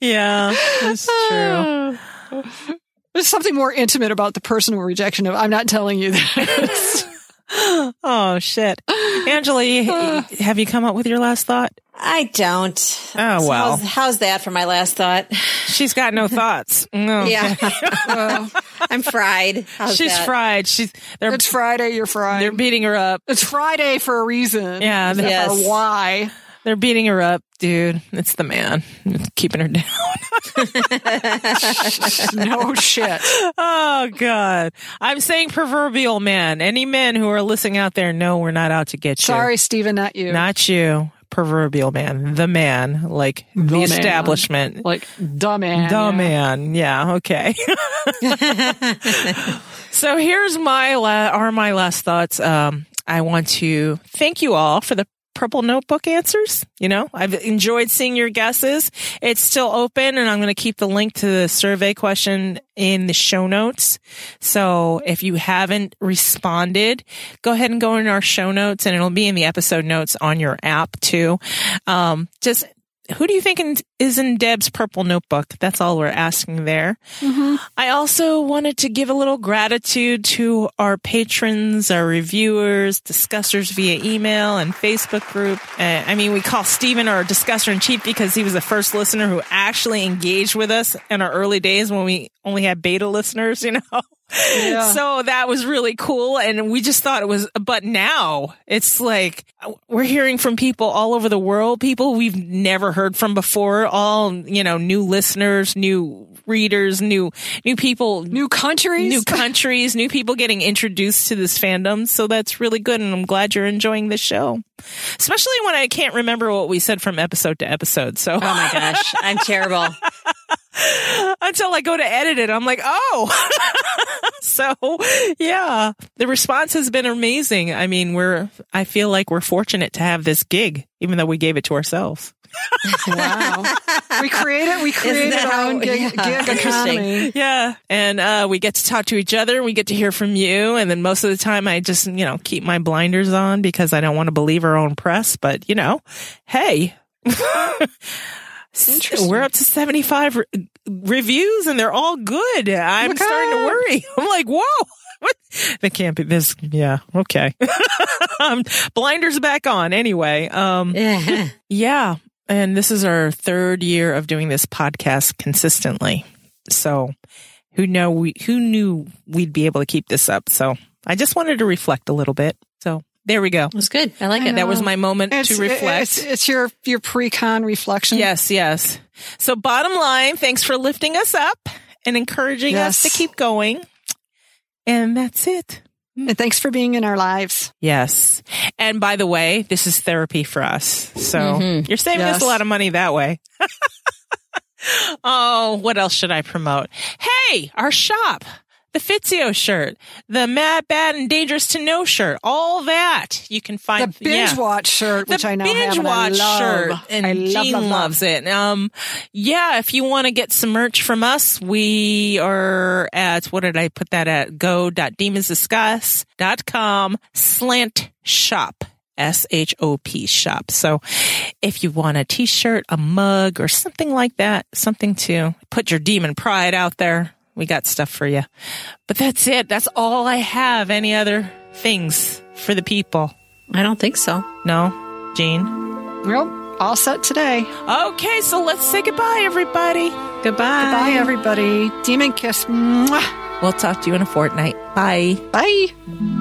G: yeah, that's true.
C: There's something more intimate about the personal rejection of I'm not telling you
G: [LAUGHS]
C: this.
G: [SIGHS] Oh shit,
A: [SIGHS]
G: Angela, you- have you come up with your last thought?
A: I don't.
G: Oh, well.
A: how's, how's that for my last [LAUGHS] thought?
G: She's got no
A: [LAUGHS]
G: thoughts. No,
A: Yeah, [LAUGHS] I'm fried. How's
G: she's
A: that?
G: fried. She's they're
C: it's Friday, you're
G: they're
C: fried.
G: beating her up.
C: It's Friday for a reason.
G: Yeah,
C: Except
A: Yes.
C: for why?
G: They're beating her up, dude. It's the man It's keeping her down. [LAUGHS]
C: No shit.
G: Oh God, I'm saying proverbial man. Any men who are listening out there know we're not out to get you.
C: Sorry, Stephen, not you.
G: not you. Proverbial man, the man, like the,
C: man.
G: establishment,
C: like dumb man.
G: the
C: yeah.
G: man. Yeah, okay. so here's my la- are my last thoughts. Um, I want to thank you all for the purple notebook answers. You know, I've enjoyed seeing your guesses. It's still open, and I'm going to keep the link to the survey question in the show notes. So if you haven't responded, go ahead and go in our show notes, and it'll be in the episode notes on your app too. Um, just who do you think in, is in Deb's purple notebook? That's all we're asking there. I also wanted to give a little gratitude to our patrons, our reviewers, discussers via email and Facebook group. Uh, I mean, we call Steven our discusser in chief because he was the first listener who actually engaged with us in our early days when we only had beta listeners, you know? [LAUGHS] So Oh, that was really cool. And we just thought it was, but now it's like we're hearing from people all over the world, people we've never heard from before, all, you know, new listeners, new readers, new new people,
C: New countries?
G: new countries, new people getting introduced to this fandom. So that's really good, and I'm glad you're enjoying the show, especially when I can't remember what we said from episode to episode. So
A: Oh my gosh, I'm [LAUGHS] terrible.
G: until I go to edit it, I'm like, oh. [LAUGHS] so yeah, the response has been amazing. I mean, we're I feel like we're fortunate to have this gig, even though we gave it to ourselves.
C: [LAUGHS] wow. We created we created
A: that
C: our
A: how-
C: own gig,
A: yeah,
C: gig
A: interesting.
C: economy.
G: [LAUGHS] Yeah. And uh, we get to talk to each other. We get to hear from you. And then most of the time, I just, you know, keep my blinders on because I don't want to believe our own press. But, you know, hey, [LAUGHS]
C: Interesting.
G: we're up to 75 re- reviews and they're all good. I'm starting to worry. [LAUGHS] I'm like, whoa. What? That can't be this. Yeah. Okay. [LAUGHS] um, blinders back on anyway. Um, yeah. And this is our third year of doing this podcast consistently. So who know we who knew we'd be able to keep this up. So I just wanted to reflect a little bit. So there we go.
A: was good. I like it.
G: That was my moment
C: It's,
G: to reflect.
C: It's, it's your your pre-con reflection.
G: yes, yes. So bottom line, thanks for lifting us up and encouraging
C: Yes.
G: us to keep going. And that's it.
C: And thanks for being in our lives.
G: Yes. And by the way, this is therapy for us. So you're saving
C: Mm-hmm.
G: us
C: Yes.
G: a lot of money
C: [LAUGHS]
G: that way. oh, what else should I promote? Hey, our shop, the Fizio shirt, the Mad, Bad, and Dangerous to No shirt, all that you can
C: The
G: find.
C: binge
G: yeah.
C: watch shirt,
G: The
C: which I now
G: binge
C: have, and I
G: watch
C: love.
G: shirt, and
C: I love,
G: Gene
C: love, love.
G: loves it. Um, yeah, if you want to get some merch from us, we are at what did I put that at? Go.demonsdiscuss.com slant shop. S H O P shop. So if you want a t shirt, a mug, or something like that, something to put your demon pride out there, we got stuff for you. But that's it. That's all I have. Any other things for the people?
A: I don't think so.
G: No? Gene?
C: Well, all set today.
G: Okay, so let's say goodbye, everybody.
C: Bye, everybody. Demon kiss. Mwah.
G: We'll talk to you in a fortnight. Bye.
C: Bye.